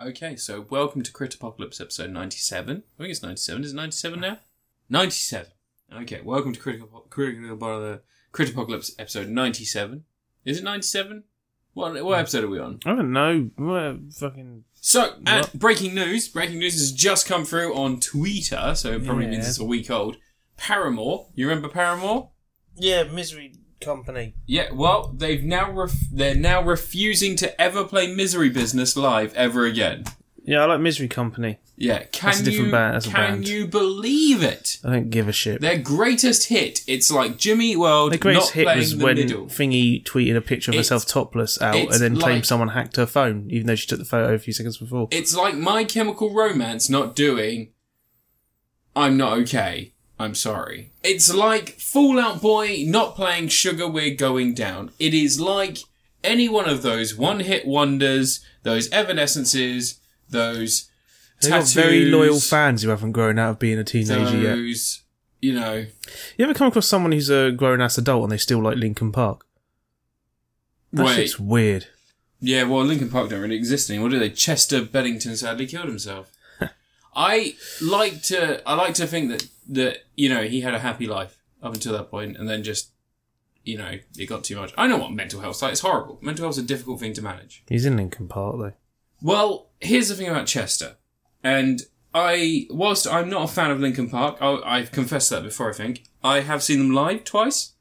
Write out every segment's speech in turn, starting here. Okay, so welcome to Crit Apocalypse episode 97. I think it's 97. Is it 97 now? 97. Okay, welcome to Crit, Apo- Crit, Crit Apocalypse episode 97. Is it 97? What, what episode are we on? I don't know. What fucking So, and breaking news. Breaking news has just come through on Twitter, so it probably means Yeah. it's a week old. Paramore. You remember Paramore? Yeah, Misery Company. Yeah, well, they've now ref- they're now refusing to ever play Misery Business live ever again. yeah, I like Misery Company. Yeah, can That's a different you band- that's a can band. you believe it? I don't give a shit. Their greatest hit, it's like Jimmy World The not greatest hit playing was the when middle. Thingy tweeted a picture of It's- herself topless out and it's then like- claimed someone hacked her phone, even though she took the photo a few seconds before. It's like My Chemical Romance not doing. I'm not okay. I'm sorry. It's like Fallout Boy not playing Sugar We're Going Down. It is like any one of those one-hit wonders, those Evanescences, those They've got very loyal tattoos. fans who haven't grown out of being a teenager yet. those, you know, You ever come across someone who's a grown ass adult and they still like Linkin Park? That Wait. shit's weird. yeah. Well, Lincoln Park don't really exist anymore, do they? Chester Bennington sadly killed himself. I like to, I like to think that that you know he had a happy life up until that point, and then just, you know, it got too much. I know what mental health's like. It's horrible. Mental health's a difficult thing to manage. He's in Linkin Park though. Well, here's the thing about Chester, and I, whilst I'm not a fan of Lincoln Park, I, I've confessed that before. I think I have seen them live twice.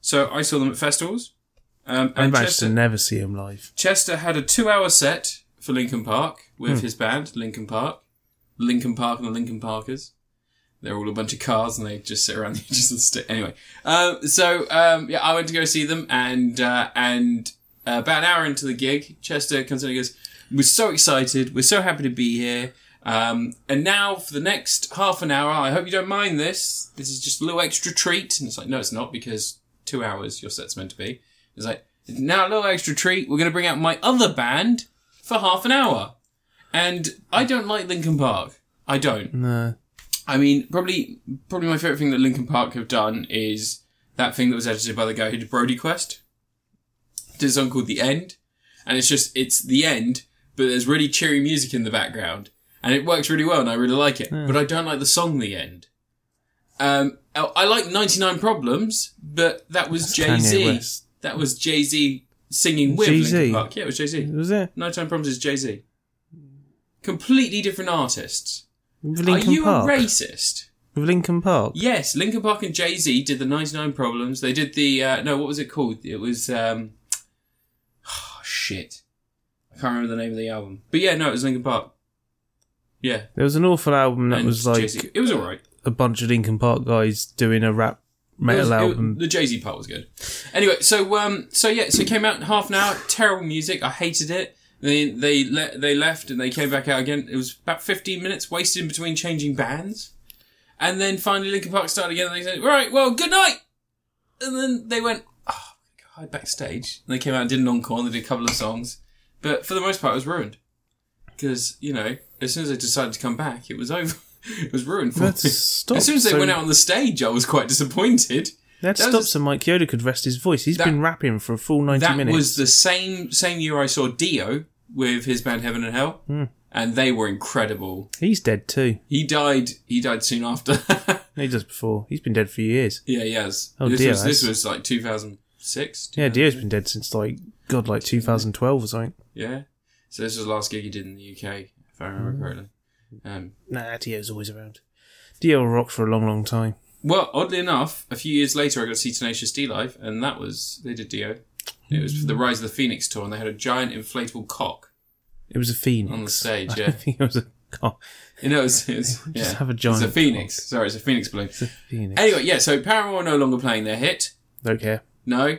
So I saw them at festivals, um, I and managed Chester, to never see him live. Chester had a two-hour set for Lincoln Park with his band, Lincoln Park, Lincoln Park and the Lincoln Parkers. They're all a bunch of cars, and they just sit around the edges of the stick. Anyway, um, so um, yeah, I went to go see them, and uh, and uh, about an hour into the gig, Chester comes in and goes, "We're so excited. We're so happy to be here." Um, and now for the next half an hour, I hope you don't mind this. This is just a little extra treat. And it's like, no, it's not because two hours your set's meant to be. It's like now a little extra treat. We're going to bring out my other band for half an hour. And I don't like Lincoln Park. I don't. No. I mean, probably probably my favorite thing that Lincoln Park have done is that thing that was edited by the guy who did Brody Quest. Did a song called The End, and it's just it's the end, but there's really cheery music in the background, and it works really well, and I really like it. But I don't like the song The End. Um, I I like 99 Problems, but that was Jay That's Kanye Z. West. That was Jay Z singing with Jay-Z. Lincoln Park. Yeah, it was Jay Z. Was it? Nighttime Problems is Jay Z. Completely different artists. With Linkin Are you Park. a racist? With Linkin Park. Yes, Linkin Park and Jay Z did the 99 Problems. They did the, uh, no, what was it called? It was, um, oh, shit. I can't remember the name of the album. But yeah, no, it was Linkin Park. Yeah. There was an awful album that and was like Jay-Z. It was alright. a bunch of Linkin Park guys doing a rap It metal was- it was- album. the Jay Z part was good. Anyway, so um, so yeah, so it came out in half an hour. Terrible music. I hated it. Then they le- they left and they came back out again. It was about fifteen minutes wasted in between changing bands, and then finally Linkin Park started again. And they said, "Right, well, good night." And then they went, "Oh, hide backstage." And they came out and did an encore. and They did a couple of songs, but for the most part, it was ruined because you know as soon as they decided to come back, it was over. it was ruined. For That's- me. stop. As soon as they So- went out on the stage, I was quite disappointed. That that was stops just- so Mike Yoda could rest his voice. He's That- been rapping for a full 90 that minutes. was the same same year I saw Dio with his band Heaven and Hell, Hmm. and they were incredible. He's dead too. He died. He died soon after. He does before. He's been dead for years. yeah, yes. Oh, this Dio, was this that's- was like 2006. Yeah, Dio's been dead since like, God, like 2012 or something. Yeah. So this was the last gig he did in the UK, if I Hmm. remember correctly. Um, Nah, Dio's always around. Dio rocked for a long, long time. well, oddly enough, a few years later, I got to see Tenacious D live, and that was they did Dio. It was for the Rise of the Phoenix tour, and they had a giant inflatable cock. It was a phoenix. On the stage, I yeah. don't think it was a cock. You know, it's, it's yeah, have a giant It's a phoenix. Sorry, it's a phoenix balloon. It's a phoenix. Anyway, yeah, so Paramore are no longer playing their hit. Don't care. No.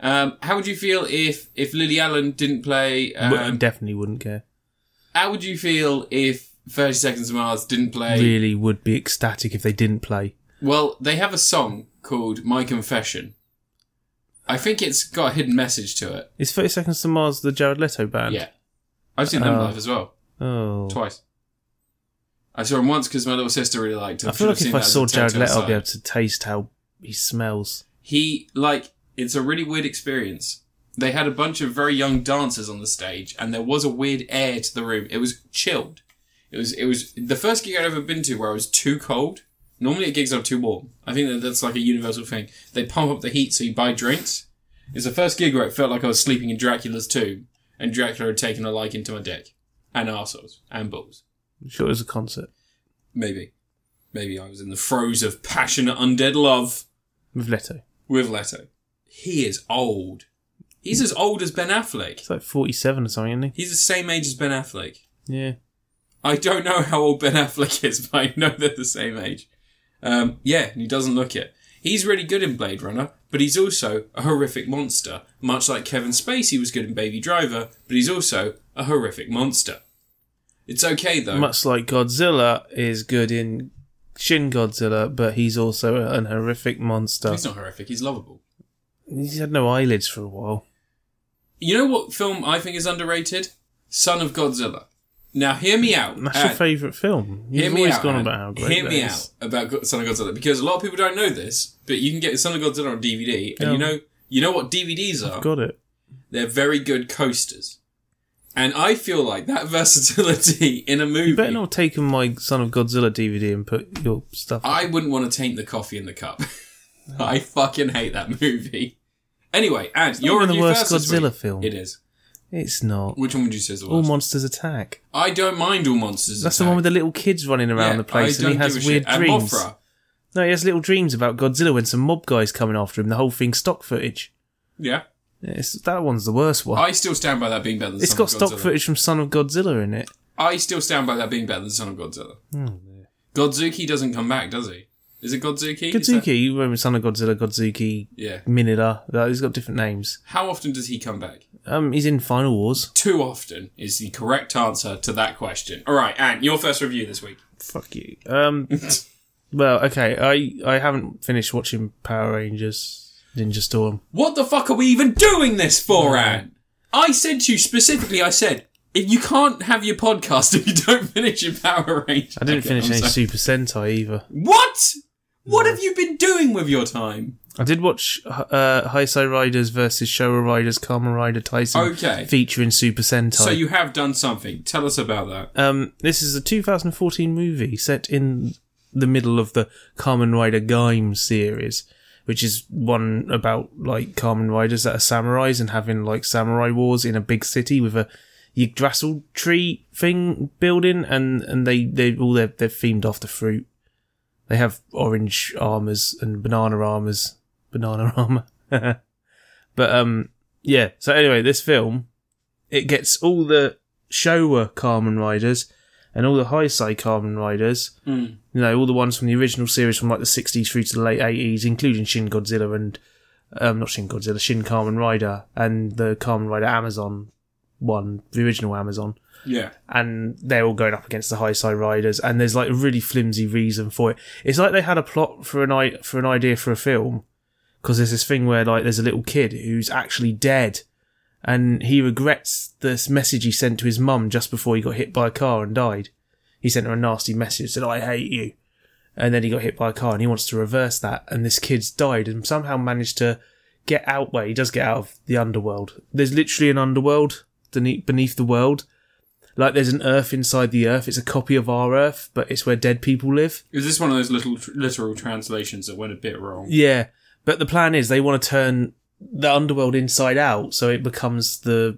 Um, how would you feel if, if Lily Allen didn't play? But Um, definitely wouldn't care. how would you feel if 30 Seconds to Mars didn't play? Really would be ecstatic if they didn't play. Well, they have a song called My Confession. I think it's got a hidden message to it. Is 30 Seconds to Mars the Jared Leto band? Yeah. I've seen them Oh. live as well, Oh. twice. I saw them once because my little sister really liked him. I feel like Should've if seen I that as saw a Jared telltale Leto, I'd be sign. able to taste how he smells. he like it's a really weird experience they had a bunch of very young dancers on the stage, and there was a weird air to the room. It was chilled. It was it was the first gig I'd ever been to where I was too cold. Normally at gigs I'm too warm. I think that that's like a universal thing. They pump up the heat so you buy drinks. It's the first gig where it felt like I was sleeping in Dracula's tomb, and Dracula had taken a liking to my dick and arseholes and balls. I'm sure it was a concert Maybe, maybe I was in the throes of passionate undead love with Leto. with Leto. He is old. He's as old as Ben Affleck. It's like 47 or something, isn't He's the same age as Ben Affleck. he? Yeah. I don't know how old Ben Affleck is, but I know they're the same age. Um, yeah, and he doesn't look it. He's really good in Blade Runner, but he's also a horrific monster, much like Kevin Spacey was good in Baby Driver, but he's also a horrific monster. It's okay though. Much like Godzilla is good in Shin Godzilla, but he's also a- an horrific monster. He's not horrific, he's lovable. He's had no eyelids for a while. You know what film I think is underrated? Son of Godzilla. Now, hear me out. And that's Uh, your favourite film. Hear You've me always out. gone man. about how great Hear me that out is. about Go- Son of Godzilla because a lot of people don't know this, but you can get Son of Godzilla on DVD, and Yeah. you know you know what DVDs are. I've got it. They're very good coasters, and I feel like that versatility in a movie. You better not have taken my Son of Godzilla DVD and put your stuff. I wouldn't want to taint the coffee in the cup. I fucking hate that movie. Anyway, and not you're even the worst Godzilla week. film. It is. it's not. Which one would you say is the All worst? monsters attack. I don't mind all monsters. That's the one with the little kids running around the place, and he has weird And dreams. Mothra. No, he has little dreams about Godzilla when some mob guys coming after him. The whole thing's stock footage. Yeah, It's, that one's the worst one. I still stand by that being better than. it's Son got of stock Godzilla. footage from Son of Godzilla in it. I still stand by that being better than Son of Godzilla. Hmm. Godzuki doesn't come back, does he? Is it Godzuki? Is that- Godzuki, you remember Son of Godzilla, Godzuki, yeah. Minida. that- He's got different names. How often does he come back? Um, he's in Final Wars. Too often is the correct answer to that question. All right, Ant, your first review this week. Fuck you. Um, well, okay. I I haven't finished watching Power Rangers Ninja Storm. What the fuck are we even doing this for, Hmm. Ant? I said to you specifically, I said, if you can't have your podcast if you don't finish your Power Rangers. I didn't Okay, finish I'm any sorry. Super Sentai either. What? What have you been doing with your time? I did watch uh, Heisei Riders versus Showa Riders, Karma Rider Tyson Okay. featuring Super Sentai. So you have done something. Tell us about that. Um, this is a 2014 movie set in the middle of the Carmen Rider Gaim series, which is one about like Carmen Riders that are samurais and having like samurai wars in a big city with a Yggdrasil tree thing building, and and they they all they're, they're themed after fruit. They have orange armors and banana armors, banana armor. but um, yeah. So anyway, this film it gets all the Showa Carmen Riders and all the Heisei Carmen Riders. Mm. You know, all the ones from the original series from like the 60s through to the late 80s, including Shin Godzilla and, um, not Shin Godzilla, Shin Carmen Rider and the Carmen Rider Amazon one, the original Amazon. Yeah. And they're all going up against the Heisei Riders, and there's like a really flimsy reason for it. It's like they had a plot for an I- for an idea for a film, because there's this thing where like there's a little kid who's actually dead, and he regrets this message he sent to his mum just before he got hit by a car and died. He sent her a nasty message, said, I hate you. And then he got hit by a car and he wants to reverse that. And this kid's died and somehow managed to get out. Well, he does get out of the underworld. There's literally an underworld beneath, beneath the world. Like there's an earth inside the earth. It's a copy of our earth, but it's where dead people live. Is this one of those little tr- literal translations that went a bit wrong? Yeah, but the plan is they want to turn the underworld inside out so it becomes the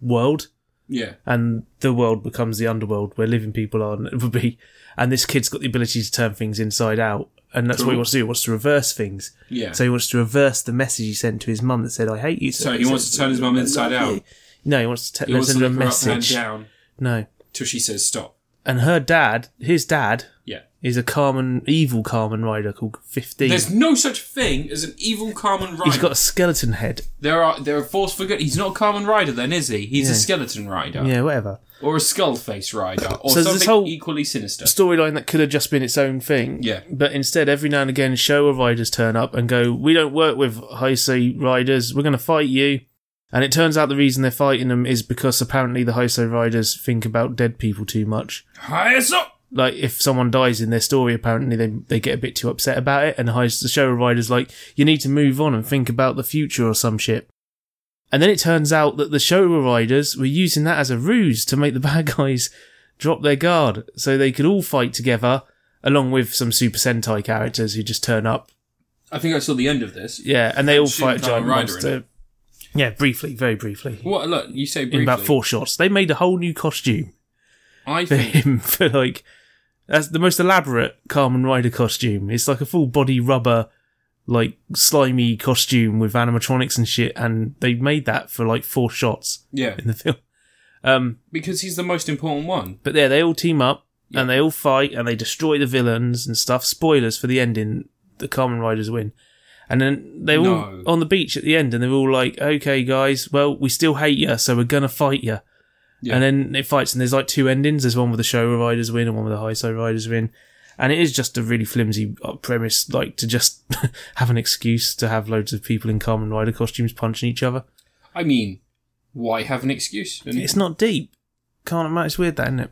world, Yeah. and the world becomes the underworld where living people are. and it would be, and this kid's got the ability to turn things inside out, and that's what Cool. he wants to do. He wants to reverse things, Yeah. so he wants to reverse the message he sent to his mum that said, "I hate you." So he wants to turn his mum inside out. No, he wants to He t- wants to send her a look her up and message. down No, till she says stop. and her dad, his dad, Yeah. is a Carmen, evil Carmen Rider called Fifteen. There's no such thing as an evil Carmen Rider. He's got a skeleton head. there are there are force for good. He's not a Carmen Rider then, is he? He's a Yeah. skeleton rider Yeah, whatever. or a skull face rider or So there's something this whole- equally sinister. storyline that could have just been its own thing. Yeah. But instead, every now and again, Showa riders turn up and go, "We don't work with Heisei riders. We're going to fight you." And it turns out the reason they're fighting them is because apparently the Heisei riders think about dead people too much. High as up. Like if someone dies in their story, apparently they they get a bit too upset about it, and Heis- the Showa riders like, "You need to move on and think about the future or some shit." And then it turns out that the Showa riders were using that as a ruse to make the bad guys drop their guard so they could all fight together along with some Super Sentai characters who just turn up. I think I saw the end of this. Yeah, and they all Shin fight a Kamen giant Rider in monster. it. Yeah, briefly, very briefly. What? Look, you say briefly. In about four shots. They made a whole new costume I for think him for like that's the most elaborate Carmen Rider costume. It's like a full body rubber, like slimy costume with animatronics and shit, and they made that for like four shots yeah, in the film. Um, because he's the most important one. but yeah, they all team up and they all fight and they destroy the villains and stuff. Spoilers for the ending: the Carmen Riders win. And then they're No. all on the beach at the end, and they're all like, "Okay, guys, well, we still hate you, so we're gonna fight you." Yeah. And then it fights, and there's like two endings. There's one with the Showa Riders win, and one with the Highside Riders win. And it is just a really flimsy uh, premise, like to just have an excuse to have loads of people in Carmen Rider costumes punching each other. I mean, why have an excuse? And It's not deep. Can't imagine. It's weird, that isn't it?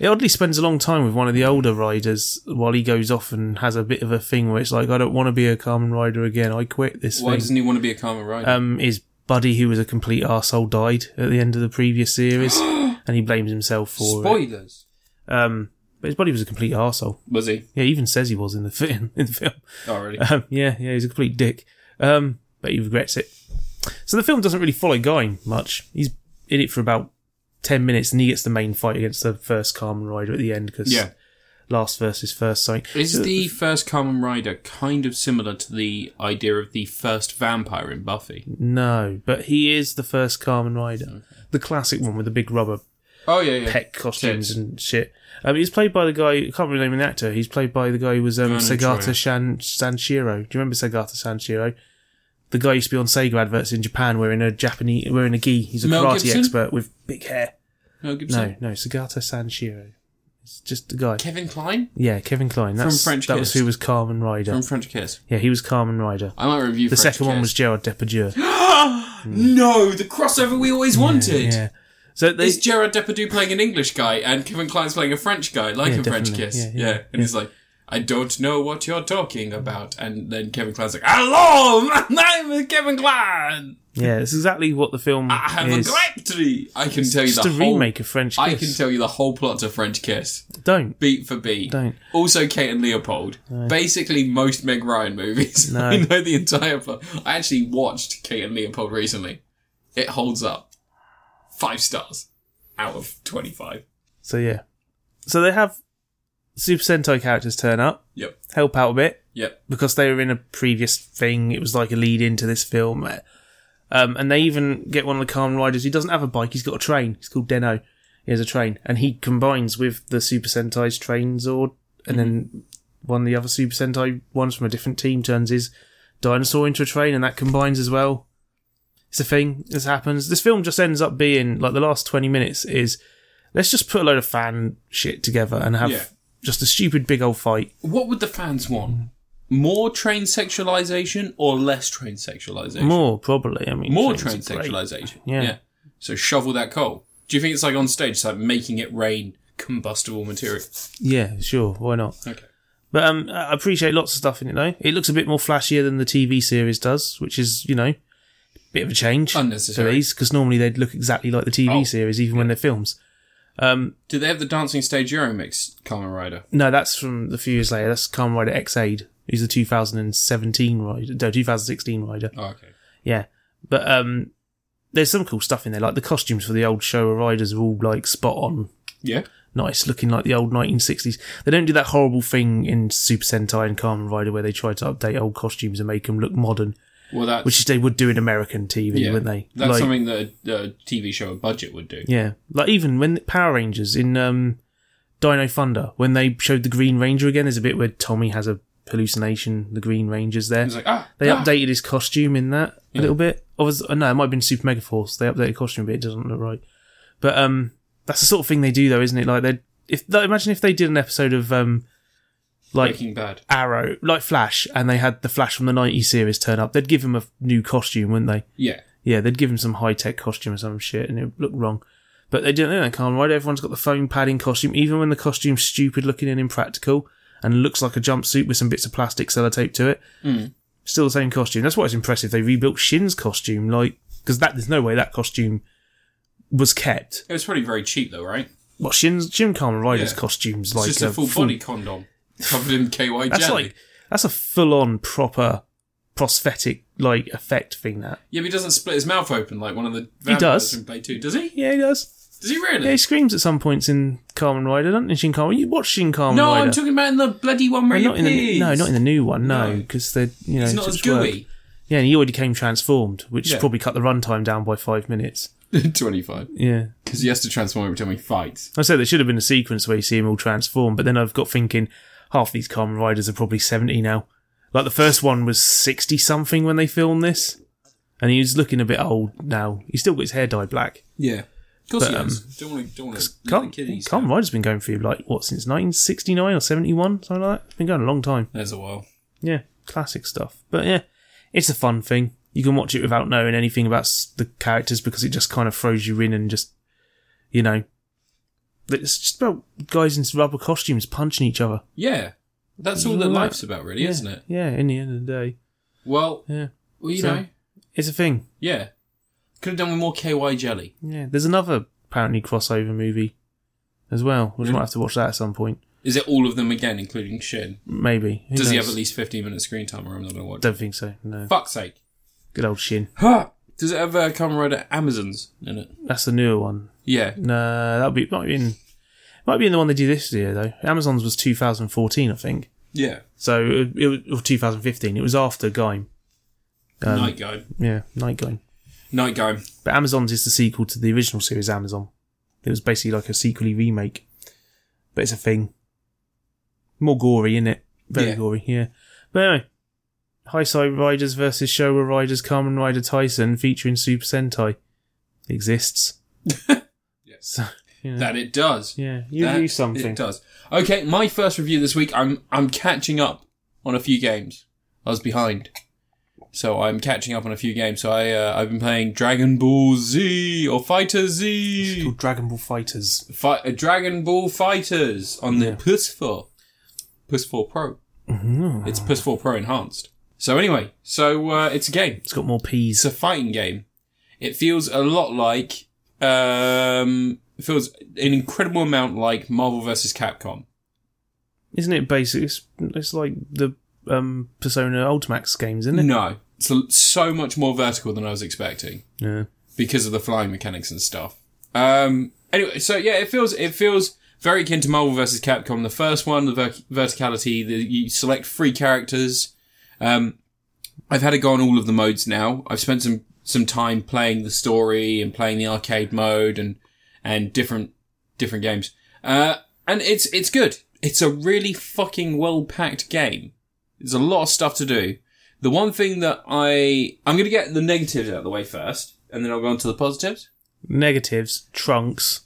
It oddly spends a long time with one of the older riders while he goes off and has a bit of a thing where it's like, I don't want to be a Carmen Rider again. I quit this why thing. doesn't he want to be a Kamen Rider? um, his buddy, who was a complete arsehole, died at the end of the previous series, and he blames himself for it. Spoilers. Um, but his buddy was a complete arsehole. Was he Yeah, he even says he was in the film. In the film. already? Um, yeah, yeah, he's a complete dick. Um, but he regrets it. So the film doesn't really follow Guy much. He's in it for about ten minutes, and he gets the main fight against the first Carmen Rider at the end because yeah. last versus first something. Is the first Kamen Rider kind of similar to the idea of the first vampire in Buffy? no, but he is the first Carmen Rider, the classic one with the big rubber Oh yeah, yeah. pet costumes and shit. Um, he's played by the guy. I can't remember the name of the actor. He's played by the guy who was um, Vernon Sagata Troyer. Shan- Sanshiro. Do you remember Sagata Sanshiro? The guy who used to be on Sega adverts in Japan wearing a Japanese wearing a gi. He's a Mel karate Gibson? expert with big hair. No, Gibson. No, no, Sagata Sanshiro. It's just the guy. Kevin Klein yeah, Kevin Klein. That's, French that was Kiss. who was Carmen Rider. from French Kiss. yeah, he was Carmen Rider. I might review The French second one was Kiss. Gerard Depardieu. no the crossover we always wanted. yeah. So they, Is Gerard Depardieu playing an English guy and Kevin Klein's playing a French guy, like Yeah, a French definitely. kiss? Yeah, Yeah, yeah, And he's like, I don't know what you're talking about. And then Kevin Klein's like, Hello, my name is Kevin Klein. yeah, it's exactly what the film I have is. a grape tree. I can tell you just the a whole. remake of French Kiss. I can tell you the whole plot to French Kiss, Don't. beat for beat. Don't. Also, Kate and Leopold. Basically, most Meg Ryan movies. No. I know the entire plot. I actually watched Kate and Leopold recently. It holds up. Five stars out of 25. So yeah. So they have Super Sentai characters turn up, Yep. help out a bit, Yep. because they were in a previous thing, it was like a lead into this film. Um, and they even get one of the Kamen Riders who doesn't have a bike, he's got a train. He's called Deno. He has a train. And he combines with the Super Sentai's train Zord, and then one of the other Super Sentai ones from a different team turns his dinosaur into a train, and that combines as well. It's a thing. This happens. This film just ends up being like the last 20 minutes is let's just put a load of fan shit together and have Yeah. just a stupid big old fight. What would the fans want? More train sexualization or less train sexualization? More, probably. I mean, More train trains are great. sexualization. Yeah. So shovel that coal. Do you think it's like on stage, it's like making it rain combustible material? Yeah, sure. Why not? Okay. But um, I appreciate lots of stuff in it though. It looks a bit more flashier than the TV series does, which is you know, a bit of a change Unnecessary. for these because normally they'd look exactly like the TV Oh. series even when they're films. Um, Do they have the dancing stage Euro mix, Kamen Rider? no, that's from the few years later. That's Kamen Rider X Aid, who's the 2017 rider, no, 2016 rider. Oh, okay. Yeah, but um, there's some cool stuff in there. Like the costumes for the old Showa riders are all like spot on Yeah. nice, looking like the old 1960s. They don't do that horrible thing in Super Sentai and Kamen Rider where they try to update old costumes and make them look modern, Well, that's. which they would do in American TV, yeah. wouldn't they? That's like, something that a a TV show a budget would do. Yeah, like even when Power Rangers in um, Dino Thunder, when they showed the Green Ranger again, there's a bit where Tommy has a hallucination. The Green Ranger's there. It's like, ah, They ah. updated his costume in that a little bit. Or was, oh, no, it might have been Super Mega Force. They updated the costume a bit. It doesn't look right. But um, that's the sort of thing they do, though, isn't it? Like they, if like, imagine if they did an episode of um, like Breaking Bad. Arrow, like Flash, and they had the Flash from the '90s series turn up. They'd give him a new costume, wouldn't they? Yeah. Yeah, they'd give him some high tech costume or some shit, and it looked wrong. But they didn't do that, Carmen Rider. Everyone's got the foam padding costume, even when the costume's stupid looking and impractical and looks like a jumpsuit with some bits of Hmm. plastic sellotape to it. Still the same costume. That's why it's impressive. They rebuilt Shin's costume like because that there's no way that costume was kept. It was probably very cheap though, right? Well, Shin Shin Kamen Rider's Yeah. costumes It's like just a full, body condom covered in KY That's jelly. like that's a full on proper prosthetic like effect thing. That yeah, but he doesn't split his mouth open like one of the vampires does. in Blade Two, does he? yeah, he does. Does he really? Yeah, he screams at some points in Kamen Rider, doesn't he? Shin Kamen. You watch Shin Kamen no, Rider. I'm talking about in the bloody one where Well, he not in the, no, appears. not in the new one. No, No. because they're you know He's not it's as gooey. work. Yeah, and he already came transformed, which Yeah. probably cut the runtime down by five minutes. 25. Yeah. Because he has to transform every time he fights. I said there should have been a sequence where you see him all transform, but then I've got thinking half these Kamen Riders are probably 70 now. Like the first one was 60 something when they filmed this, and he's looking a bit old now. He's still got his hair dyed black. Yeah. Of course But, he um, does. Don't want to, don't want to Kamen, kiddies. Kamen Rider's been going through like, what, since 1969 or 71? Something like that. Been going a long time. There's a while. Yeah, classic stuff. But yeah, it's a fun thing. You can watch it without knowing anything about s- the characters because it just kind of throws you in and just, you know, it's just about guys in rubber costumes punching each other. Yeah. That's all that life's about, really, isn't it? Yeah, in the end of the day, Well, yeah, well you So- know, it's a thing. yeah. Could have done with more KY jelly. Yeah, there's another apparently crossover movie as well. We Really? might have to watch that at some point, Is it all of them again, including Shin? maybe. Who Does he knows? have at least 15 minutes screen time or I'm not going to watch it? Don't think so. No, Fuck's sake. good old Shin. Huh. Does it have uh, Kamen Rider Amazons in it? That's the newer one. Yeah. No, that'll be might be in might be in the one they do this year though. Amazon's was 2014, I think. Yeah. So it, it was or 2015. It was after Gaim. Um, Night Guy. Yeah, Night Gaim. Night Guy. But Amazon's is the sequel to the original series Amazon. It was basically like a sequely remake, but it's a thing. More gory, in it? Very Yeah. gory, yeah. But anyway, High Side Riders versus Showa Riders, Kamen Rider Tyson featuring Super Sentai exists. So, you know. That it does. Yeah, you That do something. It does. Okay, my first review this week. I'm I'm catching up on a few games. I was behind, so I'm catching up on a few games. So I uh, I've been playing Dragon Ball Z or Fighter It's Z, called Dragon Ball Fighters. Fi- uh, Dragon Ball Fighters on the PS4, PS4 Pro. Mm-hmm. It's PS4 Pro enhanced. So anyway, so uh, it's a game. It's got more peas. It's a fighting game. It feels a lot like um it feels an incredible amount like Marvel vs. Capcom. Isn't it basic? It's, it's like the um, Persona Ultimax games, isn't it? No, it's l- so much more vertical than I was expecting Yeah. because of the flying mechanics and stuff. Um, anyway, so yeah, it feels it feels very akin to Marvel vs. Capcom, the first one, the ver- verticality. The, you select three characters. Um, I've had a go on all of the modes now. I've spent some some time playing the story and playing the arcade mode and and different different games. Uh, and it's it's good. It's a really fucking well packed game. There's a lot of stuff to do. The one thing that I I'm gonna get the negatives out of the way first, and then I'll go on to the positives. Negatives, trunks,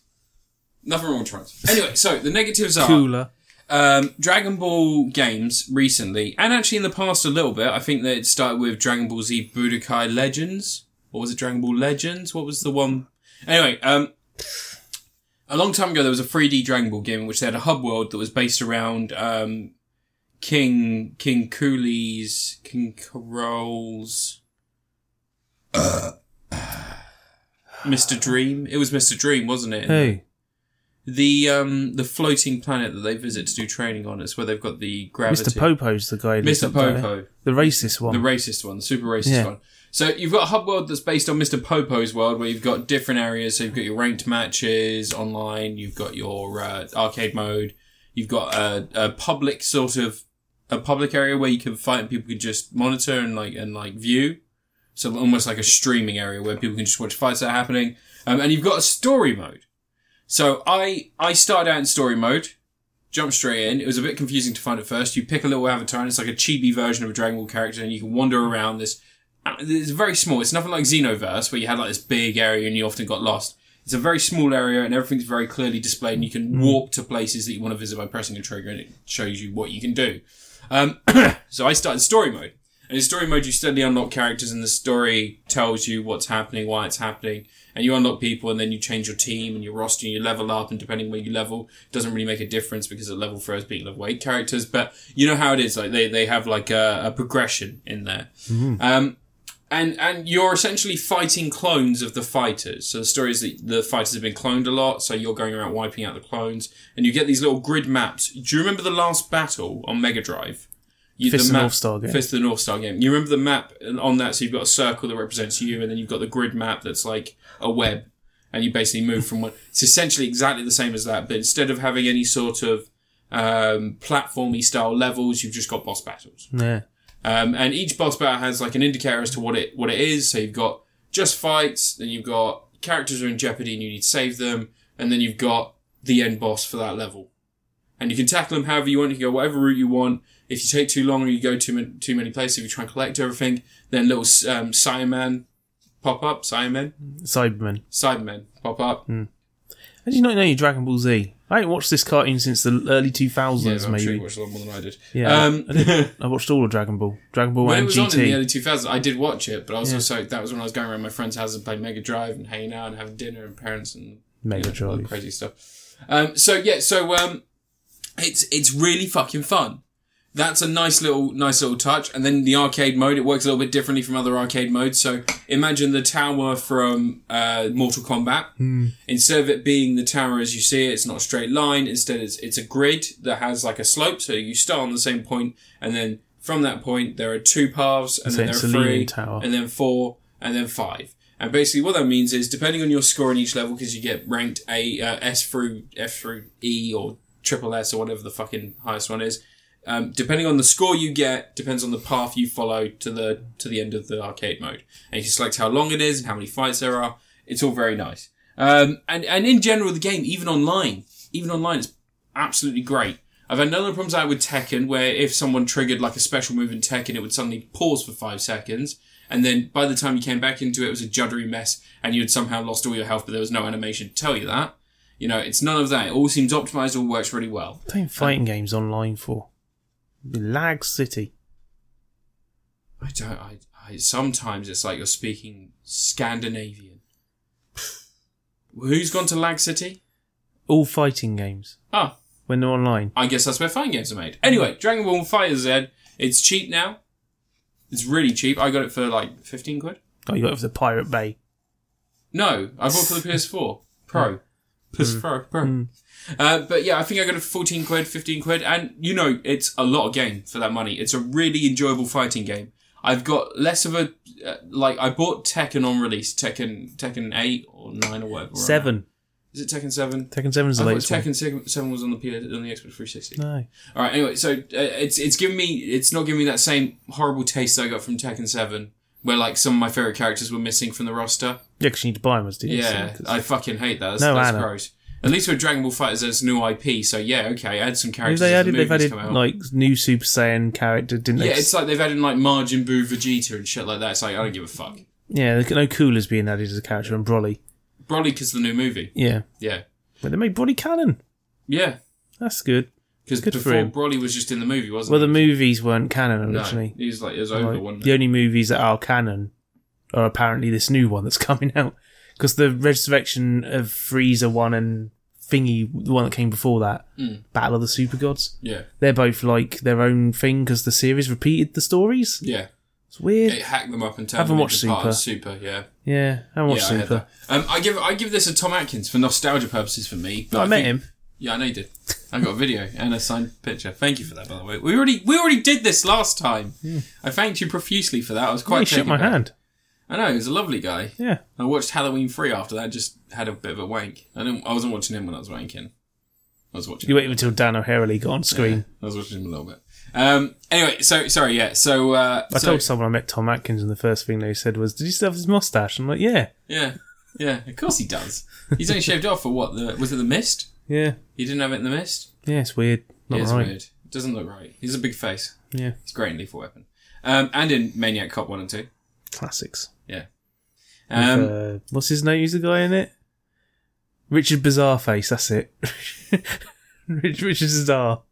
Nothing wrong with trunks. Anyway, so the negatives are cooler. um, Dragon Ball games recently, and actually in the past a little bit. I think that it started with Dragon Ball Z Budokai Legends, or was it Dragon Ball Legends? What was the one? Anyway, um, a long time ago there was a 3D Dragon Ball game in which they had a hub world that was based around um, King King Cooley's King Carol's Mr. uh, Dream. It was Mr. Dream, wasn't it? Hey, The um the floating planet that they visit to do training on. It's where they've got the gravity. Mr. Popo's the guy. who lives Mr. up there. Popo. The racist one. The racist one, the super racist Yeah. one. So you've got a hub world that's based on Mr. Popo's world, where you've got different areas. So you've got your ranked matches online. You've got your uh, arcade mode. You've got a, a public sort of a public area where you can fight and people can just monitor and like and like view. So almost like a streaming area where people can just watch fights that are happening. Um, and you've got a story mode. So I I started out in story mode jump straight in. It was a bit confusing to find at first. You pick a little avatar and it's like a chibi version of a Dragon Ball character and you can wander around this. uh, It's very small. It's nothing like Xenoverse where you had like this big area and you often got lost. It's a very small area and everything's very clearly displayed and you can warp to places that you want to visit by pressing a trigger and it shows you what you can do. Um, so I started story mode. And in story mode, you steadily unlock characters and the story tells you what's happening, why it's happening. And you unlock people and then you change your team and your roster and you level up. And depending where you level, it doesn't really make a difference because at level three is being level eight characters. But you know how it is. Like they, they have like a, a progression in there. Um, and and you're essentially fighting clones of the fighters. So the story is that the fighters have been cloned a lot, so you're going around wiping out the clones, and you get these little grid maps. Do you remember the last battle on Mega Drive? You, Fist of the map- North Star game. Fist of the North Star game. You remember the map on that? So you've got a circle that represents you, and then you've got the grid map that's like a web, and you basically move from one. It's essentially exactly the same as that, but instead of having any sort of um, platformy style levels, you've just got boss battles. Yeah. Um, and each boss battle has like an indicator as to what it what it is. So you've got just fights, then you've got characters who are in jeopardy and you need to save them, and then you've got the end boss for that level. And you can tackle them however you want. You can go whatever route you want. If you take too long or you go too many, too many places, if you try and collect everything, then little um, Cyberman pop up, Cybermen, Cyberman. Cybermen pop up. Mm, How do you not know your Dragon Ball Z? I ain't watched this cartoon since the early 2000s, Yeah, I'm maybe. sure you watched a lot more than I did. Yeah. Um, I watched all of Dragon Ball. Dragon Ball when it and was on in the GT. early 2000s, I did watch it, but I was also that was when I was going around my friend's house and playing Mega Drive and hanging out and having dinner and parents and Mega you know, all the Drive. crazy stuff. Um, so yeah, so um, it's it's really fucking fun. That's a nice little nice little touch. And then the arcade mode, it works a little bit differently from other arcade modes. So imagine the tower from uh, Mortal Kombat. Hmm. Instead of it being the tower as you see it, it's not a straight line. Instead, it's it's a grid that has like a slope. So you start on the same point, and then from that point, there are two paths, and So then there it's are a leaning three, tower. and then four, and then five. And basically, what that means is, depending on your score in each level, because you get ranked A, uh, S through F through E or triple S or whatever the fucking highest one is. Um, depending on the score you get, depends on the path you follow to the to the end of the arcade mode, and you can select how long it is and how many fights there are. It's all very nice. Um, and and in general, the game, even online, even online, is absolutely great. I've had none of the problems I had with Tekken, where if someone triggered like a special move in Tekken, it would suddenly pause for five seconds, and then by the time you came back into it, it was a juddery mess, and you had somehow lost all your health, but there was no animation to tell you that. You know, it's none of that. It all seems optimized, all works really well. What are you fighting games online for? Lag City. I don't. I, I sometimes it's like you're speaking Scandinavian. Who's gone to Lag City? All fighting games Ah, when they're online. I guess that's where fighting games are made. Anyway, Dragon Ball Fighter Z. It's cheap now. It's really cheap. I got it for like fifteen quid. Oh, you got it for the Pirate Bay. No, I bought it for the PS4 Pro. PS4 Pro. Hmm. Uh, but yeah, I think I got it for 14 quid, 15 quid, and you know, it's a lot of game for that money. It's a really enjoyable fighting game. I've got less of a, uh, like, I bought Tekken on release, Tekken, Tekken 8 or 9 or whatever. Seven. Is it Tekken 7? Tekken Seven's I the thought latest Tekken 7 7 was on the, PS, on the Xbox 360. one. No. All right. Anyway, so uh, it's it's giving me it's not giving me that same horrible taste I got from Tekken Seven, where like some of my favorite characters were missing from the roster. Yeah, 'cause you need to buy them as DLC. Yeah, 'cause- I fucking hate that. That's, No, that's Anna. gross. At least with Dragon Ball Fighters, there's new IP, so yeah, okay, add some Have characters. they as the added, they've movies added come out. like new Super Saiyan character, didn't yeah, they? it's like they've added like Majin Buu, Vegeta, and shit like that. It's like I don't give a fuck. yeah, there's no Cooler's being added as a character and Broly. Broly because the new movie. Yeah. Yeah, But they made Broly canon. yeah, That's good. because Good for before him. Broly was just in the movie, wasn't Well, the he? movies weren't canon no, originally. he was like it was over Like, one. the only movies that are canon are apparently this new one that's coming out. Because the Resurrection of Frieza one and Thingy, the one that came before that, Hmm. Battle of the Super Gods, Yeah, they're both like their own thing because the series repeated the stories. yeah. It's weird. It hacked them up and turned Haven't them watched into part of Super. Yeah, Yeah, I haven't watched yeah, I had Super. that. Um, I give I give this a Tom Atkins for nostalgia purposes for me. I, But met think- him. Yeah, I know you did. I got a video and a signed picture. Thank you for that, by the way. We already we already did this last time. I thanked you profusely for that. I was quite. he shook taken Hmm. my back. hand. I know he was a lovely guy. Yeah. I watched Halloween Free after that. Just had a bit of a wank. I didn't. I wasn't watching him when I was wanking. I was watching. You waited until Dan O'Harely got on screen. I was watching him a little bit. Um. Anyway, so sorry. Yeah. So. Uh, I so, told someone I met Tom Atkins, and the first thing they said was, "Did you still have his mustache?" I'm like, "Yeah, Yeah. Yeah. Of course he does. He's only shaved off for what? The was it the mist? yeah, He didn't have it in the mist. yeah." It's weird. Not It is right. weird. It doesn't look right. He's a big face. Yeah, He's great in Lethal Weapon. Um, and in Maniac Cop 1 and 2. classics. Yeah. With, Um, uh, what's his name? Who's the guy in it? Richard Bizarreface. That's it. Rich, Richard Bizarre.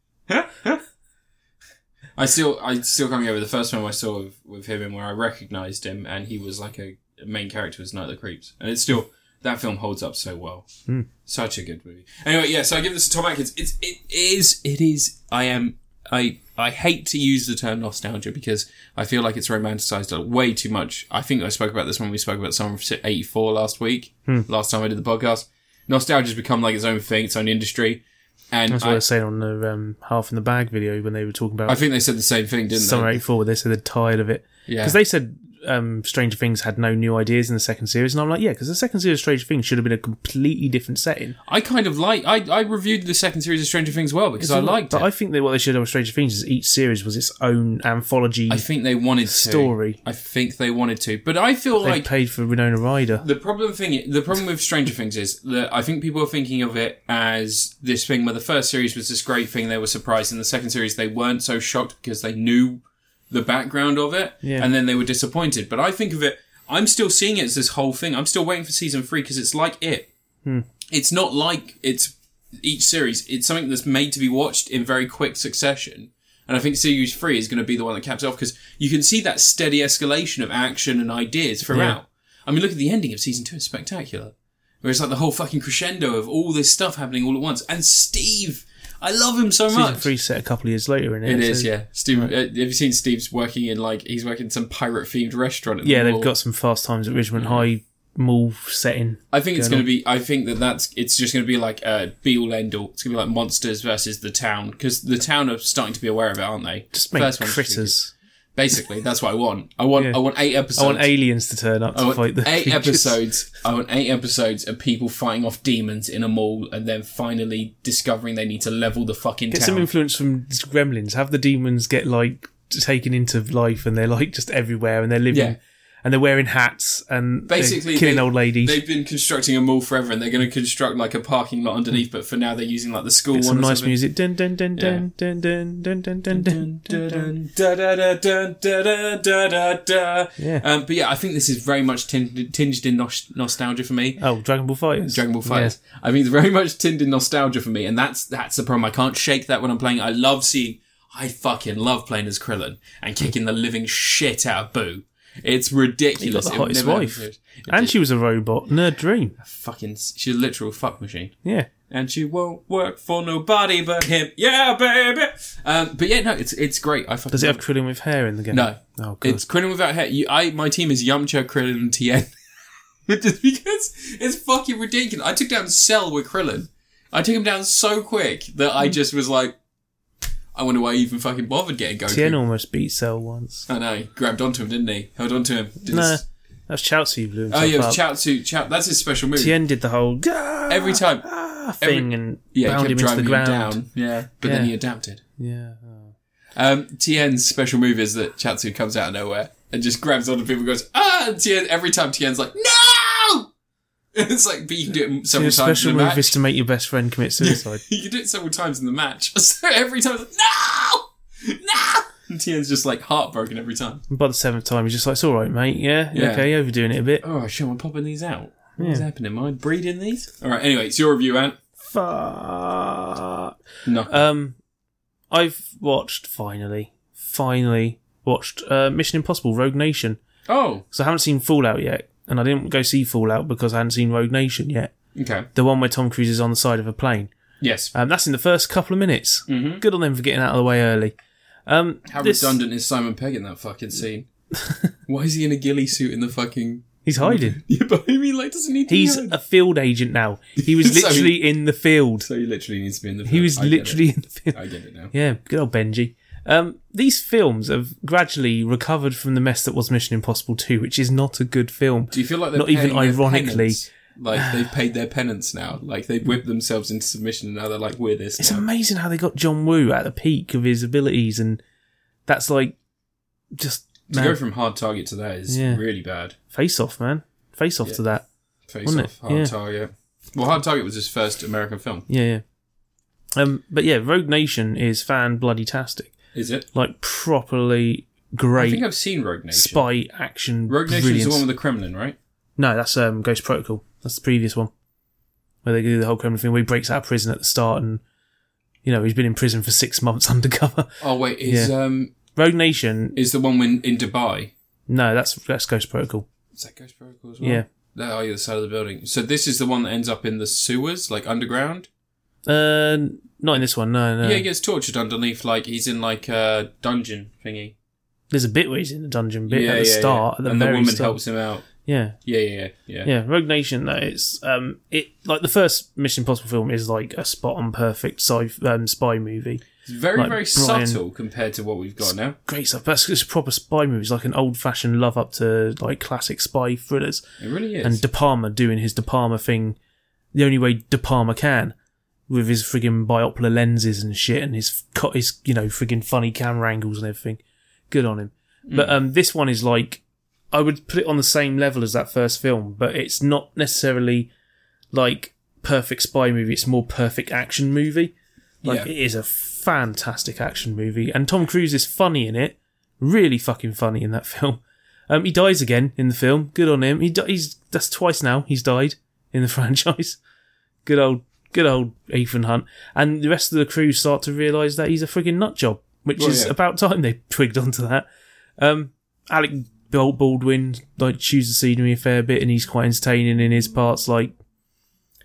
I still, I still can't get over the first film I saw with, with him and where I recognised him and he was like a, a main character was Night of the Creeps. And it's still, that film holds up so well. Hmm. Such a good movie. Anyway, yeah, so I give this to Tom Atkins. It's, it is, it is, I am, I I hate to use the term nostalgia because I feel like it's romanticized way too much. I think I spoke about this when we spoke about Summer of '84 last week. Hmm. Last time I did the podcast, nostalgia's become like its own thing, its own industry. And That's what I I, was saying on the um, half in the bag video when they were talking I about think they said the same thing, didn't summer they? '84. They said they're tired of it Yeah. because they said um, Stranger Things had no new ideas in the second series, and I'm like, yeah, because the second series of Stranger Things should have been a completely different setting. I kind of like. I, I reviewed the second series of Stranger Things well because I liked but it. I think that what they should have with Stranger Things is each series was its own anthology. I think they wanted to. Story. I think they wanted to, but I feel they like paid for Winona Ryder. The problem thing, the problem with Stranger Things is that I think people are thinking of it as this thing where the first series was this great thing they were surprised, and the second series they weren't so shocked because they knew the background of it, Yeah. and then they were disappointed. But I think of it, I'm still seeing it as this whole thing. I'm still waiting for season three because it's like it. It's not like it's each series. It's something that's made to be watched in very quick succession. And I think series three is going to be the one that caps it off because you can see that steady escalation of action and ideas throughout. I mean, look at the ending of season two; it's spectacular. Where it's like the whole fucking crescendo of all this stuff happening all at once. And Steve, I love him so Season much. three set a couple of years later in it. It is, so- yeah. Steve, uh, have you seen Steve's working in like he's working in some pirate themed restaurant? At the Yeah, they've mall? got some Fast Times at mm. Ridgemont High mall setting. I think it's going to be. I think that that's. It's just going to be like uh, be all end all. It's going to be like monsters versus the town because the town are starting to be aware of it, aren't they? Just make First one's stupid. critters. Basically, that's what I want. I want. Yeah. I want eight I episodes. want aliens to turn up to I want fight the eight creatures. episodes. I want eight episodes of people fighting off demons in a mall, and then finally discovering they need to level the fucking Get town. some influence from Gremlins. Have the demons get like taken into life, and they're like just everywhere, and they're living, Yeah. and they're wearing hats, and they're Basically, killing they- old ladies. They've been constructing a mall forever, and they're going to construct like a parking lot underneath. But for now, they're using like the school Get one. some or nice something. music. Dun, dun, dun, dun, dun, dun, dun, dun, dun, dun, dun, dun. Yeah. Yeah. Um, but yeah, I think this is very much tin- tinged in nos- nostalgia for me. Oh, Dragon Ball Fighters. Dragon Ball Fighters. I mean, it's very much tinged in nostalgia for me, and that's that's the problem. I can't shake that when I'm playing. I love seeing. I fucking love playing as Krillin and kicking the living shit out of Boo. It's ridiculous. the It hottest never wife. happens. And she was a robot. Nerd dream. Fucking, she's a literal fuck machine Yeah. and she won't work for nobody but him. Yeah, baby. Um, but yeah, no, it's it's great. I fucking Does it love have Krillin with hair in the game? No. Oh, good. It's Krillin without hair. You, I my team is Yamcha, Krillin, and Tien. Just because it's fucking ridiculous. I took down Cell with Krillin. I took him down so quick that I just was like, I wonder why I even fucking bothered getting Goku. Tien almost beat Cell once. I know. He grabbed onto him, didn't he? Held onto him. Did No, his- that's Chaozu who blew himself Oh yeah, it up. was Chaozu. Chao. That's his special move. Tien did the whole "Gah!" Every time. Ah, thing every- and Yeah, he bound kept him into the driving him ground. down. Yeah, but then Yeah. he adapted. Yeah. Um, Tien's special move is that Chatsu comes out of nowhere and just grabs onto people and goes, ah! And Tien, every time Tien's like, no! It's like, but you can do it several His times special in the move match. is to make your best friend commit suicide. you can do it several times in the match. So every time it's like, no! No! And Tien's just like heartbroken every time. and by the seventh time, he's just like, "It's all right, mate. Yeah, Yeah. okay, you're overdoing it a bit." Oh, shit, I'm popping these out. What's happening? Am I breeding these? All right, anyway, it's your review, Ant. Fuck. No. Um, I've watched finally, finally watched uh, Mission Impossible: Rogue Nation. oh, So I haven't seen Fallout yet, and I didn't go see Fallout because I hadn't seen Rogue Nation yet. okay. The one where Tom Cruise is on the side of a plane. Yes. Um, that's in the first couple of minutes. Mm-hmm. Good on them for getting out of the way early. Um, How this- redundant is Simon Pegg in that fucking scene? Why is he in a ghillie suit in the fucking. He's hiding. Yeah, but I mean, like, doesn't he do He's that? a field agent now. He was So- literally in the field. So he literally needs to be in the. He was literally in the field. I get it now. Yeah, good old Benji. Um, these films have gradually recovered from the mess that was Mission Impossible 2, which is not a good film. Do you feel like they're Not even paying their ironically. penance? Like they've paid their penance now. Like they whipped themselves into submission, and now they're like, "We're this." It's now. amazing how they got John Woo at the peak of his abilities, and that's like just to man, go from hard target to that is Yeah. really bad. face off, man. Face off to that. Face Wasn't off, it? hard Yeah. target. Well, hard target was his first American film, Yeah, yeah. Um, but yeah, Rogue Nation is fan bloody tastic. is it? Like properly I think great I've seen Rogue Nation. spy action. Rogue Nation is brilliance. the one with the Kremlin, right? No, that's um, Ghost Protocol. That's the previous one where they do the whole Kremlin thing. Where he breaks out of prison at the start, and you know he's been in prison for six months undercover. Oh wait, is um Rogue Nation. is the one when in Dubai? No, that's that's Ghost Protocol. Is that Ghost Protocol as well? Yeah. They're on the other side of the building. So this is the one that ends up in the sewers, like underground. Uh, Not in this one, no, no. yeah, he gets tortured underneath. Like he's in like a dungeon thingy. There's a bit where he's in the dungeon bit yeah, at the yeah, start, yeah. at the and very the woman start. helps him out. Yeah, Yeah, yeah, yeah. yeah. Rogue Nation though, it's um, it like the first Mission Impossible film is like a spot on perfect sci- um, spy movie. It's very, Like very Brian- subtle compared to what we've got now. Great stuff. That's it's a proper spy movie. It's like an old fashioned love up to like classic spy thrillers. It really is. and De Palma doing his De Palma thing the only way De Palma can with his friggin' biopolar lenses and shit and his co- his you know friggin' funny camera angles and everything. Good on him. But um, this one is like I would put it on the same level as that first film, but it's not necessarily like perfect spy movie. It's more perfect action movie. Like Yeah. it is a fantastic action movie, and Tom Cruise is funny in it. Really fucking funny in that film. Um, he dies again in the film. Good on him. He di- he's that's twice now he's died in the franchise. Good old good old Ethan Hunt, and the rest of the crew start to realise that he's a friggin' nut job, which Well, is yeah. about time they twigged onto that. Um, Alec Bal- Baldwin like chews the scenery a fair bit, and he's quite entertaining in his parts. Like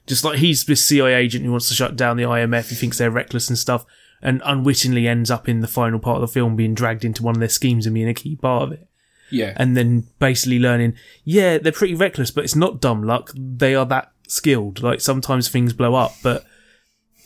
just like he's this CIA agent who wants to shut down the IMF, he thinks they're reckless and stuff, and unwittingly ends up in the final part of the film being dragged into one of their schemes and being a key part of it yeah. and then basically learning, yeah, they're pretty reckless, but it's not dumb luck. They are that skilled. Like sometimes things blow up, but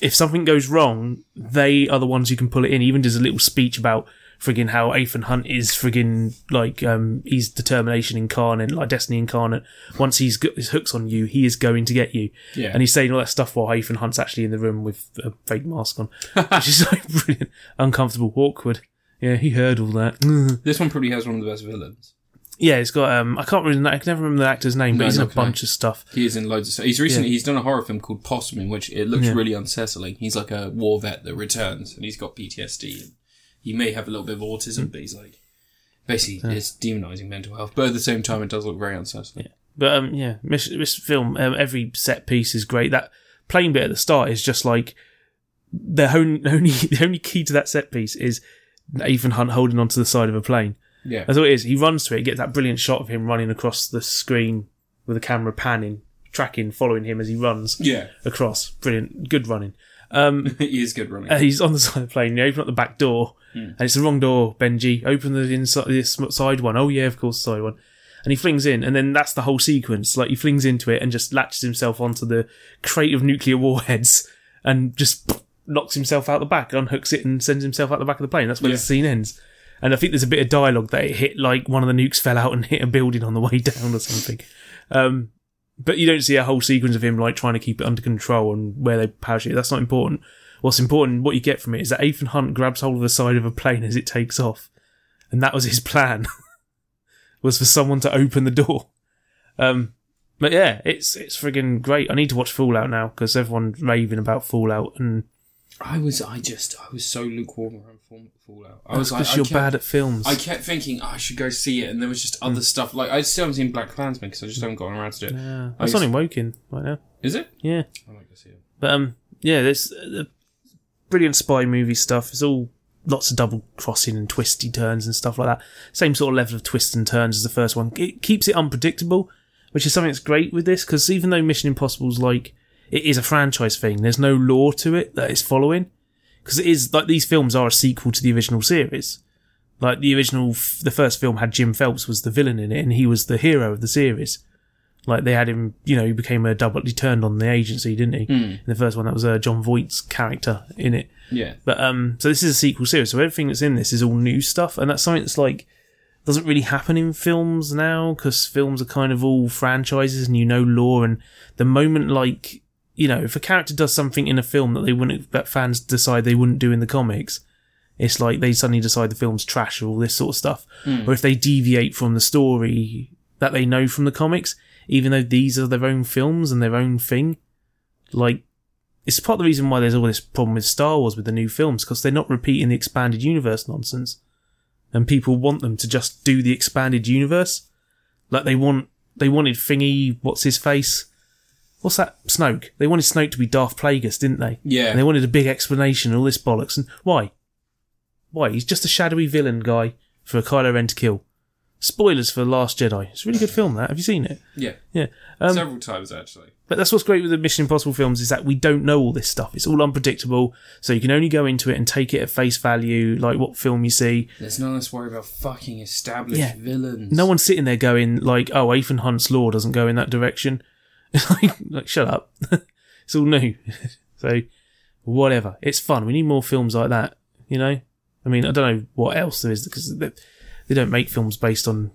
if something goes wrong, they are the ones who can pull it in. He Even does a little speech about friggin' how Ethan Hunt is friggin' like um he's determination incarnate, like destiny incarnate. Once he's got his hooks on you, he is going to get you. Yeah. And he's saying all that stuff while Ethan Hunt's actually in the room with a fake mask on. which is like brilliant. Uncomfortable, awkward. Yeah, he heard all that. this one probably has one of the best villains. Yeah, it's got. Um, I can't remember. I can never remember the actor's name, No, but he's in a nor can I. bunch of stuff. He is in loads of stuff. He's recently he's done a horror film called Possum in which it looks really unsettling. He's like a war vet that returns and he's got PTSD and he may have a little bit of autism, but he's like basically it's demonizing mental health. But at the same time it does look very unsettling. But um, yeah, this, this film, um, every set piece is great. That plane bit at the start is just like the only, only the only key to that set piece is Ethan Hunt holding onto the side of a plane. Yeah. That's all it is. He runs to it, gets that brilliant shot of him running across the screen with the camera panning, tracking, following him as he runs Yeah. across. Brilliant, good running. Um, he is good running. Uh, he's on the side of the plane. You open up the back door, and it's the wrong door. Benji, open the inside this side one. Oh yeah, of course, the side one. And he flings in, and then that's the whole sequence. Like he flings into it and just latches himself onto the crate of nuclear warheads, and just knocks himself out the back, unhooks it, and sends himself out the back of the plane. That's where Yeah. the scene ends. And I think there's a bit of dialogue that it hit like one of the nukes fell out and hit a building on the way down or something. Um, but you don't see a whole sequence of him like trying to keep it under control and where they parachute. That's not important. What's important, what you get from it, is that Ethan Hunt grabs hold of the side of a plane as it takes off, and that was his plan, was for someone to open the door. Um, but yeah, it's it's friggin' great. I need to watch Fallout now because everyone's raving about Fallout, and I was I just I was so lukewarm around Fall- Fallout. I was because like I you're kept- bad Hmm. at films. I kept thinking "Oh, I should go see it, and there was just other stuff. Like I still haven't seen Black Klansman because I just haven't gotten around to it. yeah, I that's on used- in Woking right now. Is it? Yeah. I might go see it. But um, yeah, there's uh, the brilliant spy movie stuff. It's all lots of double crossing and twisty turns and stuff like that. Same sort of level of twists and turns as the first one. It keeps it unpredictable, which is something that's great with this because even though Mission Impossible's like it is a franchise thing, there's no law to it that it's following because it is like these films are a sequel to the original series. Like the original, f- the first film had Jim Phelps was the villain in it, and he was the hero of the series. Like they had him, you know, he became a double. He turned on the agency, didn't he? In the first one, that was uh, John Voight's character in it. Yeah. But um, so this is a sequel series. So everything that's in this is all new stuff, and that's something that's like doesn't really happen in films now because films are kind of all franchises, and you know lore. And the moment like you know, if a character does something in a film that they wouldn't, that fans decide they wouldn't do in the comics, it's like they suddenly decide the film's trash or all this sort of stuff. Or if they deviate from the story that they know from the comics, even though these are their own films and their own thing, like it's part of the reason why there's all this problem with Star Wars with the new films because they're not repeating the expanded universe nonsense, and people want them to just do the expanded universe. Like they want, they wanted thingy, what's his face, what's that Snoke? They wanted Snoke to be Darth Plagueis, didn't they? Yeah. And they wanted a big explanation, and all this bollocks, and why? Why he's just a shadowy villain guy for Kylo Ren to kill. Spoilers for Last Jedi. It's a really good film. That have you seen it? Yeah, Yeah. Um, several times actually. but that's what's great with the Mission Impossible films is that we don't know all this stuff. It's all unpredictable, so you can only go into it and take it at face value, like what film you see. There's none of us worry about fucking established Yeah. villains. No one's sitting there going like, "Oh, Ethan Hunt's law doesn't go in that direction." like, like, shut up. it's all new. so, whatever. It's fun. We need more films like that. You know, I mean, I don't know what else there is because they, they don't make films based on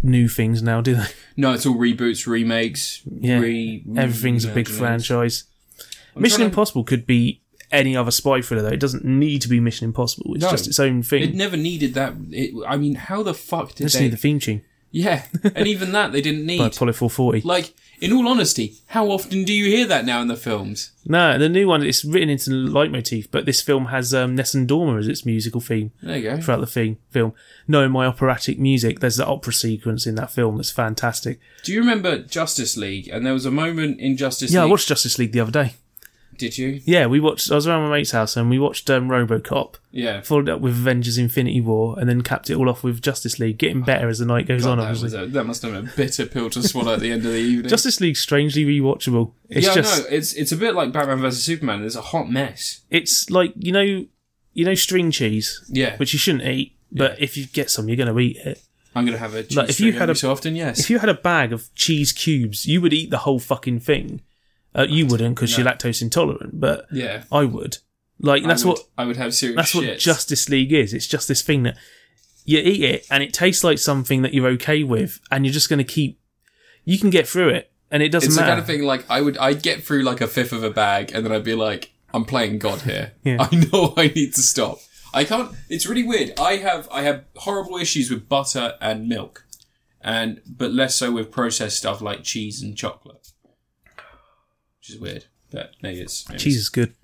new things now, do they? No, it's all reboots, remakes. Yeah, re- everything's a yeah, big remakes. franchise. I'm Mission trying to- Impossible could be any other spy thriller though. It doesn't need to be Mission Impossible. It's No. just its own thing. It never needed that. It, I mean, how the fuck I did just they? need the theme tune yeah, and even that they didn't by need. Apollo 440. Like, in all honesty, how often do you hear that now in the films? No, the new one it's written into the leitmotif, but this film has um, Nessun Dorma as its musical theme There you go. throughout the theme, film. Knowing my operatic music, there's the opera sequence in that film that's fantastic. Do you remember Justice League? And there was a moment in Justice Yeah, I League. watched Justice League the other day. Did you? Yeah, we watched. I was around my mate's house and we watched um, RoboCop, Yeah. followed up with Avengers: Infinity War, and then capped it all off with Justice League, getting better as the night goes on. God, that, Obviously, was a, that must have been a bitter pill to swallow at the end of the evening. Justice League strangely rewatchable. It's yeah, I just no, it's it's a bit like Batman vs Superman. It's a hot mess. it's like you know, you know, string cheese, Yeah, which you shouldn't eat, but if you get some, you're going to eat it. I'm gonna have a. Like, if you had a, so often, yes. If you had a bag of cheese cubes, you would eat the whole fucking thing. Uh, you wouldn't because you're lactose intolerant, but yeah, I would. Like that's I would, what I would have serious. that's what shits. Justice League is. It's just this thing that you eat it and it tastes like something that you're okay with, and you're just going to keep. You can get through it, and it doesn't It's the matter. kind of thing like I would. I'd get through like a fifth of a bag, and then I'd be like, I'm playing God here. Yeah. I know I need to stop. I can't. It's really weird. I have I have horrible issues with butter and milk, and but less so with processed stuff like cheese and chocolate, which is weird. But maybe it's maybe cheese is good. it's-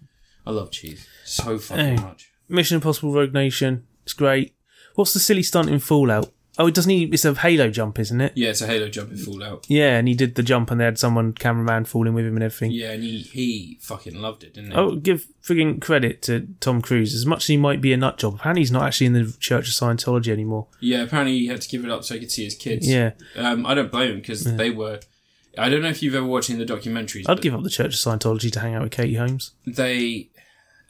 I love cheese so fucking Hey. much. Mission Impossible Rogue Nation. It's great. What's the silly stunt in Fallout? Oh, it doesn't. Even, it's a Halo jump, isn't it? Yeah, it's a Halo jump in Fallout. Yeah, and he did the jump, and they had someone cameraman falling with him and everything. Yeah, and he, he fucking loved it, didn't he? Oh, give frigging credit to Tom Cruise. As much as he might be a nut job, apparently he's not actually in the Church of Scientology anymore. Yeah, apparently he had to give it up so he could see his kids. Yeah, Um, I don't blame him because they were. I don't know if you've ever watched any of the documentaries. I'd but give up the Church of Scientology to hang out with Katie Holmes. they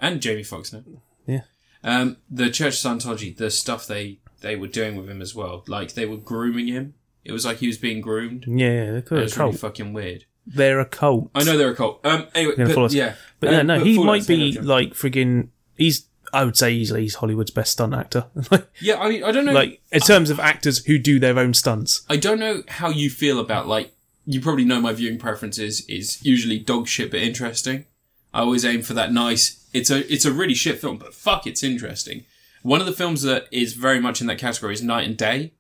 and Jamie Foxx now. Yeah. Um, the Church of Scientology, the stuff they they were doing with him as well, like they were grooming him. It was like he was being groomed. Yeah, they're It a was really cult. fucking weird. they're a cult. I know they're a cult. Um, anyway, gonna follow but, us. yeah, But yeah, Um, no, he Fallout's might Halo be Jump. like frigging. He's. I would say easily he's Hollywood's best stunt actor. like, yeah. I mean, I don't know. like in terms of actors who do their own stunts. I don't know how you feel about like you probably know my viewing preferences is usually dog shit but interesting. I always aim for that nice. It's a it's a really shit film, but fuck, it's interesting. One of the films that is very much in that category is Night and Day.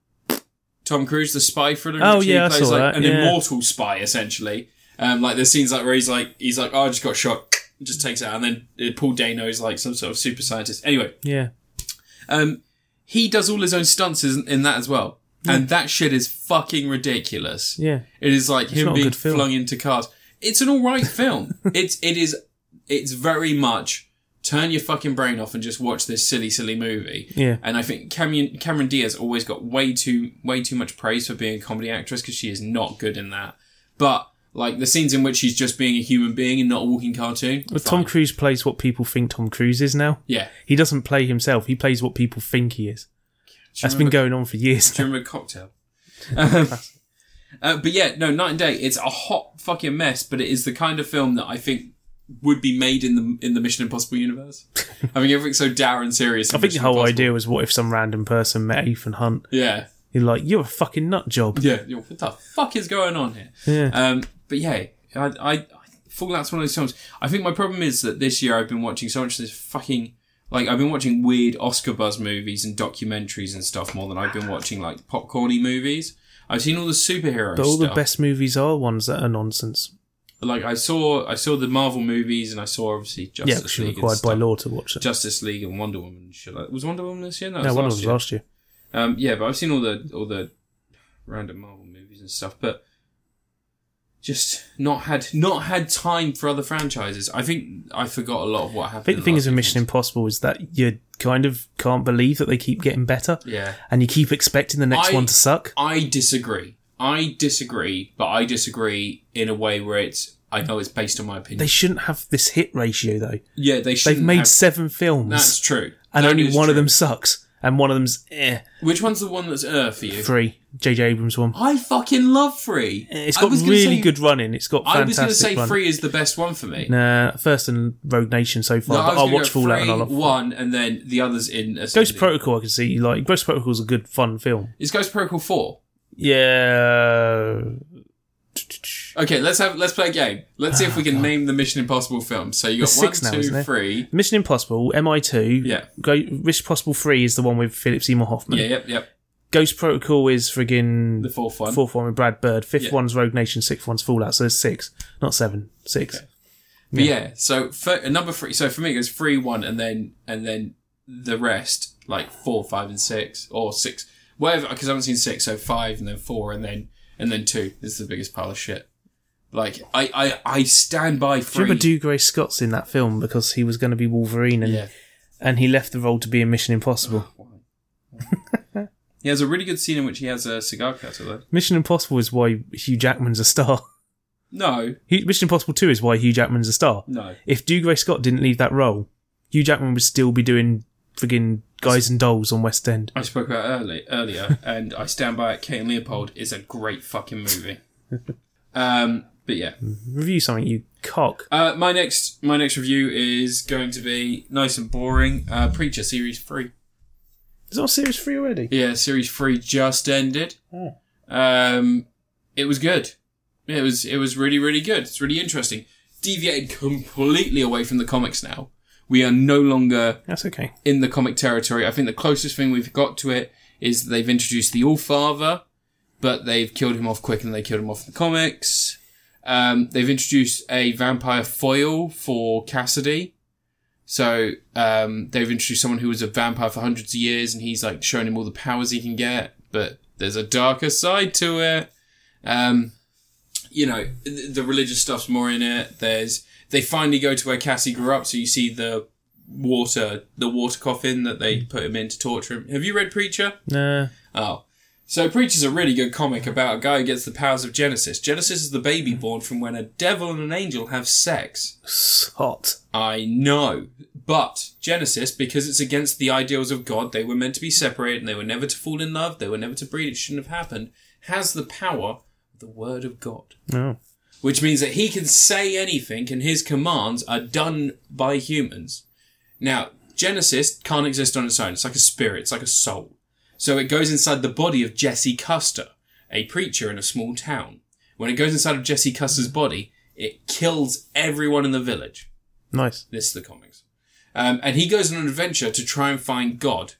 Tom Cruise, the spy thriller. in Oh, which yeah, I he plays saw like that, an yeah. immortal spy essentially. Um, like there's scenes like where he's like he's like oh I just got shot, just takes it out, and then uh, Paul Dano is like some sort of super scientist. Anyway, Yeah, um, he does all his own stunts in, in that as well. And that shit is fucking ridiculous. yeah. It is like him not a being good film. flung into cars. It's an alright film. it's it is it's very much turn your fucking brain off and just watch this silly, silly movie. Yeah. And I think Cameron Cameron Diaz always got way too way too much praise for being a comedy actress because she is not good in that. But like the scenes in which she's just being a human being and not a walking cartoon. But fine. Tom Cruise plays what people think Tom Cruise is now. yeah. He doesn't play himself. He plays what people think he is. That's been going on for years. Do you remember Cocktail? Um, uh, but yeah, no, Night and Day. It's a hot fucking mess, but it is the kind of film that I think would be made in the in the Mission Impossible universe. I mean, everything's so dour and serious. I think the whole idea was what if some random person met Ethan Hunt? Yeah, You're like, you're a fucking nut job. yeah. you know, What the fuck is going on here? Yeah. Um, but yeah, I, I, I Fallout's one of those films. I think my problem is that this year I've been watching so much of this fucking like I've been watching weird Oscar buzz movies and documentaries and stuff more than I've been watching like popcorny movies. I've seen all the superhero But all stuff. the best movies are ones that are nonsense. like I saw I saw the Marvel movies and I saw obviously Yeah, Justice because you're League and required by stuff. law to watch it. Justice League and Wonder Woman and shit like was Wonder Woman this year? No, it No, was one last was year. last year. Um, yeah, but I've seen all the all the random Marvel movies and stuff. But just not had not had time for other franchises. I think I forgot a lot of what I happened. think the thing last is with Mission season. Impossible is that you kind of can't believe that they keep getting better, Yeah. and you keep expecting the next I- one to suck. I disagree. I disagree, but I disagree in a way where it's I know it's based on my opinion. They shouldn't have this hit ratio though. yeah, they should They've made Have, seven films, that's true. and That only is one true. of them sucks, and one of them's eh, Which one's the one that's uh for you? three. J.J. Abrams one. I fucking love Free. It's I got was gonna really say- good running. It's got I was fantastic going to say running. Free is the best one for me. Nah, first and Rogue Nation so far. but was I'll gonna watch go Fallout and I'll Free, love one, and then the others in Ghost ascending. Protocol. I can see like Ghost Protocol's a good fun film. Is Ghost Protocol four? Yeah, Okay, let's have let's play a game. Let's see if we can name the Mission Impossible films. So you got There's one, Ah, six now, two, isn't there? three. Mission Impossible, MI two. Yeah. Go, Mission Impossible three is the one with Philip Seymour Hoffman. Yeah, yep, yep. Ghost Protocol is friggin' The fourth one. fourth one with Brad Bird. Fifth Yeah. one's Rogue Nation. Sixth one's Fallout. So there's six, not seven. Six. But yeah, so for, uh, number three. So for me, it goes three, one, and then and then the rest like four, five, and six, or six, whatever. Because I haven't seen six, so five, and then four, and then and then two. This is the biggest pile of shit. Like I I, I stand by Do you three. remember Dougray Scott's in that film because he was going to be Wolverine and yeah, and he left the role to be in Mission Impossible. he has a really good scene in which he has a cigar cutter though. Mission Impossible is why Hugh Jackman's a star. No, Hu- Mission Impossible 2 is why Hugh Jackman's a star. no. If Dougray Scott didn't leave that role, Hugh Jackman would still be doing friggin' Guys and Dolls on West End. I spoke about early, earlier, and I stand by it. Kate and Leopold is a great fucking movie. Um, but yeah, Review something, you cock. Uh, my next my next review is going to be nice and boring. Uh, Preacher series three. Is that series three already? Oh, Yeah, series three just ended. Um, it was good. It was it was really really good. It's really interesting. Deviated completely away from the comics now. We are no longer That's okay. in the comic territory. I think the closest thing we've got to it is they've introduced the All Father, but they've killed him off quicker than they killed him off in the comics. Um, they've introduced a vampire foil for Cassidy. So um, they've introduced someone who was a vampire for hundreds of years, and he's like shown him all the powers he can get, but there's a darker side to it. Um, you know, th- the religious stuff's more in it. There's they finally go to where Cassie grew up, so you see the water, the water coffin that they put him in to torture him. Have you read Preacher? Nah. Oh. So Preacher's a really good comic about a guy who gets the powers of Genesis. Genesis is the baby born from when a devil and an angel have sex. Hot. I know. But Genesis, because it's against the ideals of God, they were meant to be separated and they were never to fall in love, they were never to breed, it shouldn't have happened, has the power of the word of God. No. Which means that he can say anything and his commands are done by humans. Now, Genesis can't exist on its own. It's like a spirit, it's like a soul. So it goes inside the body of Jesse Custer, a preacher in a small town. When it goes inside of Jesse Custer's body, it kills everyone in the village. Nice. This is the comics. Um, and he goes on an adventure to try and find God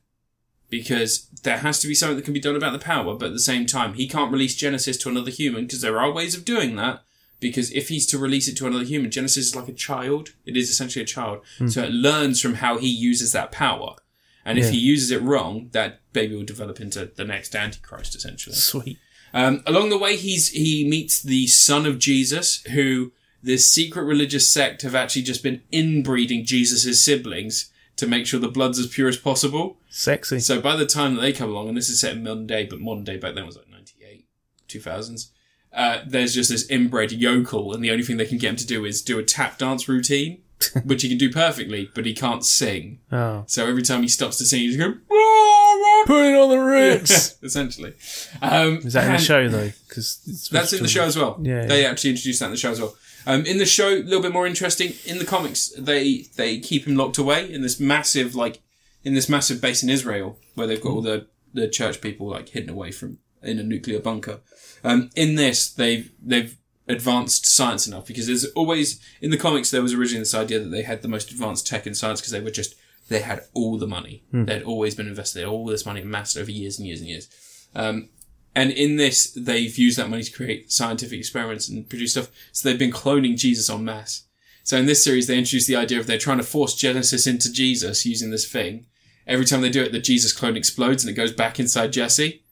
because there has to be something that can be done about the power, but at the same time, he can't release Genesis to another human because there are ways of doing that. Because if he's to release it to another human, Genesis is like a child. It is essentially a child. So it learns from how he uses that power. And if Yeah. he uses it wrong, that baby will develop into the next Antichrist, essentially. Sweet. Um, along the way, he's he meets the son of Jesus, who this secret religious sect have actually just been inbreeding Jesus' siblings to make sure the blood's as pure as possible. Sexy. So by the time that they come along, and this is set in modern day, but modern day back then was like 98, 2000s, uh, there's just this inbred yokel, and the only thing they can get him to do is do a tap dance routine, which he can do perfectly, but he can't sing. oh. So every time he stops to sing, he's going, "Rah, rah," Put it on the essentially. Um, Is that in the and- show though? Because that's in the show as well. Yeah, they yeah. actually introduced that in the show as well. Um, in the show, a little bit more interesting. In the comics, they they keep him locked away in this massive like in this massive base in Israel where they've got all the the church people like hidden away from in a nuclear bunker. Um, in this, they've they've advanced science enough because there's always in the comics there was originally this idea that they had the most advanced tech and science because they were just they had all the money. Hmm. They'd always been invested all this money amassed over years and years and years. Um, and in this, they've used that money to create scientific experiments and produce stuff. So they've been cloning Jesus en masse. So in this series, they introduce the idea of they're trying to force Genesis into Jesus using this thing. Every time they do it, the Jesus clone explodes and it goes back inside Jesse.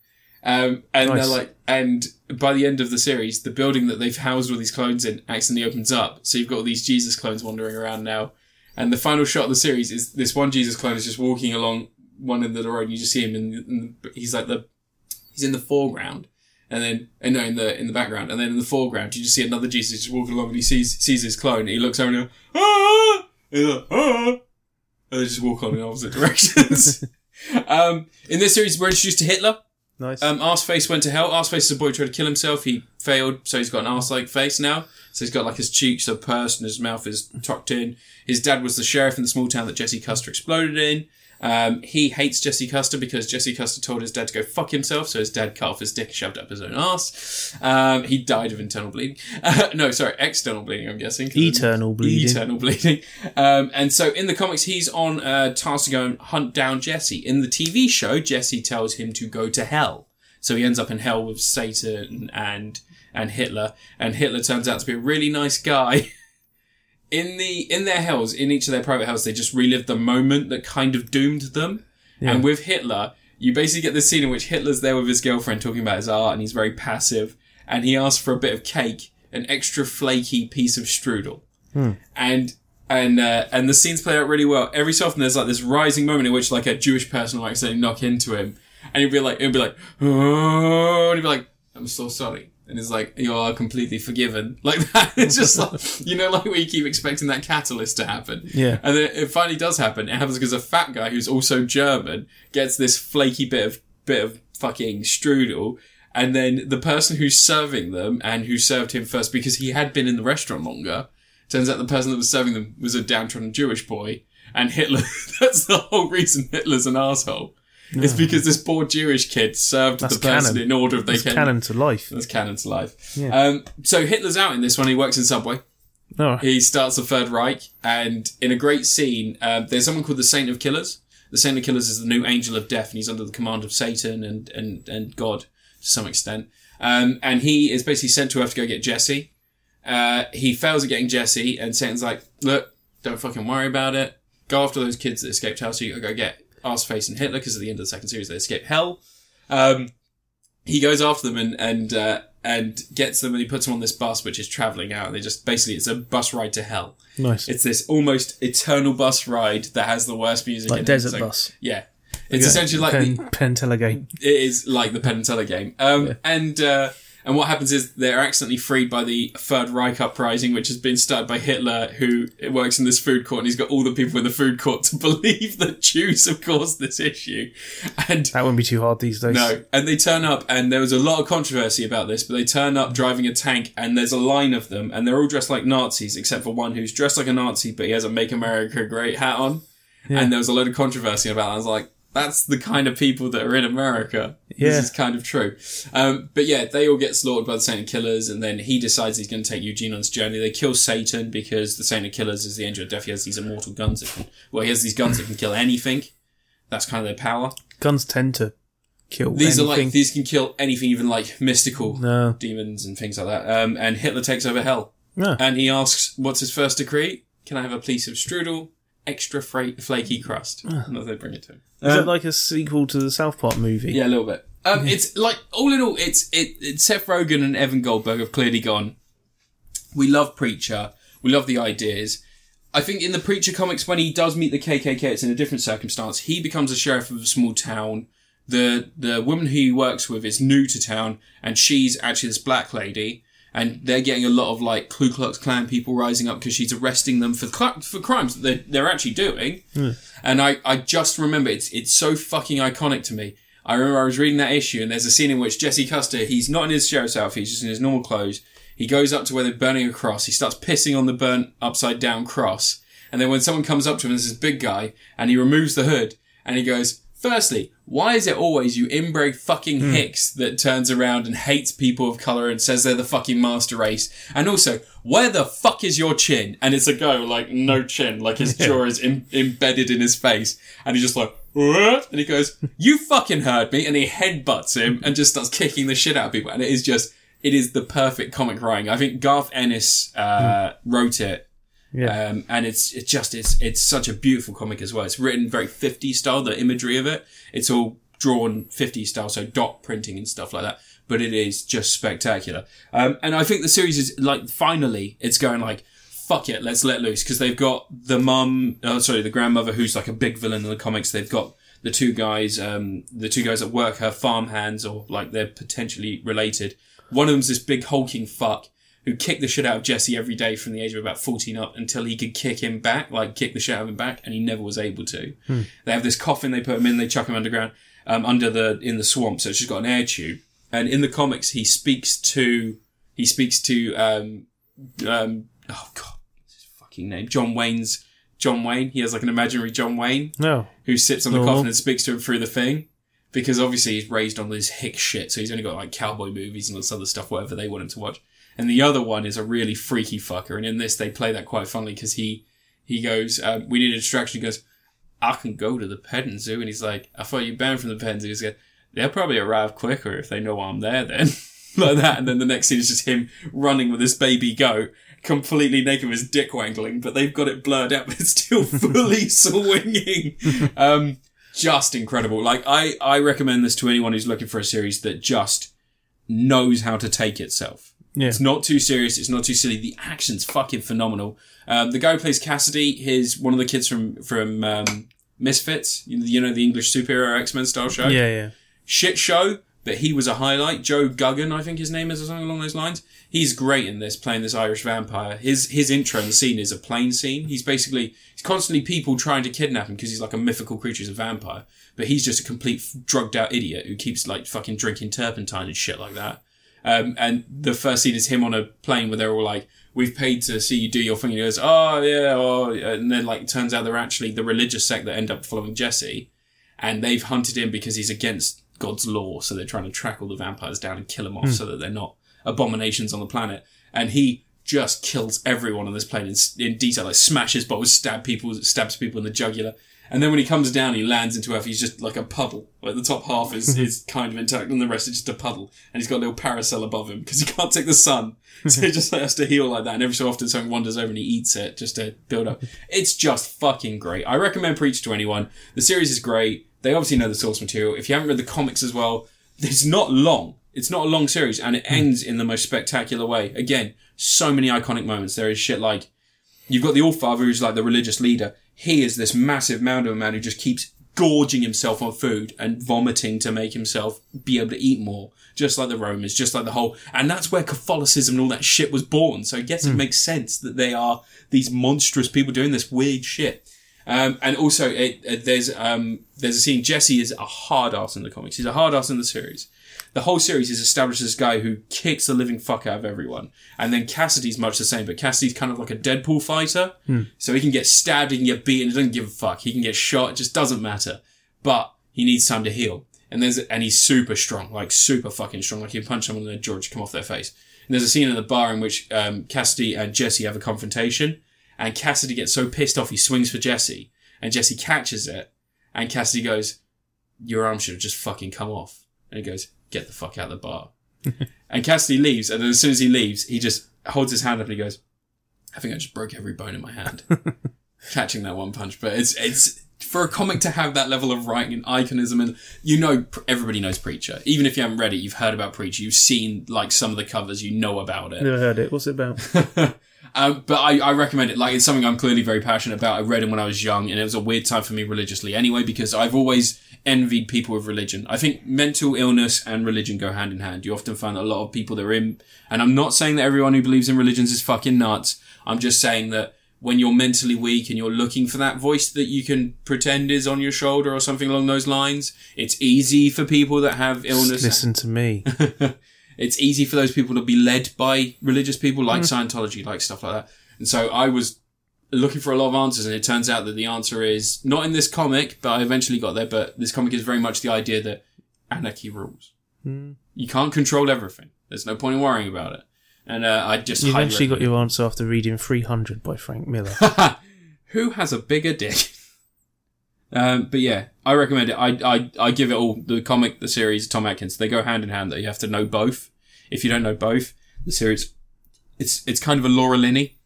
Um, and Nice. they're like, and by the end of the series, the building that they've housed all these clones in accidentally opens up. So you've got all these Jesus clones wandering around now. And the final shot of the series is this one Jesus clone is just walking along one end of the road. And you just see him, and, and he's like the he's in the foreground, and then and no, in the in the background, and then in the foreground, you just see another Jesus just walking along, and he sees sees his clone, and he looks over and he goes, ah, and, he's like, ah! and they just walk on in opposite directions. um, in this series, we're introduced to Hitler. Nice. Um, Arseface went to hell. Arseface is a boy who tried to kill himself. He failed, so he's got an arse-like face now. So he's got like his cheeks are pursed and his mouth is tucked in. His dad was the sheriff in the small town that Jesse Custer exploded in. Um, he hates Jesse Custer because Jesse Custer told his dad to go fuck himself, so his dad cut off his dick and shoved it up his own ass. Um, he died of internal bleeding. no, sorry, external bleeding, I'm guessing. 'cause it's- Eternal bleeding. Eternal bleeding. Um, and so in the comics, he's on a task to go and hunt down Jesse. In the TV show, Jesse tells him to go to hell. So he ends up in hell with Satan and and Hitler. And Hitler turns out to be a really nice guy. In the in their hells, in each of their private hells, they just relive the moment that kind of doomed them. And with Hitler, you basically get this scene in which Hitler's there with his girlfriend talking about his art, and he's very passive. And he asks for a bit of cake, an extra flaky piece of strudel and and uh, and the scenes play out really well. Every so often, there's like this rising moment in which like a Jewish person will accidentally knock into him, and he'd be like, he'd be like, oh, and he'd be like, I'm so sorry. And it's like, you are completely forgiven. Like that. It's just like, you know, like where you keep expecting that catalyst to happen. Yeah. And then it finally does happen. It happens because a fat guy who's also German gets this flaky bit of, bit of fucking strudel. And then the person who's serving them and who served him first because he had been in the restaurant longer Turns out the person that was serving them was a downtrodden Jewish boy, and Hitler. that's the whole reason Hitler's an asshole. It's because this poor Jewish kid served That's the person canon. in order if they can. Canon to life. That's canon to life. Yeah. Um, so Hitler's out in this one. He works in Subway. Oh, He starts the Third Reich, and in a great scene, uh, there's someone called the Saint of Killers. The Saint of Killers is the new angel of death, and he's under the command of Satan and and and God to some extent. Um, and he is basically sent to have to go get Jesse. Uh, he fails at getting Jesse, and Satan's like, "Look, don't fucking worry about it. Go after those kids that escaped hell. So you gotta go get Arseface and Hitler, because at the end of the second series they escape hell." Um, he goes after them and and uh, and gets them, and he puts them on this bus which is traveling out. And they just basically it's a bus ride to hell. nice. It's this almost eternal bus ride that has the worst music. Like in it. Desert So- Bus. Yeah, it's essentially like the, Pen, Penn Teller game. it is like the pen and teller game. Um, and uh, and what happens is they're accidentally freed by the Third Reich uprising, which has been started by Hitler, who works in this food court, and he's got all the people in the food court to believe that Jews have caused this issue, and That wouldn't be too hard these days. no, and they turn up, and there was a lot of controversy about this, but they turn up driving a tank, and there's a line of them, and they're all dressed like Nazis, except for one who's dressed like a Nazi, but he has a Make America Great hat on. And there was a load of controversy about that. I was like, that's the kind of people that are in America. Yeah. This is kind of true. Um, but yeah, they all get slaughtered by the Saint of Killers, and then he decides he's going to take Eugene on his journey. They kill Satan because the Saint of Killers is the angel of death. He has these immortal guns that can, well, he has these guns that can kill anything. That's kind of their power. Guns tend to kill. These are anything. like these can kill anything, even like mystical No. demons and things like that. Um, and Hitler takes over hell, No. and he asks, "What's his first decree? Can I have a piece of strudel, extra fra- flaky crust?" And they bring it to him. Is it like a sequel to the South Park movie? Yeah, a little bit. Um, It's like all in all, it's it. It's Seth Rogen and Evan Goldberg have clearly gone. We love Preacher. We love the ideas. I think in the Preacher comics, when he does meet the KKK, it's in a different circumstance. He becomes a sheriff of a small town. The the woman who he works with is new to town, and she's actually this black lady. And they're getting a lot of like Ku Klux Klan people rising up because she's arresting them for cl- for crimes that they're, they're actually doing. And I, I just remember it's it's so fucking iconic to me. I remember I was reading that issue and there's a scene in which Jesse Custer, he's not in his sheriff's outfit, he's just in his normal clothes. He goes up to where they're burning a cross, he starts pissing on the burnt upside down cross. And then when someone comes up to him, there's this big guy, and he removes the hood and he goes, Firstly, why is it always you inbred fucking hicks that turns around and hates people of colour and says they're the fucking master race? And also, where the fuck is your chin? And it's a go, like, no chin, like his jaw is Im- embedded in his face. And he's just like, "What?" and he goes, you fucking heard me. And he headbutts him and just starts kicking the shit out of people. And it is just, it is the perfect comic writing. I think Garth Ennis, uh, wrote it. Yeah. Um, and it's it just it's it's such a beautiful comic as well. It's written very 50s style. The imagery of it, it's all drawn 50s style, so dot printing and stuff like that. But it is just spectacular. Um, and I think the series is like finally it's going like fuck it, let's let loose because they've got the mum, oh, sorry, the grandmother who's like a big villain in the comics. They've got the two guys, um, the two guys that work her farm hands or like they're potentially related. One of them's this big hulking fuck who kicked the shit out of Jesse every day from the age of about 14 up until he could kick him back, like kick the shit out of him back, and he never was able to. They have this coffin they put him in, they chuck him underground, um, under the, in the swamp, so it's just got an air tube. And in the comics, he speaks to, he speaks to, um, um, oh god, what's his fucking name? John Wayne's, John Wayne. He has like an imaginary John Wayne No. who sits on the Oh. coffin and speaks to him through the thing. Because obviously he's raised on this hick shit, so he's only got like cowboy movies and all this other stuff, whatever they want him to watch. And the other one is a really freaky fucker, and in this they play that quite funnily because he he goes, uh, "We need a distraction." He goes, "I can go to the petting zoo," and he's like, "I thought you banned from the petting zoo." He's like, "They'll probably arrive quicker if they know I'm there." Then like that, and then the next scene is just him running with this baby goat. Completely naked with his dick wangling, but they've got it blurred out, but it's still fully swinging. Um, just incredible. Like I, I recommend this to anyone who's looking for a series that just knows how to take itself. Yeah. It's not too serious. It's not too silly. The action's fucking phenomenal. Um, the guy who plays Cassidy is one of the kids from from um, Misfits. You you know the English superhero X Men style show. Yeah, yeah. Shit show, but he was a highlight. Joe Guggan, I think his name is, or something along those lines. He's great in this, playing this Irish vampire. His his intro and scene is a plane scene. He's basically he's constantly people trying to kidnap him because he's like a mythical creature, he's a vampire. But he's just a complete f- drugged out idiot who keeps like fucking drinking turpentine and shit like that. Um, and the first scene is him on a plane where they're all like, "We've paid to see you do your thing." And he goes, "Oh yeah," oh, yeah," and then like turns out they're actually the religious sect that end up following Jesse and they've hunted him because he's against God's law. So they're trying to track all the vampires down and kill them off so that they're not abominations on the planet. And he just kills everyone on this plane in, in detail, like smashes bottles, stab people, stabs people in the jugular. And then when he comes down, he lands into Earth. He's just like a puddle. Like the top half is, is kind of intact, and the rest is just a puddle. And he's got a little parasol above him because he can't take the sun, so he just has to heal like that. And every so often, something wanders over and he eats it just to build up. It's just fucking great. I recommend Preach to anyone. The series is great. They obviously know the source material. If you haven't read the comics as well, it's not long. It's not a long series, and it ends in the most spectacular way. Again, so many iconic moments. There is shit like you've got the All Father, who's like the religious leader. He is this massive mound of a man who just keeps gorging himself on food and vomiting to make himself be able to eat more, just like the Romans, just like the whole. And that's where Catholicism and all that shit was born. So I guess it makes sense that they are these monstrous people doing this weird shit. Um, and also, it, it, there's um, there's a scene. Jesse is a hard ass in the comics. He's a hard ass in the series. The whole series is established as this guy who kicks the living fuck out of everyone. And then Cassidy's much the same, but Cassidy's kind of like a Deadpool fighter. So he can get stabbed, he can get beaten, he doesn't give a fuck. He can get shot, it just doesn't matter. But he needs time to heal. And there's and he's super strong, like super fucking strong. Like he punch someone in the jaw to come off their face. And there's a scene in the bar in which um, Cassidy and Jesse have a confrontation, and Cassidy gets so pissed off he swings for Jesse, and Jesse catches it, and Cassidy goes, "Your arm should have just fucking come off." And he goes, "Get the fuck out of the bar." and Cassidy leaves, and then as soon as he leaves, he just holds his hand up and he goes, "I think I just broke every bone in my hand." catching that one punch. But it's it's for a comic to have that level of writing and iconism, and you know everybody knows Preacher. Even if you haven't read it, you've heard about Preacher. You've seen like some of the covers. You know about it. Never heard it. What's it about? Um, but I, I recommend it. Like, it's something I'm clearly very passionate about. I read him when I was young, and it was a weird time for me religiously anyway, because I've always envied people with religion. I think mental illness and religion go hand in hand. You often find that a lot of people that are in, and I'm not saying that everyone who believes in religions is fucking nuts. I'm just saying that when you're mentally weak and you're looking for that voice that you can pretend is on your shoulder or something along those lines, it's easy for people that have illness Listen to me. it's easy for those people to be led by religious people like Mm. Scientology, like stuff like that. And so I was looking for a lot of answers, and it turns out that the answer is not in this comic, but I eventually got there. But this comic is very much the idea that anarchy rules. Hmm. You can't control everything. There's no point in worrying about it. And uh, I just You highly eventually got recommend- your answer after reading 300 by Frank Miller. Who has a bigger dick? Um, but yeah, I recommend it. I, I I give it all the comic, the series, Tom Atkins. They go hand in hand. That you have to know both. If you don't know both, the series, it's it's kind of a Laura Linney.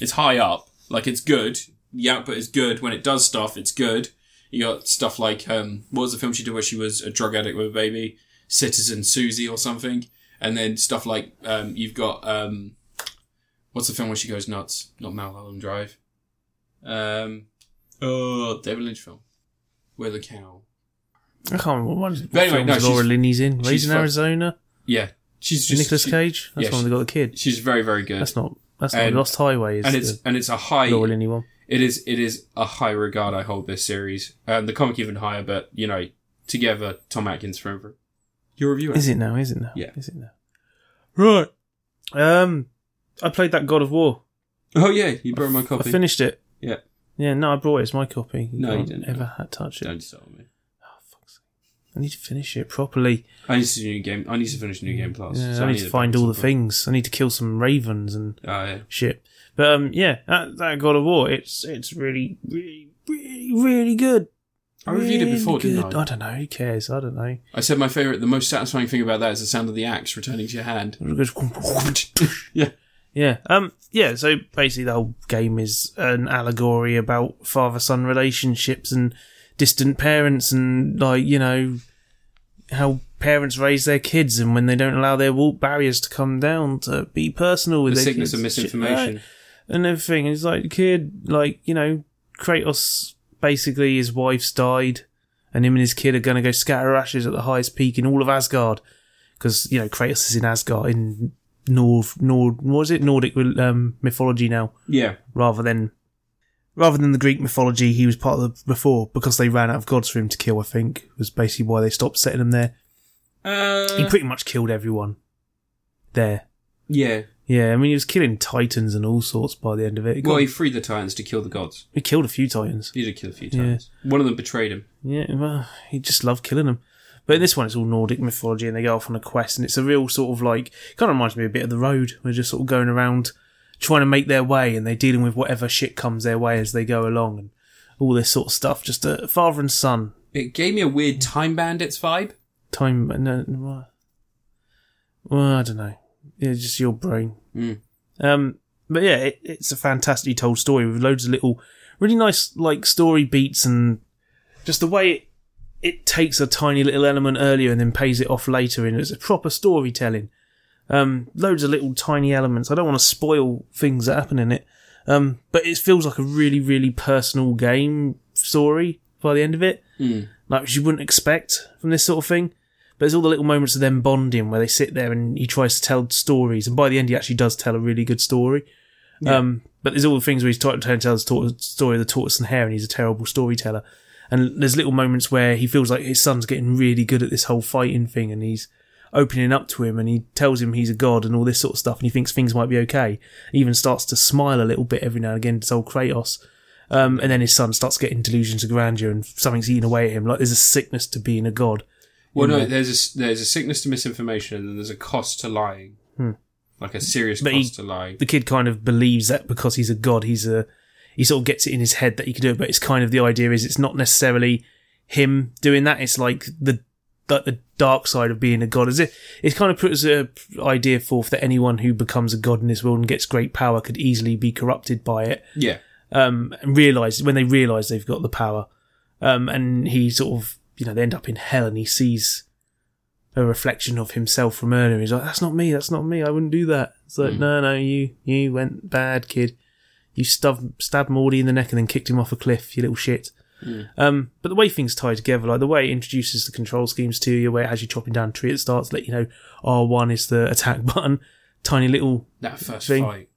It's high up. Like it's good. The output is good. When it does stuff, it's good. You got stuff like um, what was the film she did where she was a drug addict with a baby, Citizen Susie or something, and then stuff like um, you've got um, what's the film where she goes nuts? Not Mulholland Drive. Um, oh, David Lynch film. Where the cow. I can't remember what one. What anyway, film no, was Laura she's- Linney's in she's Raising fu- Arizona. Yeah, she's just Nicholas she- Cage. That's yeah, the one she- that got the kid. she's very very good. That's not. That's not And- Lost Highway. Is and it's the and it's a high Laura Linney one. it is it is a high regard I hold this series. Um, the comic even higher, but you know, together Tom Atkins forever. Your review Is it now? Is it now? Yeah. Is it now? Right. Um, I played that God of War. Oh yeah, you borrowed my copy. I finished it. yeah, Yeah, no, I brought it. It's my copy. No, you can't didn't. Ever had touch it. don't sell me. I need to finish it properly. I need to do new game. I need to finish new game plus. Yeah, so I need to find all the things. I need to kill some ravens and Oh, yeah. shit. But um, yeah, that, that God of War, it's it's really, really, really, really good. I reviewed it Really before, good. didn't I? I don't know. Who cares? I don't know. I said my favorite, the most satisfying thing about that is the sound of the axe returning to your hand. It goes- Yeah, Yeah. Um. Yeah. So basically, the whole game is an allegory about father-son relationships and distant parents, and like you know how parents raise their kids, and when they don't allow their wall barriers to come down to be personal with the their sickness kids, of shit, misinformation. right, and everything. It's like kid, like you know, Kratos basically his wife's died, and him and his kid are going to go scatter ashes at the highest peak in all of Asgard because you know Kratos is in Asgard in Nord Nord what is it Nordic um, mythology now Yeah, rather than rather than the Greek mythology he was part of the, before because they ran out of gods for him to kill I think was basically why they stopped setting him there he uh, pretty much killed everyone there yeah. yeah I mean he was killing titans and all sorts by the end of it he, Well, got- he freed the titans to kill the gods. he killed a few titans He did kill a few Yeah. titans. One of them betrayed him. Yeah, well, he just loved killing them. But in this one, it's all Nordic mythology, and they go off on a quest, and it's a real sort of like kind of reminds me a bit of the road. They're just sort of going around trying to make their way, and they're dealing with whatever shit comes their way as they go along, and all this sort of stuff. Just a father and son It gave me a weird time bandits vibe. time. No, no, well, I don't know. Yeah, just your brain. Mm. Um, but yeah, it, it's a fantastically told story with loads of little, really nice like story beats and just the way it, it takes a tiny little element earlier and then pays it off later. And it's a proper storytelling. Um, loads of little tiny elements. I don't want to spoil things that happen in it. Um, but it feels like a really, really personal game story by the end of it. Mm. Like which you wouldn't expect from this sort of thing. But there's all the little moments of them bonding where they sit there and he tries to tell stories, and by the end he actually does tell a really good story. Um, but there's all the things where he's trying to tell the tor- story of the tortoise and hare, and he's a terrible storyteller. And there's little moments where he feels like his son's getting really good at this whole fighting thing, and he's opening up to him, and he tells him he's a god and all this sort of stuff, and he thinks things might be okay. He even starts to smile a little bit every now and again to old Kratos. Um, and then his son starts getting delusions of grandeur, and something's eating away at him. Like there's a sickness to being a god. Well, no, there's a there's a sickness to misinformation, and then there's a cost to lying, like a serious But he- cost to lying. the kid kind of believes that because he's a god, he's a he sort of gets it in his head that he can do it. But it's kind of the idea is it's not necessarily him doing that. It's like the like the dark side of being a god. Is it? It kind of puts a idea forth that anyone who becomes a god in this world and gets great power could easily be corrupted by it Yeah, um, and realize when they realize they've got the power, um, and he sort of you know they end up in hell, and he sees a reflection of himself from earlier. He's like, "That's not me. That's not me. I wouldn't do that." It's like, "No, no, you you went bad, kid. You stubbed stabbed Morty in the neck and then kicked him off a cliff. You little shit." Um, but the way things tie together, like the way it introduces the control schemes to you, where it has you chopping down a tree, it starts to let you know R1 is the attack button, tiny little that first Thing. fight.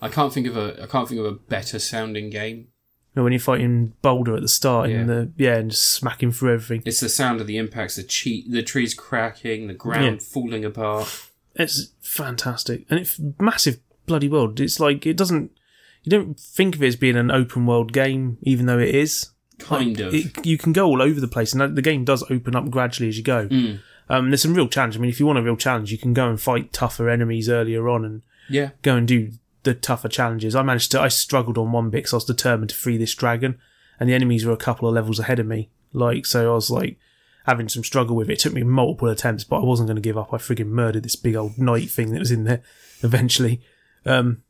I can't think of a I can't think of a better sounding game. You know, when you're fighting Boulder at the start Yeah. and the yeah, and just smacking through everything. It's the sound of the impacts, the cheat, the trees cracking, the ground falling apart. It's fantastic, and it's massive bloody world. It's like it doesn't. You don't think of it as being an open world game, even though it is. Kind of. It, you can go all over the place, and the game does open up gradually as you go. Mm. Um, there's some real challenge. I mean, if you want a real challenge, you can go and fight tougher enemies earlier on, and Yeah, go and do the tougher challenges. I managed to, I struggled on one bit because I was determined to free this dragon, and the enemies were a couple of levels ahead of me. Like, so I was like having some struggle with it. It took me multiple attempts, but I wasn't going to give up. I friggin' murdered this big old knight thing that was in there eventually. Um,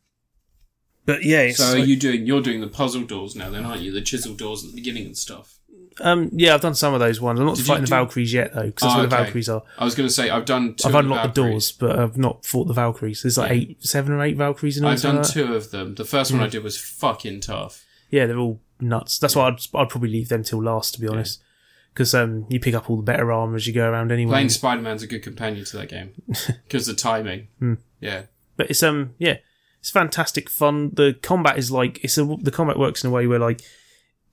but yeah, it's so are like- you doing you're doing the puzzle doors now, then aren't you? The chisel doors at the beginning and stuff. Um, yeah, I've done some of those ones. I'm not Did you fighting do- the Valkyries yet though, because that's Oh, where the okay. Valkyries are. I was going to say I've done. Two I've of unlocked the Valkyries. doors, but I've not fought the Valkyries. There's like Yeah. eight, seven or eight Valkyries in all. I've something done like that. two of them. The first Hmm. one I did was fucking tough. Yeah, they're all nuts. That's why I'd, I'd probably leave them till last, to be honest. Because um, you pick up all the better armor as you go around anyway. Playing Spider Man's a good companion to that game because the timing. Hmm. Yeah, but it's um yeah it's fantastic fun the combat is like it's a the combat works in a way where like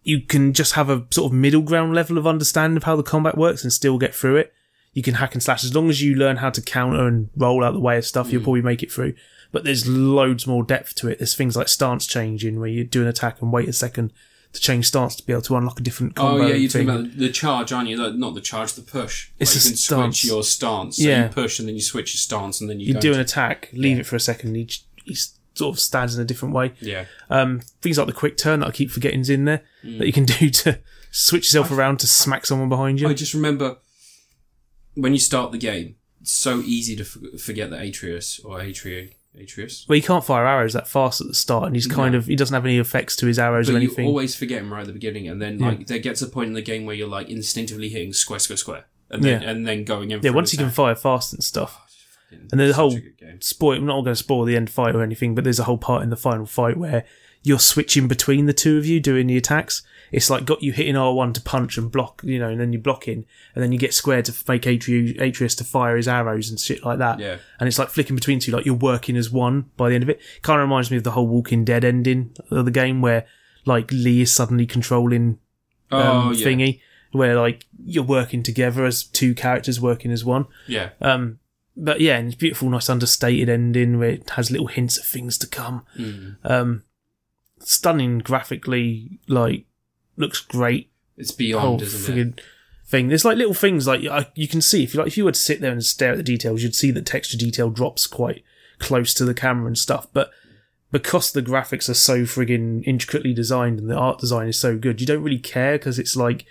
you can just have a sort of middle ground level of understanding of how the combat works and still get through it you can hack and slash as long as you learn how to counter and roll out the way of stuff Mm. you'll probably make it through but there's loads more depth to it there's things like stance changing where you do an attack and wait a second to change stance to be able to unlock a different combo Oh yeah, you're thing. talking about the charge, aren't you? Like, not the charge, the push. It's Like, a you can stance. switch your stance. So Yeah. you push and then you switch your stance and then you, you go do an into- attack leave it for a second each each sort of stands in a different way Yeah, um, things like the quick turn that I keep forgetting's in there Mm. that you can do to switch yourself around to smack someone behind you. I just remember when you start the game, it's so easy to f- forget that Atreus or Atrio Atreus. well, he can't fire arrows that fast at the start, and he's kind of he doesn't have any effects to his arrows or But you anything. always forget him right at the beginning, and then like there gets a point in the game where you're like instinctively hitting square, square, square, and then Yeah. and then going in. yeah, for once an you can attack. fire fast and stuff, Fucking and there's a such whole good game. spoil. I'm not going to spoil the end fight or anything, but there's a whole part in the final fight where you're switching between the two of you doing the attacks. It's like got you hitting R1 to punch and block, you know, and then you're blocking, and then you get square to make Atreus, Atreus to fire his arrows and shit like that. Yeah. and it's like flicking between two, like you're working as one by the end of it. Kind of reminds me of the whole Walking Dead ending of the game where like Lee is suddenly controlling um, Oh yeah, thingy, where like you're working together as two characters working as one. yeah. Um, but yeah, and it's beautiful, nice understated ending where it has little hints of things to come. Mm. Um, stunning graphically, like looks great. It's Whole beyond, isn't it? friggin' thing. There's like little things like I- you can see if you like if you were to sit there and stare at the details, you'd see that texture detail drops quite close to the camera and stuff. But because the graphics are so friggin' intricately designed and the art design is so good, you don't really care because it's like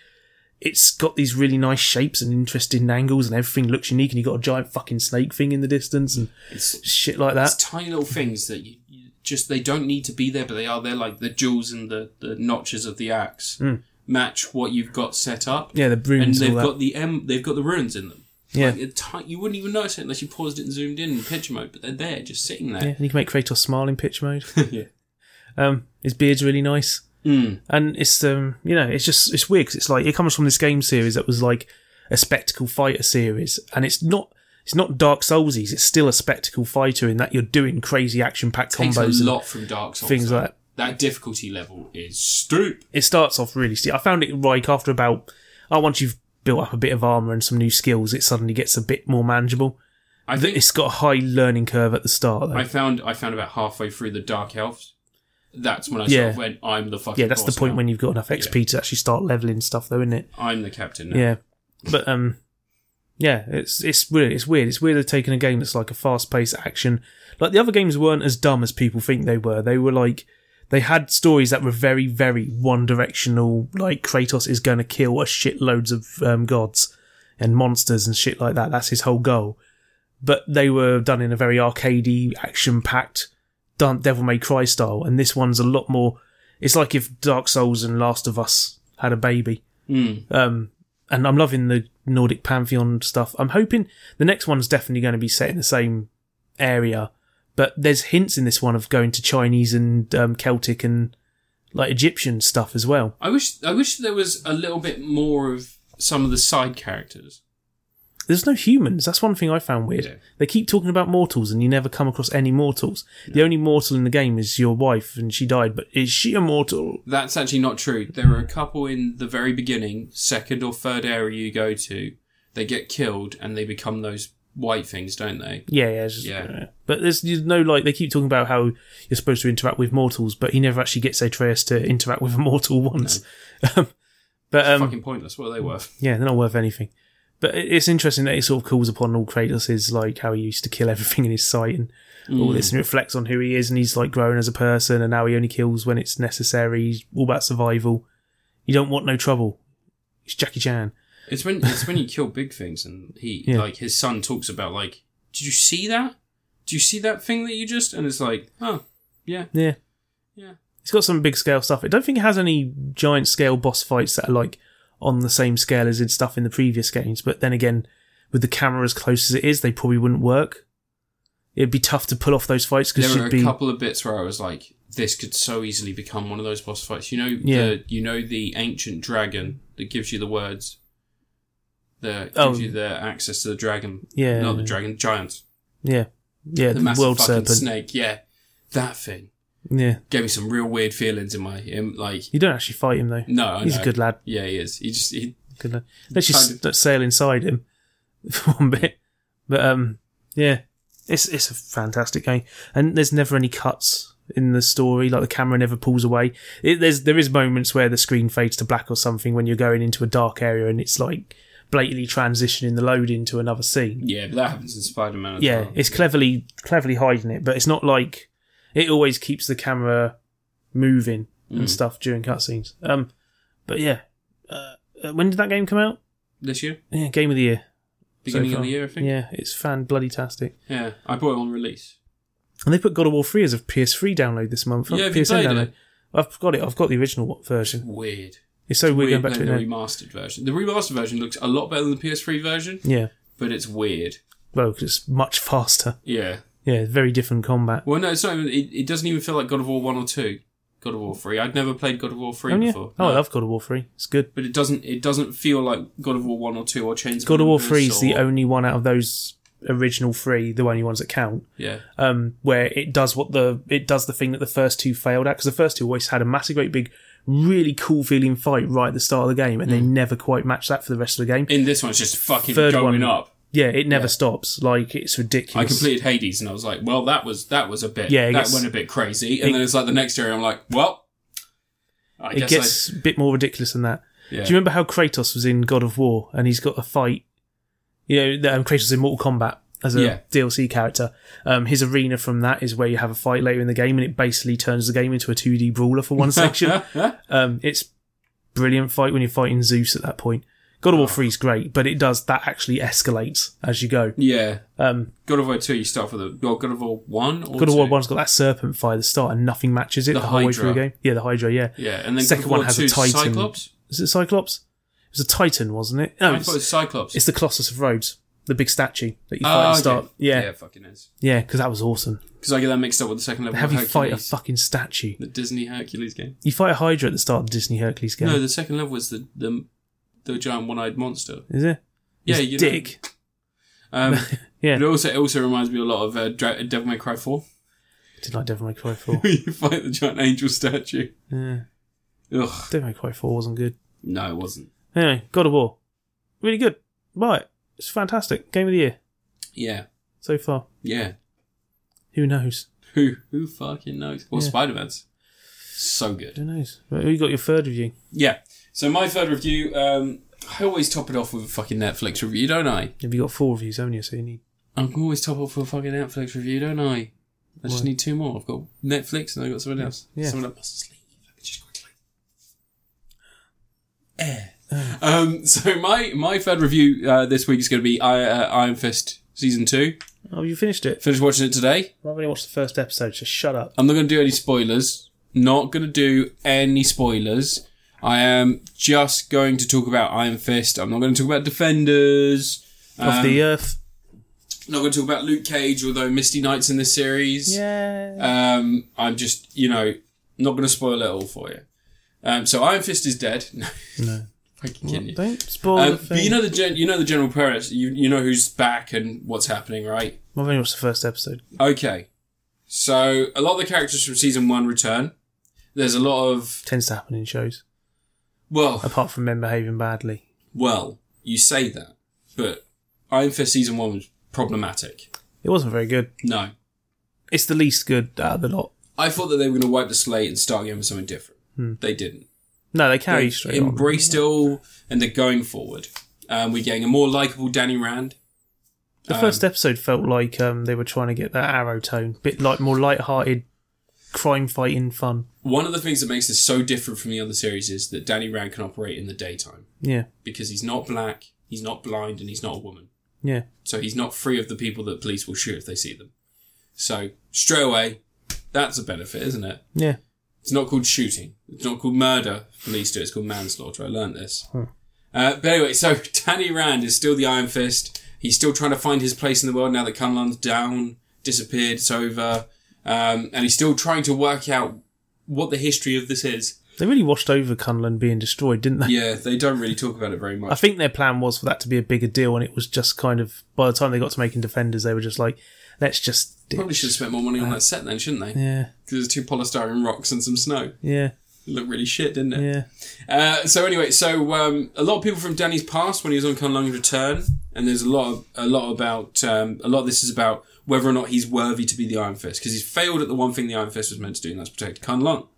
it's got these really nice shapes and interesting angles and everything looks unique and you got a giant fucking snake thing in the distance and It's shit like that. it's tiny little things that you, you just they don't need to be there, but they are there, like the jewels and the, the notches of the axe match what you've got set up. Hmm. Yeah, the and brooms and they've all that. got the M, they've got the ruins in them. yeah. Like, it ti- you wouldn't even notice it unless you paused it and zoomed in in picture mode, but they're there, just sitting yeah, there. and you can make Kratos smile in pitch mode. Yeah. Um, his beard's really nice. Mm. and it's um you know it's just it's weird 'cause it's like it comes from this game series that was like a spectacle fighter series and it's not it's not Dark Soulsies it's still a spectacle fighter in that you're doing crazy action packed Takes a combos and lot from Dark Souls. things though. like that. that difficulty level is stoop. It starts off really steep. I found it like after about oh once you've built up a bit of armor and some new skills it suddenly gets a bit more manageable. I think It's got a high learning curve at the start though. I found I found about halfway through the Dark Elves. That's when I Yeah. sort of went, I'm the fucking yeah, that's the boss point now. when you've got enough XP to actually start leveling stuff though, isn't it? I'm the captain now. Yeah, but um, yeah, it's it's weird. It's weird. It's weird they've taken a game that's like a fast-paced action. Like the other games weren't as dumb as people think they were. They were like they had stories that were very, very one-directional. Like Kratos is going to kill a shitloads of um, gods and monsters and shit like that. That's his whole goal. But they were done in a very arcadey, action-packed, done Devil May Cry style. And this one's a lot more. It's like if Dark Souls and Last of Us had a baby. Mm. Um, and I'm loving the Nordic pantheon stuff. I'm hoping the next one's definitely going to be set in the same area, but there's hints in this one of going to Chinese and um, Celtic and like Egyptian stuff as well. I wish I wish there was a little bit more of some of the side characters. There's no humans. That's one thing I found weird. Yeah. They keep talking about mortals, and you never come across any mortals. The only mortal in the game is your wife, and she died. But is she a mortal? That's actually not true. There are a couple in the very beginning, second or third area you go to, they get killed and they become those white things, don't they? Yeah, yeah. it's just- Yeah. But there's, there's no like they keep talking about how you're supposed to interact with mortals, but he never actually gets Atreus to interact with a mortal once. Um, but um, Fucking pointless. What are they worth? Yeah, they're not worth anything. But it- it's interesting that it sort of calls upon all Kratos's, like how he used to kill everything in his sight and all this, and reflects on who he is, and he's like grown as a person, and now he only kills when it's necessary. He's all about survival. You don't want no trouble. It's Jackie Chan. It's when it's when you kill big things and he Yeah. like his son talks about like, did you see that? Do you see that thing that you just? And it's like, oh, yeah, Yeah, yeah. it's got some big scale stuff. I don't think it has any giant scale boss fights that are like, on the same scale as in stuff in the previous games. But then again, with the camera as close as it is, they probably wouldn't work. It'd be tough to pull off those fights because there were a she'd be couple of bits where I was like, this could so easily become one of those boss fights. You know, Yeah. the, you know the ancient dragon that gives you the words, that gives Oh. you the access to the dragon. Yeah. not the dragon, giant, yeah, yeah, the, the, massive world fucking serpent. snake. Yeah, that thing Yeah, gave me some real weird feelings in my in, like. you don't actually fight him though. No, I He's know. a good lad. Yeah, he is. He just he, Good lad. Let's Kind just sail inside him for one bit. But um, yeah, it's it's a fantastic game, and there's never any cuts in the story. Like the camera never pulls away. It, there's there is moments where the screen fades to black or something when you're going into a dark area, and it's like blatantly transitioning the load into another scene. yeah, but that happens in Spider Man. Yeah, well. it's cleverly cleverly hiding it, but it's not like it always keeps the camera moving and stuff during cutscenes. Um, but yeah, uh, uh, when did that game come out? this year, Yeah, game of the year. so beginning far. of the year, I think. Yeah, it's fan bloody tastic. yeah. I bought it on release. And they put God of War 3 as a PS3 download this month. Yeah, have you PSN played download. it? I've got it. I've got the original version. Weird. It's so weird weird, going back to playing it the now. remastered version. The remastered version looks a lot better than the PS3 version, yeah, but it's weird. well, 'cause it's much faster. Yeah. Yeah, very different combat. Well, no, it's not even. It, it doesn't even feel like God of War One or Two. God of War Three. I'd never played God of War Three Haven't you? before. Oh, I No. love God of War 3. It's good. But it doesn't. It doesn't feel like God of War One or Two or Chains. God of War 3 Olympus is the or- only one out of those original three, the only ones that count, Yeah. um, where it does what the it does the thing that the first two failed at. Because the first two always had a massive, great big, really cool feeling fight right at the start of the game, and they Hmm. never quite match that for the rest of the game. In this one, it's just fucking Third going one. up. Yeah, it never stops. Like it's ridiculous. I completed Hades and I was like, well, that was that was a bit. Yeah, it that gets- went a bit crazy. And then it's like the next area. I'm like, well, I It guess gets a bit more ridiculous than that. I. Yeah. Do you remember how Kratos was in God of War and he's got a fight? You know, that, um, Kratos is in Mortal Kombat as a Yeah. DLC character. Um, his arena from that is where you have a fight later in the game, and it basically turns the game into a 2D brawler for one section. um, it's brilliant fight when you're fighting Zeus at that point. God of War 3 is great, but it does that actually escalates as you go. yeah. Um, God of War Two, you start with a well, God of War One or God of War two? 1's got that serpent fight at the start, and nothing matches it The the, whole way Hydra. through the game. Yeah, the Hydra. Yeah, Yeah, and then Second God of War one has 2, a Titan. Cyclops. Is it Cyclops? It was a Titan, wasn't it? No, I thought it it's, was Cyclops. it's the Colossus of Rhodes, the big statue that you fight Ah, at okay. the start. yeah, Yeah, it fucking is. yeah, because that was awesome. Because I get that mixed up with the second level. Have of you fight a Hercules. fucking statue? the Disney Hercules game? You fight a Hydra at the start of the Disney Hercules game. No, the second level was the the, the giant one eyed monster. is it? Yeah, It's you know. dick. Um, Yeah, It also it also reminds me a lot of uh, Dra- Devil May Cry Four. did like Devil May Cry Four. you fight the giant angel statue. yeah, Ugh, Devil May Cry Four wasn't good. no, it wasn't. Anyway, God of War, really good. Buy it. It's fantastic. Game of the year Yeah, so far. yeah. Who knows? Who who fucking knows? Or Yeah. Spider Man's so good. Who knows? Well, you got your third review. Yeah. So my third review. Um, I always top it off with a fucking Netflix review, don't I? Have you got four reviews? Haven't you? So you need. I can always top off with a fucking Netflix review, don't I? I just Why? need two more. I've got Netflix and I've got something else. Yeah. Someone else must leave. Let me just quickly. Ah. Air. Um, so my my third review uh, this week is going to be I, uh, Iron Fist season two. Oh, you finished it. Finished watching it today. I've only watched the first episode, so shut up. I'm not going to do any spoilers. Not going to do any spoilers. I am just going to talk about Iron Fist. I'm not going to talk about Defenders. of Um, the Earth. Not going to talk about Luke Cage, although Misty Knight's in this series. Yeah. Um, I'm just, you know, not going to spoil it all for you. Um, so Iron Fist is dead. No, No. fucking kidding you. Don't spoil Um, the thing. but you know the gen- you know the general premise. You you know who's back and what's happening, right? I've only watched the first episode. Okay. So a lot of the characters from season one return. There's a lot of Tends to happen in shows, well, apart from men behaving badly. well, you say that, but Iron Fist season one was problematic. It wasn't very good. No, It's the least good out of the lot. I thought that they were going to wipe the slate and start again with something different. They didn't. No, they Hmm. carry They straight on. embraced it all and they're going forward. Um, we're getting a more likable Danny Rand. The first episode felt like um, they were trying to get that arrow tone, bit like more light-hearted, crime-fighting fun. One of the things that makes this so different from the other series is that Danny Rand can operate in the daytime Yeah, because he's not black, he's not blind, and he's not a woman. yeah. So he's not free of the people that police will shoot if they see them. So straight away, that's a benefit, isn't it? Yeah, It's not called shooting. It's not called murder. Police do. it. It's called manslaughter. I learned this. Uh, but anyway, so Danny Rand is still the Iron Fist. He's still trying to find his place in the world now that Kunlun's down, disappeared, it's over. Um, and he's still trying to work out what the history of this is. They really washed over Cunlan being destroyed, didn't they? Yeah, they don't really talk about it very I much. think their plan was for that to be a bigger deal, and it was just kind of by the time they got to making Defenders, they were just like, let's just. do- Probably should have spent more money on that set then, shouldn't they? Yeah, Because there's two polystyrene rocks and some snow. yeah, It looked really shit, didn't it? yeah. Uh, so anyway, so um, a lot of people from Danny's past when he was on Kunlung return, and there's a lot, of, a lot about um, a lot of this is about whether or not he's worthy to be the Iron Fist because he's failed at the one thing the Iron Fist was meant to do, and that's protect Kunlung.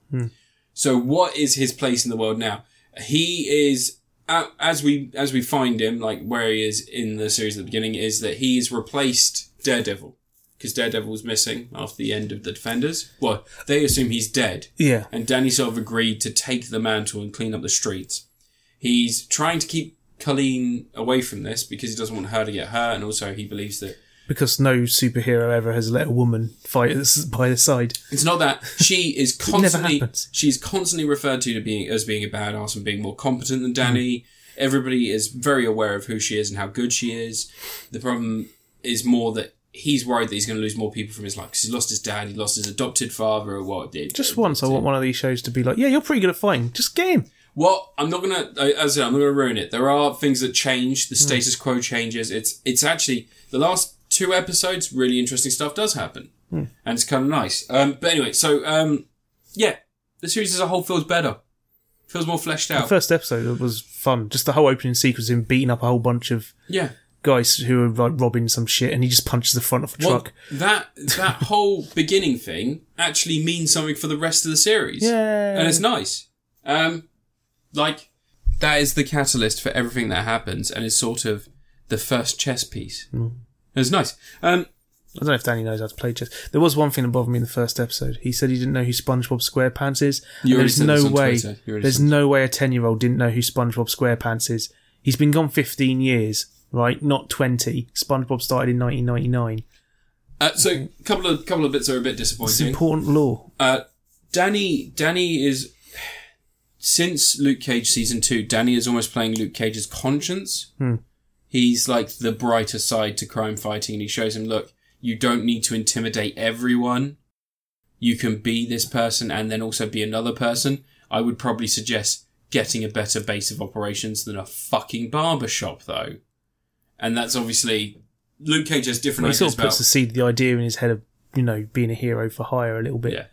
So what is his place in the world now? He is a- as we as we find him, like where he is in the series at the beginning, is that he is replaced Daredevil because Daredevil was missing after the end of the Defenders. Well, they assume he's dead Yeah, and Danny sort of agreed to take the mantle and clean up the streets. He's trying to keep Colleen away from this because he doesn't want her to get hurt, and also he believes that because no superhero ever has let a woman fight at the- by their side. it's not that she is never constantly happens. she's constantly referred to to being as being a badass and being more competent Mm. than Danny. Everybody is very aware of who she is and how good she is. The problem is more that he's worried that he's going to lose more people from his life because he lost his dad, he lost his adopted father, or what? Just once, I want one of these shows to be like, yeah, you're pretty good at fighting. Just get him. Well, I'm not gonna. I- As I said, I'm not gonna ruin it. There are things that change. The status quo changes. It's it's actually the last two episodes. Really interesting stuff does happen, and it's kind of nice. Um, but anyway, so um, yeah, the series as a whole feels better. Feels more fleshed The out. first episode was fun. Just the whole opening sequence, him beating up a whole bunch of yeah. guys who are like robbing some shit, and he just punches the front of a Well, truck. that that whole beginning thing actually means something for the rest of the series. Yay. And it's nice. Um, like that is the catalyst for everything that happens, and it's sort of the first chess piece. Hmm. It's nice. Um, I don't know if Danny knows how to play chess. There was one thing that bothered me in the first episode. He said he didn't know who SpongeBob SquarePants is. and You already there's said no this on way. Twitter. You already There's said no way a ten-year-old didn't know who SpongeBob SquarePants is. He's been gone 15 years, right? Not 20. SpongeBob started in 1999. uh, so a couple of couple of bits are a bit It's disappointing. important law. Uh, Danny Danny is since Luke Cage season two. Danny is almost playing Luke Cage's conscience. Hmm. He's like the brighter side to crime fighting, and he shows him, look, you don't need to intimidate everyone. You can be this person and then also be another person. I would probably suggest getting a better base of operations than a fucking barber shop, though. And that's obviously Luke Cage has different He ideas sort of about puts the seed, the idea in his head of you know being a hero for hire a little bit. Yeah.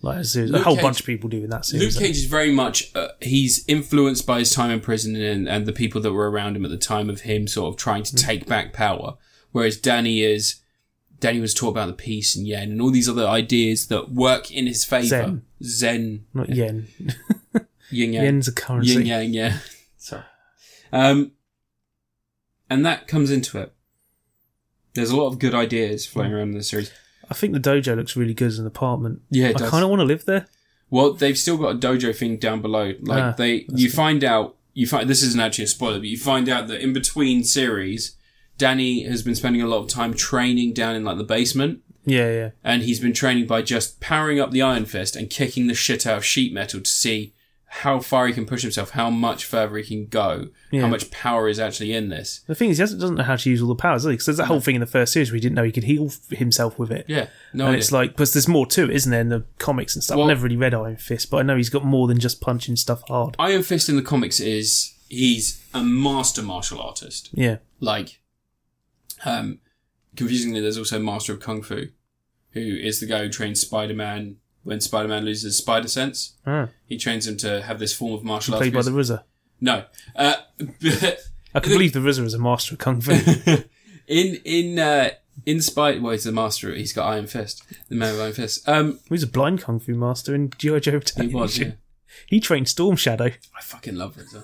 Like a, series, a Luke whole Cage- bunch of people do in that series. Luke Cage is very much uh, he's influenced by his time in prison and, and the people that were around him at the time of him sort of trying to take back power, whereas Danny is Danny was taught about the peace and yen and all these other ideas that work in his favor. Zen. Zen, Not Yen. yin yang, Yen's a currency. yin yang, yeah. Sorry, um, and that comes into it. There's a lot of good ideas flying around in the series. I think the dojo looks really good as an apartment. Yeah, it I does. kind of want to live there. Well, they've still got a dojo thing down below. Like Ah, they, you find out, you find this isn't actually a spoiler, but you find out that in between series, Danny has been spending a lot of time training down in like the basement, Yeah, yeah. and he's been training by just powering up the Iron Fist and kicking the shit out of sheet metal to see how far he can push himself, how much further he can go, Yeah. how much power is actually in this. The thing is, he doesn't, doesn't know how to use all the powers, does he? Because there's that whole thing in the first series where he didn't know he could heal f- himself with it. Yeah, no, and idea. it's like, because there's more to it, isn't there, in the comics and stuff? Well- I've never really read Iron Fist, but I know he's got more than just punching stuff hard. Iron Fist in the comics is he's a master martial artist. Yeah. like um confusingly there's also master of kung fu who is the guy who trains spider-man when spider-man loses his spider sense Ah, he trains him to have this form of martial arts played by because- the RZA. no uh I can believe the RZA is a master of kung fu. in in uh in spider well he's the master he's got iron fist the man with iron fist um He's a blind kung fu master in G.I. Joe he was yeah. Battalion. He trained Storm Shadow. i fucking love Rizzo.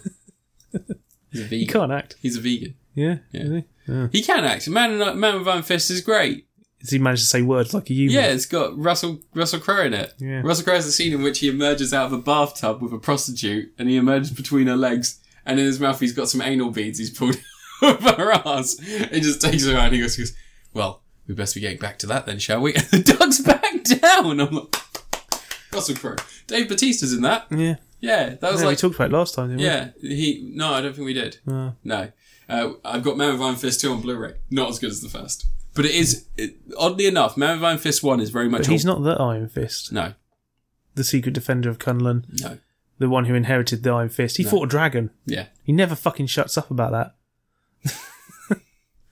he's a He vegan can't act. he's a vegan Yeah. Yeah. is he? Yeah. he can act man uh, man with iron fist is great Has he managed to say words like a human? Yeah, it's got Russell Russell Crowe in it. Yeah. Russell Crowe has the scene in which he emerges out of a bathtub with a prostitute, and he emerges between her legs, and in his mouth he's got some anal beads he's pulled out of her ass. He just takes her out and he goes, he goes, "Well, we best be getting back to that then, shall we?" And the dog's back down. I'm like, Russell Crowe, Dave Batista's in that. Yeah. Yeah, that was Yeah, we like talked about it last time, didn't yeah. He no, I don't think we did. we? Uh, No, uh, I've got Man with Iron Fist two on Blu-ray. Not as good as the first, but it is it, oddly enough, Man with Iron Fist one is very much. but all- he's not the Iron Fist, No, the secret defender of Kunlun, no, the one who inherited the Iron Fist. He fought a dragon. yeah. He never fucking shuts up about that.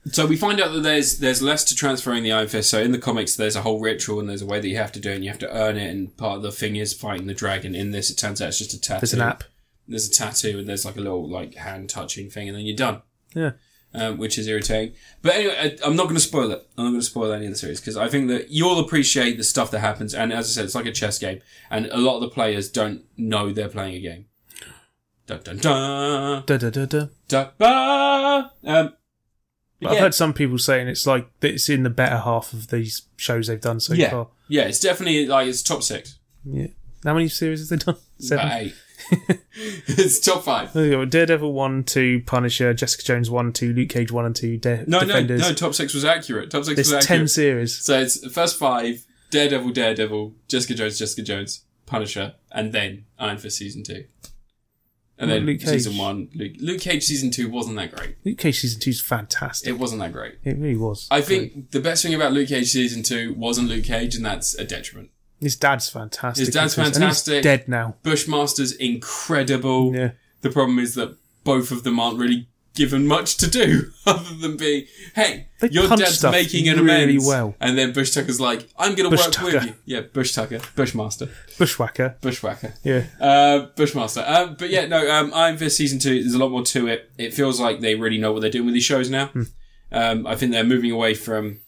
So we find out that there's there's less to transferring the Iron Fist. So in the comics, there's a whole ritual and there's a way that you have to do it, and you have to earn it. And part of the thing is fighting the dragon. In this, it turns out it's just a tattoo. There's an app. There's a tattoo, and there's like a little like hand touching thing, and then you're done. Yeah. um, which is irritating. But anyway, I, I'm not going to spoil it. I'm not going to spoil any of the series because I think that you'll appreciate the stuff that happens. And as I said, it's like a chess game, and a lot of the players don't know they're playing a game. Dun dun dun Da da da da. dun. ba. Um, But I've yeah. heard some people saying it's like it's in the better half of these shows they've done so yeah, far. yeah, it's definitely like it's top six, Yeah. How many series have they done? Seven. about eight. it's top five. There you go. Daredevil one, two, Punisher, Jessica Jones one, two, Luke Cage one and two, De- No, Defenders. no, no. Top six was accurate. Top six There's was ten accurate. series. So it's the first five: Daredevil, Daredevil, Jessica Jones, Jessica Jones, Punisher, and then Iron Fist season two. And Well, then Luke season Cage. one, Luke, Luke Cage season two wasn't that great. Luke Cage season two's fantastic. It wasn't that great. It, really was. I think the best thing about Luke Cage season two wasn't Luke Cage, and that's a detriment. his dad's fantastic. His dad's And he's fantastic. dead now. Bushmaster's incredible. Yeah. The problem is that both of them aren't really given much to do other than be, hey, They your punch dad's stuff making an really amends. well. And then Bush Tucker's like, I'm going to Bush work with Tucker. you. Yeah, Bush Tucker, Bushmaster, Bushwhacker. Bushwhacker. Yeah. Uh, Bushmaster. Um, but yeah, no, um, Iron Fist season two, there's a lot more to it. It feels like they really know what they're doing with these shows now. Hmm. Um, I think they're moving away from,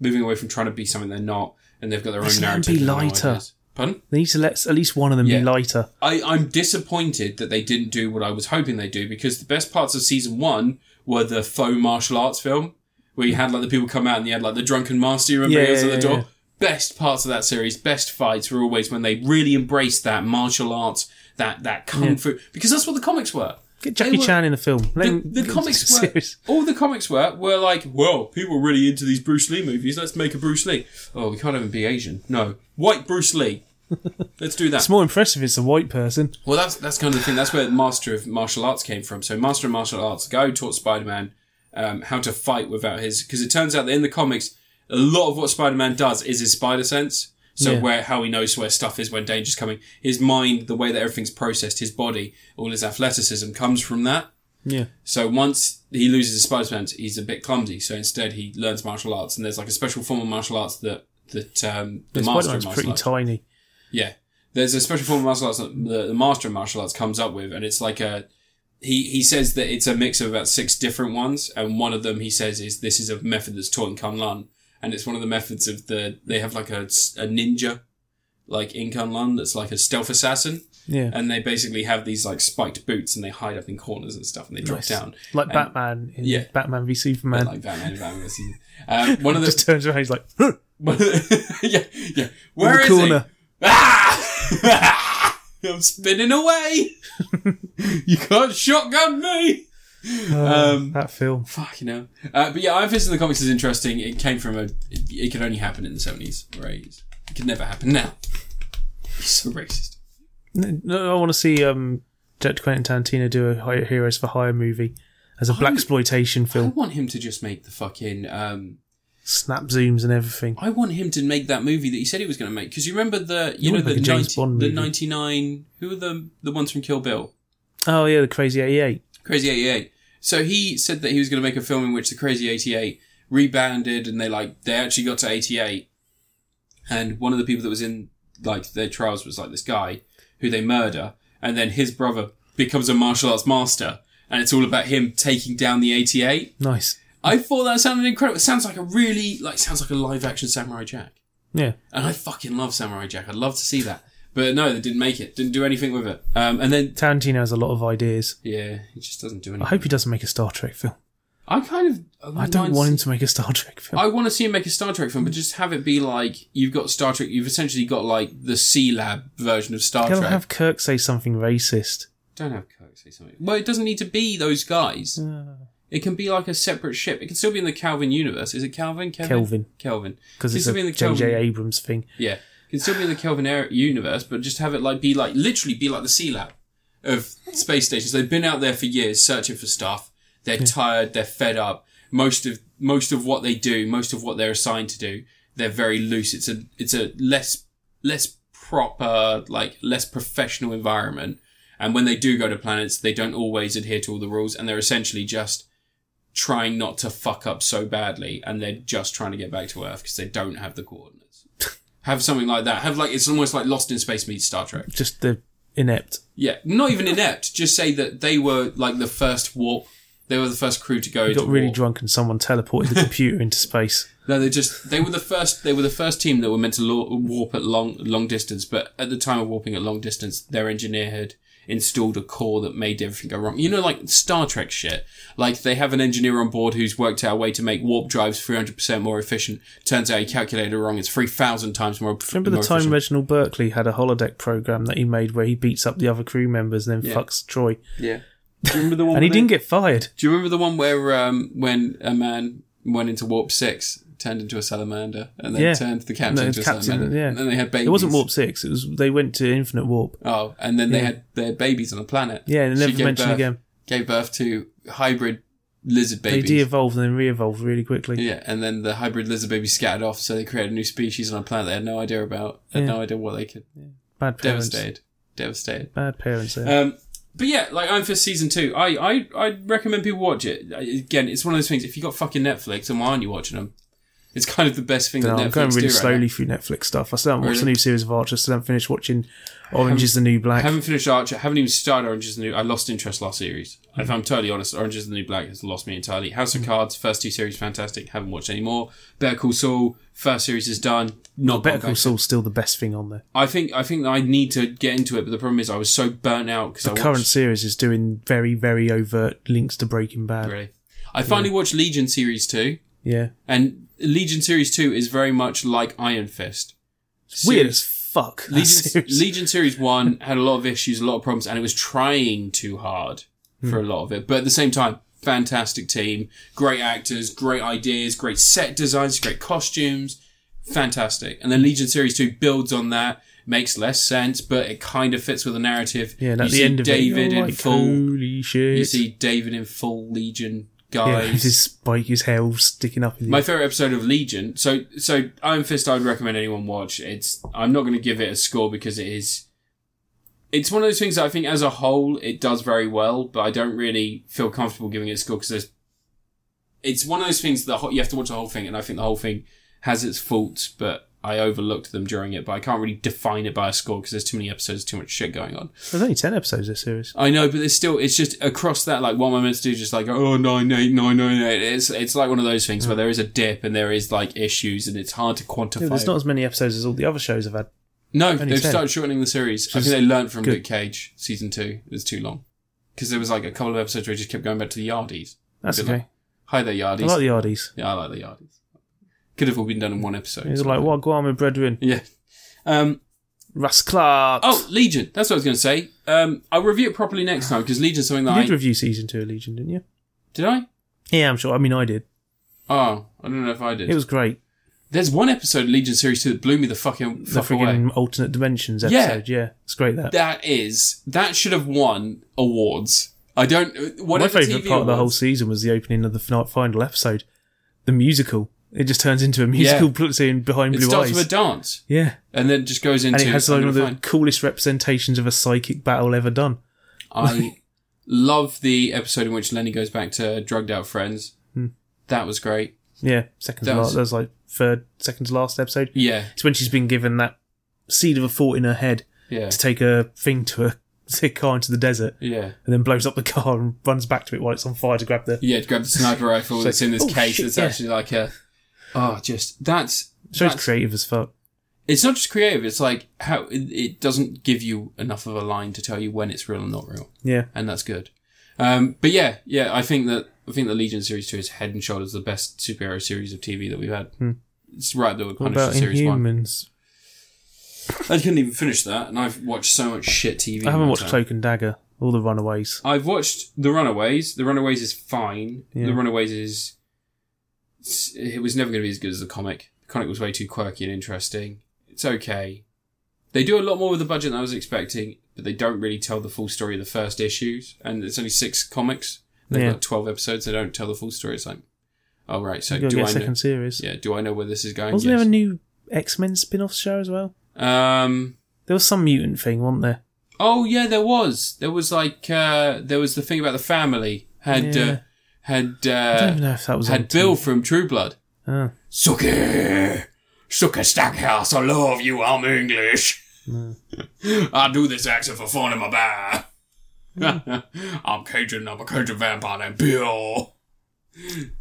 moving away from trying to be something they're not, and they've got their Let's own let 'em narrative. be and their own lighter. ideas. Pardon? They need to let at least one of them Yeah. be lighter. I, I'm disappointed that they didn't do what I was hoping they'd do because the best parts of season one were the faux martial arts film where you had like the people come out and you had like the drunken master, you remember Yeah, he was yeah, at the yeah, door. yeah. Best parts of that series, best fights were always when they really embraced that martial arts, that that kung fu, because that's what the comics were. Get They Jackie were- Chan in a film. The, Let him the get comics some were serious- all the comics were were like, well, people are really into these Bruce Lee movies. Let's make a Bruce Lee. Oh, we can't even be Asian. No, white Bruce Lee. Let's do that. It's more impressive. It's a white person. Well, that's that's kind of the thing. That's where Master of Martial Arts came from. So, Master of Martial Arts, the guy who taught Spider Man um, how to fight without his. Because it turns out that in the comics, a lot of what Spider Man does is his spider sense. So, Yeah. where how he knows where stuff is when danger's coming. His mind, the way that everything's processed, his body, all his athleticism comes from that. Yeah. So once he loses his spider sense, he's a bit clumsy. So instead, he learns martial arts, and there's like a special form of martial arts that that um, the The master of Spider-Man's martial pretty arts. tiny. Yeah. There's a special form of martial arts that the, the master of martial arts comes up with, and it's like a. He, he says that it's a mix of about six different ones, and one of them he says is this is a method that's taught in Kunlun, and it's one of the methods of the they have like a, s- a ninja, like in Kunlun that's like a stealth assassin, Yeah. and they basically have these like spiked boots and they hide up in corners and stuff and they drop Nice. down Like and- Batman in Yeah. Batman v Superman. like Batman. Batman versus- um, one of the just turns around. He's like, "Huh, One of the- yeah, yeah. Where the is corner. he? Ah! I'm spinning away. you can't shotgun me. uh, Um, that film. Fucking hell. Uh, but yeah, Iron Fist in the comics is interesting. It came from a. It, it could only happen in the 70s or 80s. It could never happen now. He's so racist. No, no, I want to see um, Jack Quentin Tarantino do a Hi- Heroes for Hire movie as a Oh. black exploitation I film. want him to just make the fucking. Um, Snap zooms and everything. I want him to make that movie that he said he was going to make. Because you remember the. You You know want the, to make a 90 James Bond the movie. 99. Who are the, the ones from Kill Bill? Oh yeah, the Crazy Eighty Eight. Crazy 88. So he said that he was going to make a film in which the Crazy 88 rebounded and they like, they actually got to 88. And one of the people that was in like their trials was like this guy who they murder. And then his brother becomes a martial arts master. And it's all about him taking down the 88. Nice. I thought that sounded incredible. It sounds like a really, like, sounds like a live action Samurai Jack. Yeah. And I fucking love Samurai Jack. I'd love to see that. But no, they didn't make it. Didn't do anything with it. Um, and then, Tarantino has a lot of ideas. yeah, it just doesn't do anything. I hope he doesn't make a Star Trek film. I kind of. wouldn't I don't mind want him to make a Star Trek film. I want to see him make a Star Trek film, but just have it be like you've got Star Trek. You've essentially got like the C Lab version of Star Don't Trek. have Kirk say something racist. Don't have Kirk say something. Well, it doesn't need to be those guys. It can be like a separate ship. It can still be in the Calvin universe. Is it Calvin? Kevin? Kelvin. Kelvin. Because It can it's still a be in the J.J. Kelvin- Abrams thing. Yeah, it can still be in the Kelvin era- universe, but just have it like be like literally be like the C Lab. of space stations. They've been out there for years searching for stuff. They're tired. They're fed up. Most of most of what they do, most of what they're assigned to do, they're very loose. It's a it's a less less proper, like less professional environment. And when they do go to planets, they don't always adhere to all the rules, and they're essentially just trying not to fuck up so badly, and they're just trying to get back to Earth because they don't have the coordinates. have something like that. Have like it's almost like Lost in Space meets Star Trek. Just the inept. Yeah, not even inept. Just say that they were like the first warp. They were the first crew to go. They got to really warp. drunk and someone teleported the computer into space. No, they just they were the first. They were the first team that were meant to lo- warp at long long distance. But at the time of warping at long distance, their engineer had installed a core that made everything go wrong. You know, like Star Trek shit. Like they have an engineer on board who's worked out a way to make warp drives three hundred percent more efficient. Turns out he calculated it wrong. It's three thousand times more. Remember more the time efficient. Reginald Berkeley had a holodeck program that he made where he beats up the other crew members and then Yeah. fucks Troy, Yeah. Do you remember the one? and he where they- didn't get fired. Do you remember the one where um, when a man went into warp six, turned into a salamander, and then Yeah. turned the captain No, into a Captain, salamander? yeah. And then they had babies. It wasn't Warp Six. It was they went to Infinite Warp. Oh, and then they Yeah. had their babies on a planet. Yeah, and She never gave mentioned birth- again. Gave birth to hybrid lizard They babies. de-evolved and then re-evolved really quickly. Yeah, and then the hybrid lizard babies scattered off, so they created a new species on a planet they had no idea about, had Yeah. no idea what they could. Bad parents. Devastated. Devastated. Bad parents. There. Um, but yeah, like Iron Fist season two, I I I recommend people watch it. I- Again, it's one of those things. If you got fucking Netflix, then why aren't you watching them? It's kind of the best thing No, that Netflix I'm going do really right now. slowly through Netflix stuff. I still haven't watched the Really? new series of Archer. Still haven't finished watching Orange Is the New I Black. haven't finished Archer. I haven't even started Orange is the New. I lost interest last series. If I'm totally honest, Orange is the New Black has lost me entirely. House Mm. of Cards, first two series, fantastic. Haven't watched any more. Better Call Saul, first series is done. Not Better gone Call back. Saul's still the best thing on there. I think I think I need to get into it, but the problem is I was so burnt out because I The watched- current series is doing very, very overt links to Breaking Bad. really. I finally watched Legion series two. Yeah, And Legion Series 2 is very much like Iron Fist. it's weird as fuck. that Legion, series. Legion Series 1 had a lot of issues, a lot of problems, and it was trying too hard Hmm. for a lot of it. But at the same time, fantastic team, great actors, great ideas, great set designs, great costumes. Fantastic. And then Legion Series 2 builds on that, makes less sense, but it kind of fits with the narrative. yeah, and you at the see end of it, David you're in like, full. holy shit. You see David in full Legion yeah, guys. with his spike, his hair sticking up. In My the favorite episode of Legion. So, so Iron Fist, I would recommend anyone watch. It's. I'm not going to give it a score because it is. It's one of those things that I think, as a whole, it does very well, but I don't really feel comfortable giving it a score because there's. It's one of those things that you have to watch the whole thing, and I think the whole thing has its faults, but I overlooked them during it. But I can't really define it by a score because there's too many episodes, too much shit going on. There's only ten episodes this series. I know, but there's still it's just across that like what am I meant to do? Just like oh nine eight nine nine eight. It's it's like one of those Mm. things where there is a dip and there is like issues and it's hard to quantify. Yeah, there's not as many episodes as all the other shows I've had. no, only they've 10. started shortening the series. I Just think they learned from good. Luke Cage season two. It was too long because there was like a couple of episodes where he just kept going back to the Yardies. That's Good okay. Hi there, I Yardies. like the Yardies. yeah, I like the Yardies. Could have all been done in one episode. He's like, what Guam and brethren? Yeah. Um, Russ Clark. oh, Legion. That's what I was going to say. Um, I'll review it properly next time because Legion's something that you did I review season two of Legion, didn't you? did I. Yeah, I'm sure. I mean, I did. Oh, I don't know if I did. It was great. There's one episode of Legion Series 2 that blew me the fucking The fuck away. friggin' alternate dimensions Yeah. episode. Yeah, it's great. That That is, that should have won awards. I don't, my whatever favourite TV part of the whole awards- season was the opening of the fin- final episode, the musical. It just turns into a musical yeah. scene behind It blue starts eyes. with a dance yeah, and then just goes into. and it has like I'm one of the gonna find- coolest representations of a psychic battle ever done. I love the episode in which Lenny goes back to drugged out friends. Hmm. That was great. Yeah, second That to was- last. That was like third, second to last episode. Yeah, It's when she's been given that seed of a thought in her head yeah, to take a thing to her, to her car into the desert, yeah. and then blows up the car and runs back to it while it's on fire to grab the. Yeah, grab the sniper rifle It's that's like, in this oh, case. shit, that's yeah. actually like a. Oh, just. That's. Show's that's- creative as fuck. It's not just creative, it's like how it, it doesn't give you enough of a line to tell you when it's real and not real. Yeah, and that's good. Um, but yeah, yeah, I think that I think the Legion series two is head and shoulders the best superhero series of TV that we've had. It's right up there with Hmm. what Punisher about series one. Inhumans? I couldn't even finish that, and I've watched so much shit TV. I in haven't my watched time. Cloak and Dagger, all the Runaways. I've watched The Runaways. The Runaways is fine. Yeah. The Runaways is it's- it was never going to be as good as the comic. The comic was way too quirky and interesting. It's okay. They do a lot more with the budget than I was expecting, but but they don't really tell the full story of the first issues. And it's only six comics. They've Yeah. got twelve episodes. They don't tell the full story. It's like, oh right, so You're gonna do get a I second know? series. Yeah, do I know where this is going? Wasn't there Yes. a new X Men spin off show as well? um. There was some mutant thing, wasn't there? Oh yeah, there was. There was like uh, there was the thing about the family had uh, Yeah. had I don't uh, even know if that was on had Bill from True Blood. TV. Oh. Suki, Suki Stackhouse, I love you. I'm English. I do this accent for fun in my bar. I'm Cajun. I'm a Cajun vampire named Bill.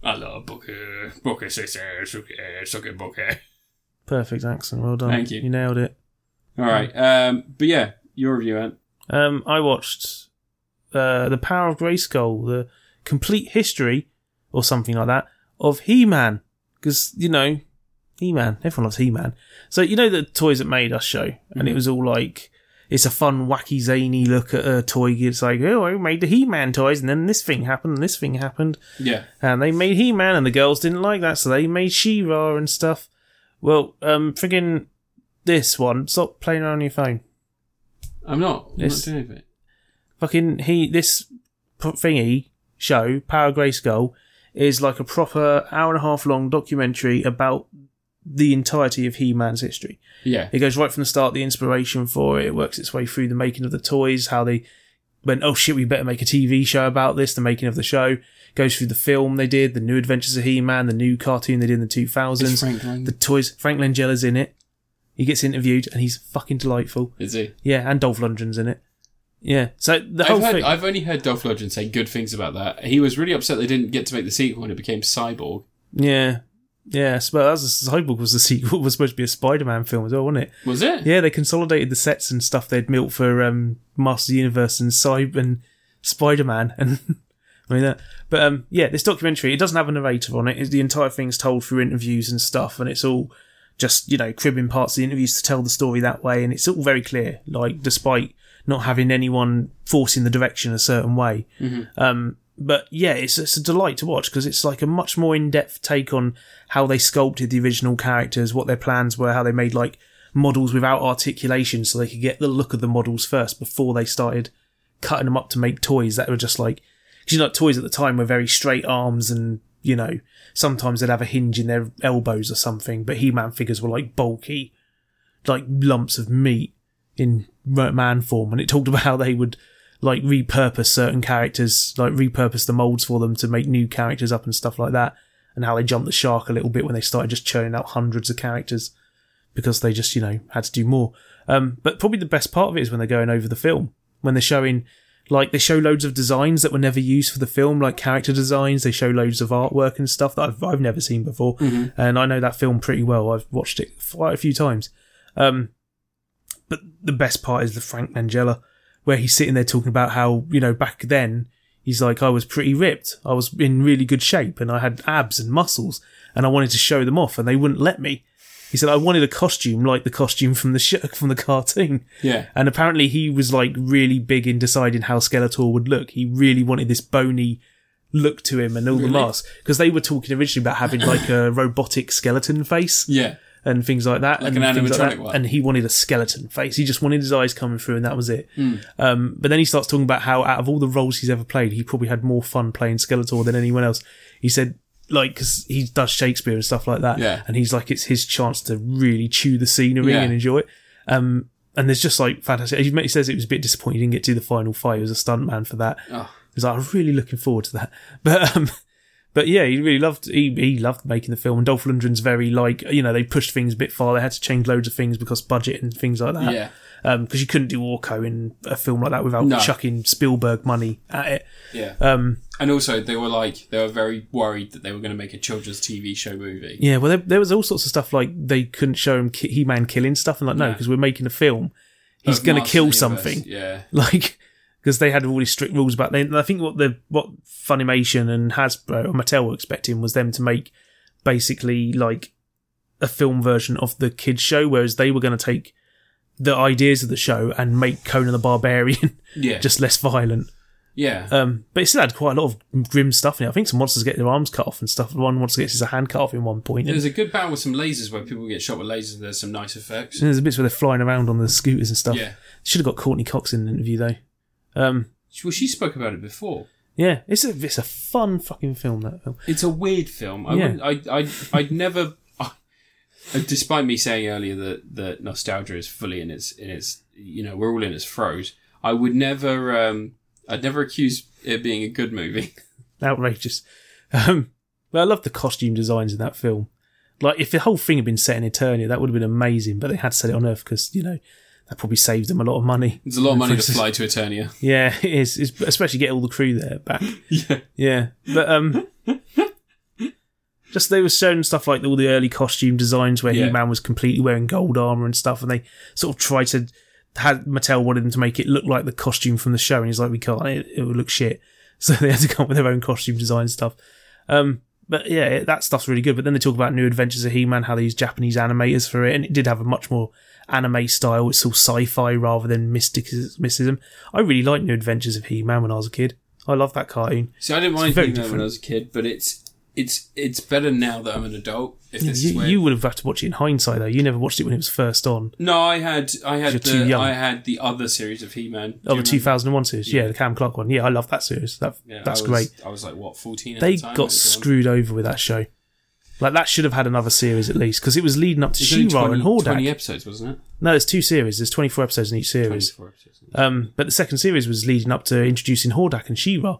I love Bookie. Bookie sister. Suki. Suki Bookie. Perfect accent. Well done. Thank you. You nailed it. All right. Um, but yeah, your review, Ant. Um, I watched uh, The Power of Grayskull, the complete history, or something like that, of He Man. Because, you know, He Man, everyone loves He Man. So, you know, the Toys That Made Us show, and Mm-hmm. it was all like, it's a fun, wacky, zany look at a toy. It's like, oh, I made the He Man toys, and then this thing happened, and this thing happened. Yeah. and they made He Man, and the girls didn't like that, so they made She Ra and stuff. Well, um, friggin' this one, stop playing around on your phone. I'm not. I'm Yes. not doing anything. Fucking he, this p- thingy show, Power Grayskull, is like a proper hour and a half long documentary about the entirety of He Man's history. Yeah. It goes right from the start, the inspiration for it. It works its way through the making of the toys, how they went, oh shit, we better make a TV show about this, the making of the show. Goes through the film they did, the new adventures of He Man, the new cartoon they did in the 2000s. It's Frank Langella. The toys, Frank Langella's in it. He gets interviewed and he's fucking delightful. Is he? Yeah, and Dolph Lundgren's in it. Yeah, so the I've, whole heard, thing. I've only heard Dolph Lundgren say good things about that. He was really upset they didn't get to make the sequel when it became Cyborg. yeah. Yeah, I suppose that was, Cyborg was the sequel. It was supposed to be a Spider Man film as well, wasn't it? Was it? Yeah, they consolidated the sets and stuff they'd built for um, Master of the Universe and Cyber and Spider Man and I mean that. But um, yeah, this documentary it doesn't have a narrative on it. It's, the entire thing's told through interviews and stuff, and it's all just you know cribbing parts of the interviews to tell the story that way, and it's all very clear. Like despite not having anyone forcing the direction a certain way. Um, but yeah, it's, it's a delight to watch because it's like a much more in depth take on how they sculpted the original characters, what their plans were, how they made like models without articulation so they could get the look of the models first before they started cutting them up to make toys that were just like, because you know, like, toys at the time were very straight arms and, you know, sometimes they'd have a hinge in their elbows or something, but He Man figures were like bulky, like lumps of meat in man form. And it talked about how they would like repurpose certain characters, like repurpose the molds for them to make new characters up and stuff like that. And how they jumped the shark a little bit when they started just churning out hundreds of characters because they just, you know, had to do more. Um, but probably the best part of it is when they're going over the film, when they're showing, like, they show loads of designs that were never used for the film, like character designs. They show loads of artwork and stuff that I've, I've never seen before. And I know that film pretty well. I've watched it quite a few times. Um, but the best part is the Frank Mangella, where he's sitting there talking about how, you know, back then, he's like, I was pretty ripped. I was in really good shape and I had abs and muscles and I wanted to show them off and they wouldn't let me. He said, I wanted a costume like the costume from the sh- from the cartoon. Yeah. And apparently he was like really big in deciding how Skeletor would look. He really wanted this bony look to him and all the masks. Because they were talking originally about having like a robotic skeleton face Yeah. and things like that. Like and an things animatronic that. one. And he wanted a skeleton face. He just wanted his eyes coming through, and that was it. Hmm. Um, but then he starts talking about how, out of all the roles he's ever played, he probably had more fun playing Skeletor than anyone else. He said, like, 'cause he does Shakespeare and stuff like that. Yeah. And he's like, it's his chance to really chew the scenery Yeah. and enjoy it. Um, and there's just like fantastic. He says it was a bit disappointing he didn't get to the final fight. He was a stuntman for that. Oh. He's like, I'm really looking forward to that. But um, but yeah, he really loved he, he loved making the film. And Dolph Lundgren's very like you know they pushed things a bit far. They had to change loads of things because budget and things like that. Yeah. because you couldn't do Orco in a film like that without No. chucking Spielberg money at it. Yeah. Um, And also, they were like, they were very worried that they were going to make a children's TV show movie. Yeah, well, there, there was all sorts of stuff like they couldn't show him ki- He Man killing stuff, and like no, Yeah. because we're making a film, he's Of going to Master kill of the Universe. something. Yeah. like because they had all these strict rules about then. I think what the what Funimation and Hasbro or Mattel were expecting was them to make basically like a film version of the kids show, whereas they were going to take the ideas of the show and make Conan the Barbarian Yeah. just less violent. yeah. Um, but it still had quite a lot of grim stuff in it. I think some monsters get their arms cut off and stuff. One monster gets his hand cut off in one point. And There's a good battle with some lasers where people get shot with lasers and there's some nice effects. there's bits where they're flying around on the scooters and stuff. Yeah. Should have got Courtney Cox in an interview though. Um, Well, she spoke about it before. yeah, it's a it's a fun fucking film. That film. It's a weird film. I Yeah. wouldn't, I, I, I'd never. I- despite me saying earlier that, that nostalgia is fully in its in its you know we're all in its throes. I would never. Um, I'd never accuse it being a good movie. outrageous. Um, but I love the costume designs in that film. Like, if the whole thing had been set in Eternia, that would have been amazing. But they had set it on Earth because you know that probably saved them a lot of money. It's a lot of money to Versus- fly to Eternia. Yeah, it is. It's, especially get all the crew there back. Yeah. Yeah, but um, just they were showing stuff like all the early costume designs where Yeah. He-Man was completely wearing gold armor and stuff, and they sort of tried to had Mattel wanted them to make it look like the costume from the show, and he's like, we can't, it, it would look shit, so they had to come up with their own costume design stuff. Um, but yeah, it- that stuff's really good. But then they talk about New Adventures of He-Man, how they use Japanese animators for it, and it did have a much more anime style. It's all sci-fi rather than mysticism. I really liked New Adventures of He-Man when I was a kid. I love that cartoon. So I didn't mind very being there when different. I was a kid, but it's it's it's better now that I'm an adult. If this is You, where you would have had to watch it in hindsight, though. You never watched it when it was first on. no, I had I You're had too the young. I had the other series of He-Man. Oh, the Do you remember? 2001 series. Yeah. the Cam Clark one. Yeah, I love that series. That, Yeah, that's I was, great. I was like what fourteen. At They the time, got it was on- screwed over with that show. Like, that should have had another series at least, because it was leading up to It's only She-Ra and 20 Hordak. 20 episodes, wasn't it? No, there's two series. There's 24 episodes in each series. 24 episodes. Um, but the second series was leading up to introducing Hordak and She-Ra.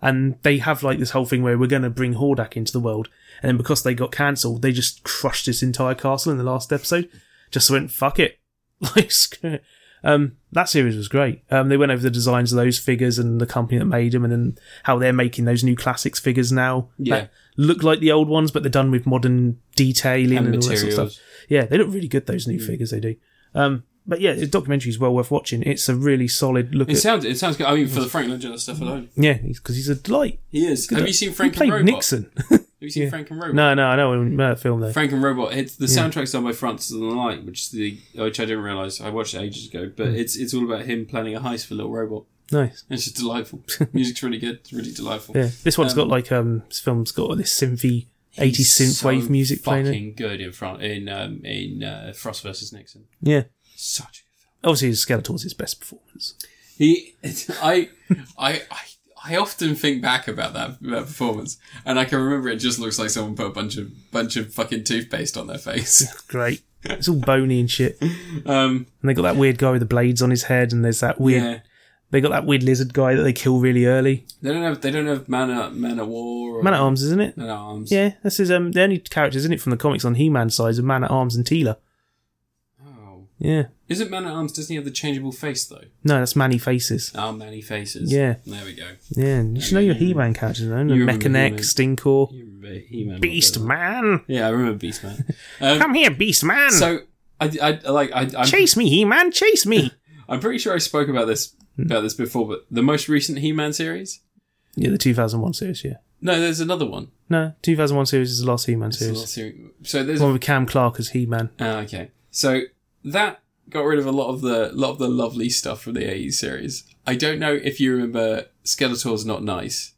And they have like this whole thing where we're going to bring Hordak into the world. And then because they got cancelled, they just crushed this entire castle in the last episode. Just went, fuck it. Like, screw it. Um, that series was great. Um, they went over the designs of those figures and the company that made them and then how they're making those new classics figures now. Yeah. That look like the old ones, but they're done with modern detailing and, And all that sort of stuff. materials. Yeah, they look really good. Those Mm. new figures they do. Um, but yeah, the documentary is well worth watching. It's a really solid look. It At, sounds it sounds good. I mean, for the Franklin Jones stuff alone, yeah, because he's a delight. he is. Have you seen Frank Mm. he played and Robot? Nixon. Have you seen Frank and Robot? no, no, I know in that film though. Frank and Robot. It's the soundtrack's done by Francis and the Light, which is the which I didn't realize. I watched it ages ago, Mm. but it's it's all about him planning a heist for Little Robot. nice. And It's just delightful. Music's really good. It's really delightful. Yeah, this one's Um, got like um, this film's got this synthy, eighty He's synth wave so music playing. in it. Fucking good in front in um, in uh, Frost versus Nixon. Yeah, Such a good film. obviously, his Skeletor's his best performance. He, I, I, I, I often think back about that, that performance, and I can remember it just looks like someone put a bunch of bunch of fucking toothpaste on their face. Great. It's all bony and shit, and Um, they got that weird guy with the blades on his head, and there's that weird. yeah, They got that weird lizard guy that they kill really early. they don't have they don't have man at man at war or Man at Arms, isn't it? Man at arms. Yeah, this is um the only characters in it from the comics on He-Man size are Man at Arms and Teela. Oh, Yeah, isn't man at arms? Doesn't he have the changeable face though? no, that's Manny Faces. Ah, many faces. Yeah. there we go. Yeah, and you should know your He-Man characters though. you remember Mechaneck, He-Man. Stinkor, You remember He-Man? Beast whatever. Man. Yeah, I remember Beast Man. Um, Come here, Beast Man. so um, I, I like I I'm, chase me, He-Man. Chase me. I'm pretty sure I spoke about this about this before, but the most recent He-Man series. yeah, the 2001 series. Yeah, No, there's another one. no, 2001 series is the last He-Man There's series. another seri- So there's The one with Cam Clark as He-Man. ah, okay. So that got rid of a lot of the lot of the lovely stuff from the 80s series. I don't know if you remember Skeletor's not nice,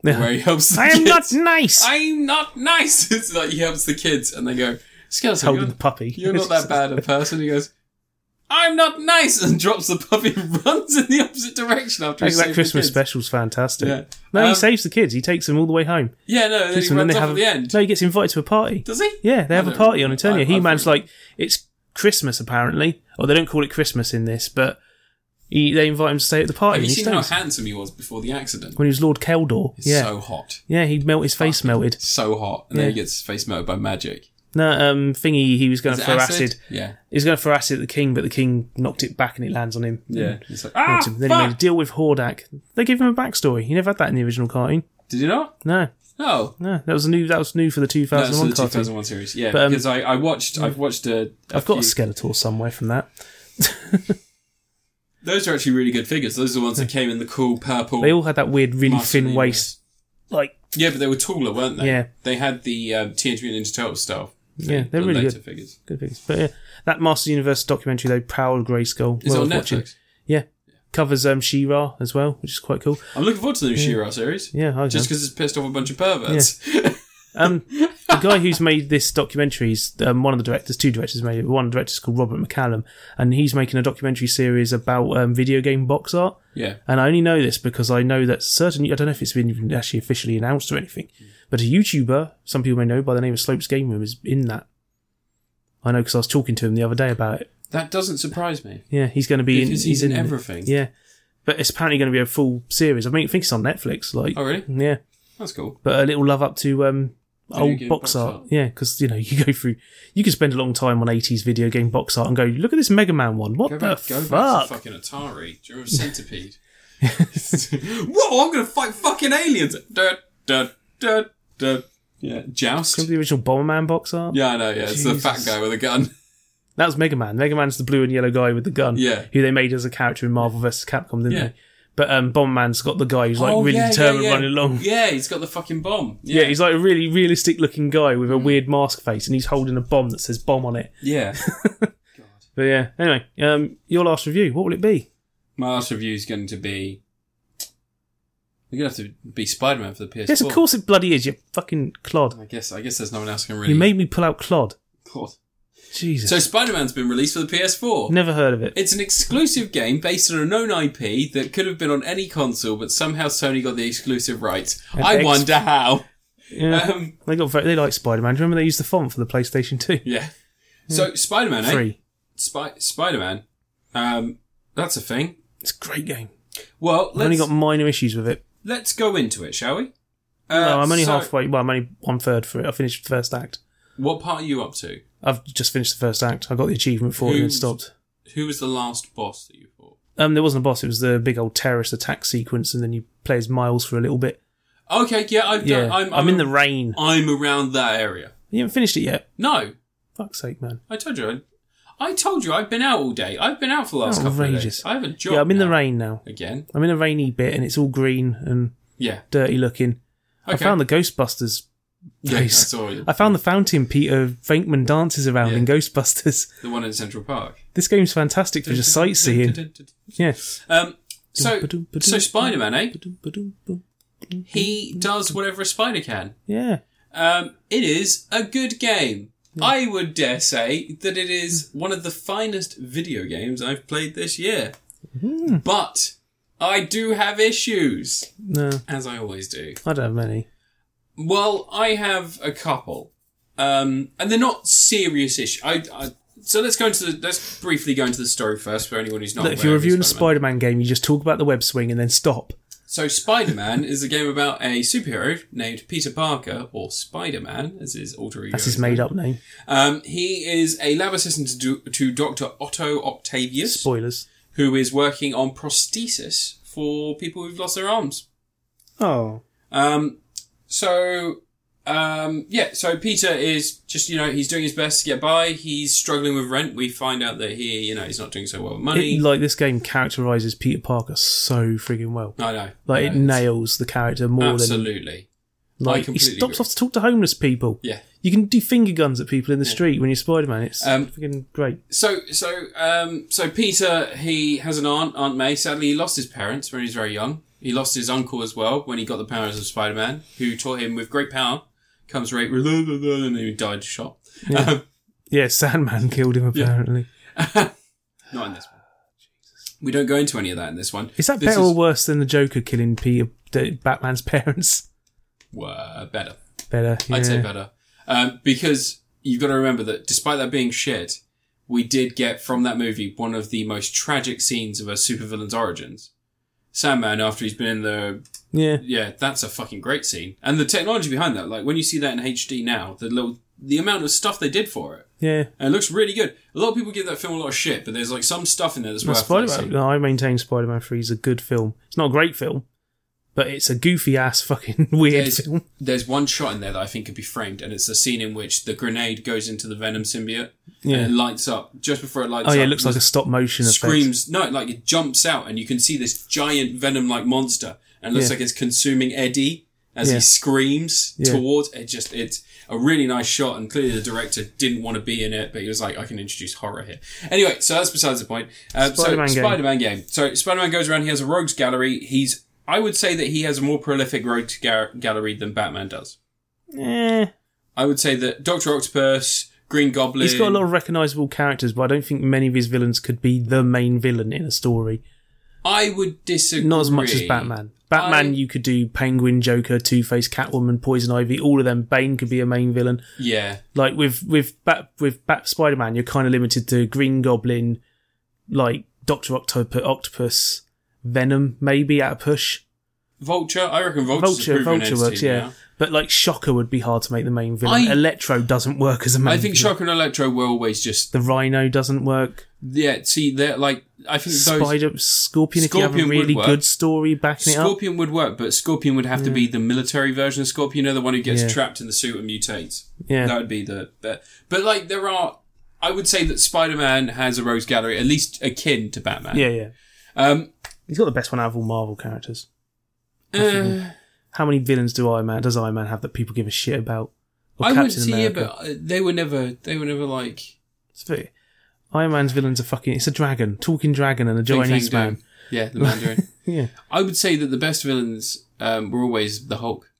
where I he helps. The am kids. not nice. I'm not nice. It's like he helps the kids, and they go, Skeletor, Holding you're, the puppy. you're not that bad a person. He goes. I'm not nice, and drops the puppy and runs in the opposite direction after he Like, that saves the Christmas kids. special's fantastic. Yeah. No, he Um, saves the kids. He takes them all the way home. Yeah, no, and then Keeps he them, runs they off have at a- the end. No, he gets invited to a party. Does he? Yeah, they have I a don't party on remember. I- Eternia. I He Man's think- like, it's Christmas apparently, or they don't call it Christmas in this, but he, they invite him to stay at the party. Have and you he seen how stays. handsome he was before the accident? when he was Lord Keldor? It's Yeah, so hot. yeah, he melt his face melted. So hot. And then Yeah. he gets his face melted by magic. No, um, thingy, he was going Is to it throw acid? Yeah. He was going to throw acid at the king, but the king knocked it back and it lands on him. Yeah. It's like, And ah, knocked him. Then he made a fuck! deal with Hordak. They gave him a backstory. He never had that in the original cartoon. Did you not? No, No. no, that was new. That was new for the No, it's 2001 the cartoon. 2001 series. Yeah, But, um, because I, I watched, I've watched a. a I've got a few- Skeletor somewhere from that. Those are actually really good figures. Those are the ones that came in the cool purple. They all had that weird, really Master thin Universe. waist, like Yeah, but they were taller, weren't they? Yeah. They had the um, Teenage Mutant Ninja Turtle style. Yeah, they're the really later good. figures. Good things. But yeah, that Master Universe documentary though, Power of Grayskull, Is well it on worth watching. Netflix? Yeah, covers um She-Ra as well, which is quite cool. I'm looking forward to the new She-Ra series. Yeah, I Just just because it's pissed off a bunch of perverts. um, the guy who's made this documentary is um, one of the directors. Two directors made it. One of the directors is called Robert McCallum, and he's making a documentary series about um, video game box art. Yeah. And I only know this because I know that certain, I don't know if it's been even actually officially announced or anything, but a YouTuber, some people may know by the name of Slopes Game Room, is in that. I know because I was talking to him the other day about it. That doesn't surprise me. Yeah, he's going to be in. Because he's in it. everything. Yeah, but it's apparently going to be a full series. I mean, I think it's on Netflix. Like, Oh, really? yeah, That's cool. but a little love up to um, Video old game box box art. art. Yeah, because you know you go through, you can spend a long time on '80s video game box art and go, look at this Mega Man one. What Go the back, go back fuck? to fucking Atari. Do you remember Centipede? Whoa, I'm going to fight fucking aliens. Dun, dun, dun, dun. Yeah, Remember Joust. the original Bomberman box art? Yeah, I know, yeah. It's the fat Jesus. guy with a gun. That was Mega Man. Mega Man's the blue and yellow guy with the gun. Yeah. Who they made as a character in Marvel vs. Capcom, didn't Yeah. they? But um, Bomberman's got the guy who's like Oh, really yeah, yeah, determined yeah. running along. Yeah, he's got the fucking bomb. Yeah. Yeah. Mm. he's like a really realistic looking guy with a weird mask face and he's holding a bomb that says bomb on it. Yeah. But yeah, anyway, um, your last review, what will it be? My last review is going to be. We're going to have to be Spider Man for the PS4. yes, of course it bloody is, you fucking clod. I guess, I guess there's no one else who can really. You made me pull out clod. God. Jesus. So Spider Man's been released for the PS4. Never heard of it. It's an exclusive game based on a known IP that could have been on any console, but somehow Sony got the exclusive rights. And I X- wonder how. Yeah. Um, they got very, they like Spider Man. Do you remember they used the font for the PlayStation 2? yeah. So Spider Man, eh? Three. Spy- Spider Man. Um, that's a thing. It's a great game. Well, I've only let's, got minor issues with it. let's go into it, shall we? Uh, No, I'm only so- halfway. Well, I'm only one third through it. I finished the first act. What part are you up to? I've just finished the first act. I got the achievement for it and then Who's- stopped. Who was the last boss that you fought? Um, there wasn't a boss. It was the big old terrorist attack sequence, and then you play as Miles for a little bit. Okay, yeah, I've Yeah, done. I'm, I'm, in the rain. I'm around that area. You haven't finished it yet. No, Fuck's sake, man! I told you. I, I told you I've been out all day. I've been out for the last couple of days. Oh, Outrageous. I have a job. yeah, I'm in the now. rain now. again. I'm in a rainy bit, and it's all green and Yeah. dirty looking. I Okay. found the Ghostbusters. yeah, I place. saw you. I found the fountain Peter Venkman dances around Yeah. in Ghostbusters. the one in Central Park. This game's fantastic for just sightseeing. Yeah. Um, so, so Spider Man, eh? He does whatever a spider can. Yeah. Um, it is a good game. I would dare say that it is one of the finest video games I've played this year. Mm-hmm. But I do have issues, No, as I always do. I don't have many. Well, I have a couple, um, and they're not serious issues. I, I so let's go into the let's briefly go into the story first for anyone who's not. Look, if aware you're of reviewing a Spider-Man. Spider-Man game, you just talk about the web swing and then stop. so Spider-Man is a game about a superhero named Peter Parker or Spider-Man, as his alter ego. That's his is known. made-up name. Um, he is a lab assistant to, do, to Doctor Otto Octavius, Spoilers. who is working on prosthesis for people who've lost their arms. Oh, Um, so, um, yeah, so Peter is just, you know, he's doing his best to get by. He's struggling with rent. We find out that he, you know, he's not doing so well with money. it, like this game characterizes Peter Parker so friggin' well. I know. Like I it know. nails the character more Absolutely. than like he completely stops agree. off to talk to homeless people. Yeah. You can do finger guns at people in the street when you're Spider-Man. It's Um, friggin' great. So, so, um, so Peter, he has an aunt, Aunt May. Sadly, he lost his parents when he was very young. He lost his uncle as well when he got the powers of Spider-Man, who taught him with great power comes great, and he died shot. Um, Yeah, Sandman killed him apparently. not in this one. We don't go into any of that in this one. Is that This better or worse than the Joker killing Peter D- Batman's parents? were better. Better. yeah. I'd say better. Um, because you've got to remember that despite that being shit, we did get from that movie one of the most tragic scenes of a supervillain's origins. Sandman, after he's been in the. Yeah. Yeah, that's a fucking great scene. And the technology behind that, like when you see that in HD now, the little. The amount of stuff they did for it. Yeah. And it looks really good. A lot of people give that film a lot of shit, but there's like some stuff in there that's No, worth Spider-Man, noticing. no, I maintain Spider-Man Three is a good film. It's not a great film, but it's a goofy ass fucking weird There's, film. there's one shot in there that I think could be framed, and it's the scene in which the grenade goes into the Venom symbiote Yeah. and it lights up. Just before it lights Oh up, yeah, it looks like the a stop motion effect. screams no like it jumps out and you can see this giant venom like monster and it looks Yeah. like it's consuming eddie as Yeah. he screams Yeah. towards it just it's a really nice shot and clearly the director didn't want to be in it but he was like i can introduce horror here anyway so that's besides the point uh, Spider-Man so game. spider-man game so spider-man goes around he has a rogues gallery he's i would say that he has a more prolific rogues ga- gallery than batman does Eh, I would say that Doctor Octopus, Green Goblin. He's got a lot of recognisable characters, but I don't think many of his villains could be the main villain in a story. I would disagree. Not as much as Batman. Batman, I- you could do Penguin, Joker, Two Face, Catwoman, Poison Ivy, all of them. Bane could be a main villain. Yeah, Like with with Bat with Bat Spider Man, you're kind of limited to Green Goblin, like Doctor Octopus, Octopus, Venom, maybe at a push. Vulture. I reckon Vulture's a Vulture, proven Vulture entity works, yeah. now. But like Shocker would be hard to make the main villain. I- Electro doesn't work as a main. I think villain. Shocker and Electro were always just the Rhino doesn't work. yeah. See, they're like I think those Spider Scorpion, if you Scorpion have a would really work. good story backing it up. Scorpion would work, but Scorpion would have to be the military version of Scorpion, you know, the one who gets Yeah. trapped in the suit and mutates. Yeah. That would be the but, but like there are I would say that Spider Man has a rogues gallery, at least akin to Batman. Yeah, yeah. Um He's got the best one out of all Marvel characters. uh, How many villains do Iron Man does Iron Man have that people give a shit about? Or I would Captain see yeah, America? but uh, they were never they were never like It's very- Iron Man's villains are fucking. It's a dragon, talking dragon, and a Ding, Chinese Fang, man. Dong. Yeah, the Mandarin. Yeah, I would say that the best villains um, were always the Hulk.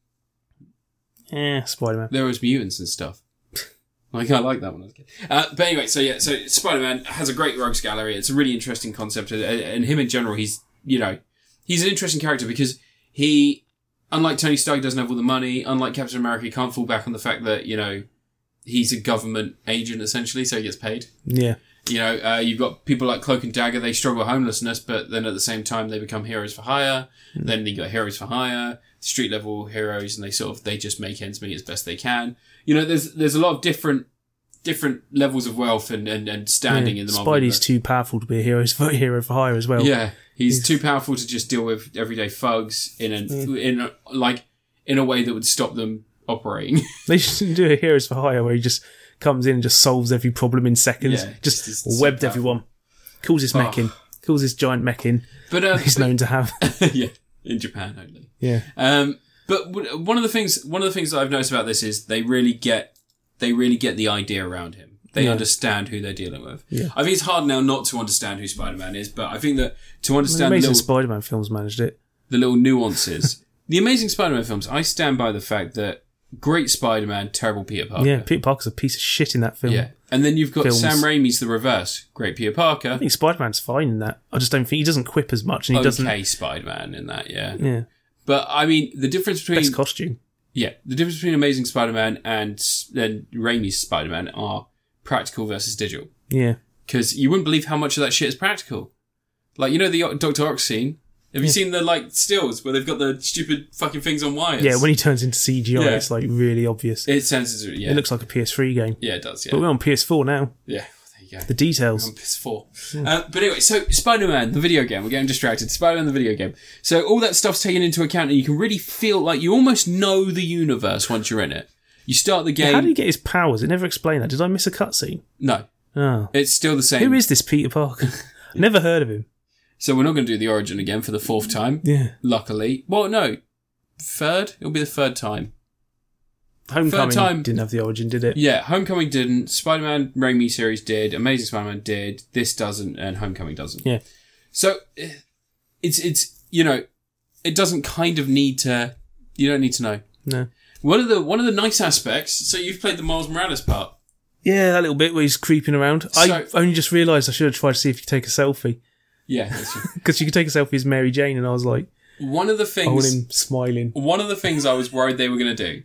yeah, Spider Man. There was mutants and stuff. Like I like that one. I was kidding. Uh, but anyway, so yeah, so Spider Man has a great rogues gallery. It's a really interesting concept, and, and him in general, he's you know, he's an interesting character because he, unlike Tony Stark, doesn't have all the money. Unlike Captain America, he can't fall back on the fact that you know he's a government agent essentially, so he gets paid. Yeah, You know, uh, you've got people like Cloak and Dagger. They struggle homelessness, but then at the same time, they become heroes for hire. Hmm. Then you got heroes for hire, street level heroes, and they sort of they just make ends meet as best they can. You know, there's there's a lot of different different levels of wealth and and, and standing Yeah. in the Marvel Spidey's universe. too powerful to be a hero for hero for hire as well. yeah, he's, too powerful to just deal with everyday thugs in a, Hmm. in a, like in a way that would stop them operating. They should do a heroes for hire where he just comes in and just solves every problem in seconds. Yeah, just it's- it's so webbed powerful. everyone. Calls his mech in. Calls his giant mech in. but uh, He's known to have. yeah, in Japan only. Yeah. Um, but w- one of the things, one of the things that I've noticed about this is they really get, they really get the idea around him. They Yeah. understand who they're dealing with. Yeah. I think it's hard now not to understand who Spider Man is, but I think that to The understand the amazing little, Spider Man films managed it. the little nuances, the Amazing Spider Man films, I stand by the fact that great Spider Man, terrible Peter Parker. Yeah, Peter Parker's a piece of shit in that film. Yeah. And then you've got Films. Sam Raimi's The Reverse, great Peter I Parker, think Spider Man's fine in that. I just don't think he doesn't quip as much and he doesn't. okay Spider Man in that, yeah. Yeah, But I mean, the difference between best costume. Yeah, the difference between Amazing Spider-Man and and Raimi's Spider-Man are practical versus digital. Yeah, Because you wouldn't believe how much of that shit is practical. Like you know the Doctor Ock scene. Have you seen the like stills where they've got the stupid fucking things on wires? yeah. When he turns into CGI, Yeah. it's like really obvious. it sounds yeah, It looks like a PS3 game, yeah, it does yeah, but we're on PS4 now. yeah. There you go. The details. on PS4. Uh, but anyway, so Spider Man, the video game, we're getting distracted. Spider Man, the video game. So all that stuff's taken into account, and you can really feel like you almost know the universe once you're in it. You start the game. How did he get his powers? It never explained that. Did I miss a cutscene? no, Oh. it's still the same. Who is this Peter Parker? never heard of him. So we're not going to do the origin again for the fourth time. Yeah. Luckily, well, no, third. It'll be the third time. Homecoming time- didn't have the origin, did it? Yeah, Homecoming didn't. Spider-Man Raimi series did. Amazing Spider-Man did. This doesn't, and Homecoming doesn't. Yeah. So eh, it's it's you know it doesn't kind of need to. You don't need to know. No. One of the one of the nice aspects. So you've played the Miles Morales part. Yeah, that little bit where he's creeping around. I So- only just realised I should have tried to see if you could take a selfie. Yeah. that's true. Because you could take a selfie as Mary Jane, and I was like, one of the holding things. him smiling. One of the things I was worried they were going to do,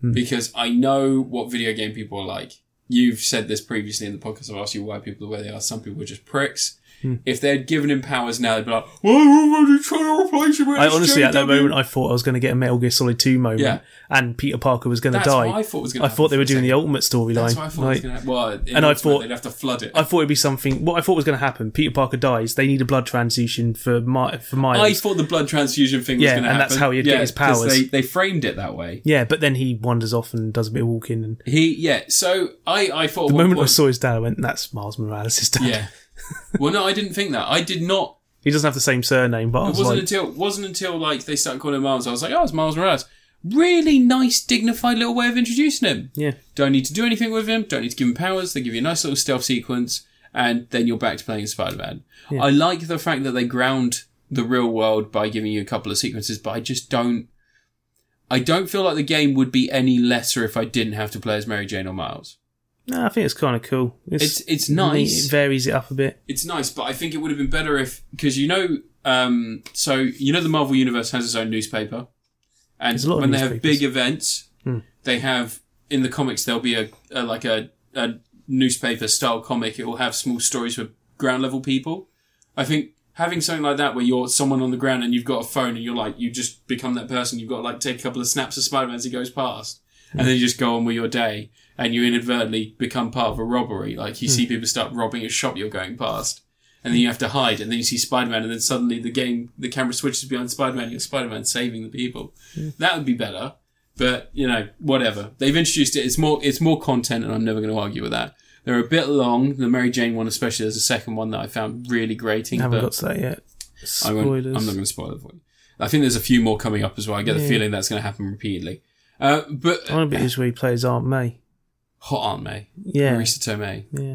Hmm. because I know what video game people are like. You've said this previously in the podcast. I've asked you why people are where they are. Some people are just pricks. Hmm. If they had given him powers now, they'd be like, "Well, we're already trying to replace you." with I honestly, at that SJW." moment, I thought I was going to get a Metal Gear Solid 2 moment, Yeah. and Peter Parker was going to That's die. what I thought was gonna I happen thought they for were a doing the second. Ultimate storyline. That's what I thought Like, was going to. Well, And I and I thought- thought they'd have to flood it. I thought it'd be something. What I thought was going to happen: Peter Parker dies. They need a blood transfusion for my for Miles. I thought the blood transfusion thing was Yeah, going to happen. and that's how he'd get his 'cause powers. They, they framed it that way. yeah, but then he wanders off and does a bit of walking. And He, yeah. So I, I thought at the one moment I point- saw his dad, I went, "That's Miles Morales' dad." yeah. well, no, I didn't think that. I did not He doesn't have the same surname, but I It was wasn't like, until wasn't until like they started calling him Miles, I was like, oh, it's Miles Morales. Really nice, dignified little way of introducing him. "Yeah, Don't need to do anything with him. Don't need to give him powers. They give you a nice little stealth sequence, and then you're back to playing Spider-Man. I like the fact that they ground the real world by giving you a couple of sequences, but I just don't. I don't feel like the game would be any lesser if I didn't have to play as Mary Jane or Miles. No, I think it's kind of cool. It's it's nice. It varies it up a bit. it's nice, but I think it would have been better if because you know, um, so you know, the Marvel Universe has its own newspaper, and There's a lot of when they have newspapers. Hmm. big events, they have in the comics there'll be a, a like a, a newspaper style comic. It will have small stories for ground level people. I think having something like that where you're someone on the ground and you've got a phone and you're like you just become that person. You've got to like take a couple of snaps of Spider Man as he goes past, and then you just go on with your day. And you inadvertently become part of a robbery. Like you Hmm. see people start robbing a shop you're going past, and then you have to hide, and then you see Spider Man, and then suddenly the game, the camera switches behind Spider Man, you're Spider Man saving the people. Hmm. That would be better, but you know, whatever. They've introduced it. It's more, it's more content, and I'm never going to argue with that. They're a bit long. The Mary Jane one, especially, there's a second one that I found really grating. I haven't but got to that yet. I won't, I'm Spoilers. not going to spoil it for you. I think there's a few more coming up as well. I get the feeling that's going to happen repeatedly. Uh, but One bit is where he plays Aunt May. hot Aunt May, Yeah, Marisa Tomei. yeah.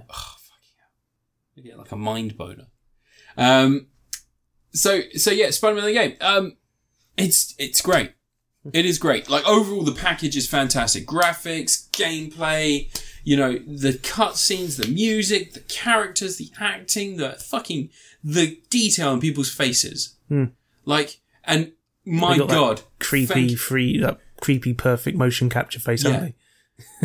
You get like a mind boner. Um, so so yeah, Spider Man the game. Um, it's it's great. It is great. Like overall, the package is fantastic. Graphics, gameplay, you know, the cutscenes, the music, the characters, the acting, the fucking the detail on people's faces. Like, and my Hmm. They got that god, creepy, thank- free, that creepy, perfect motion capture face, Yeah. haven't they?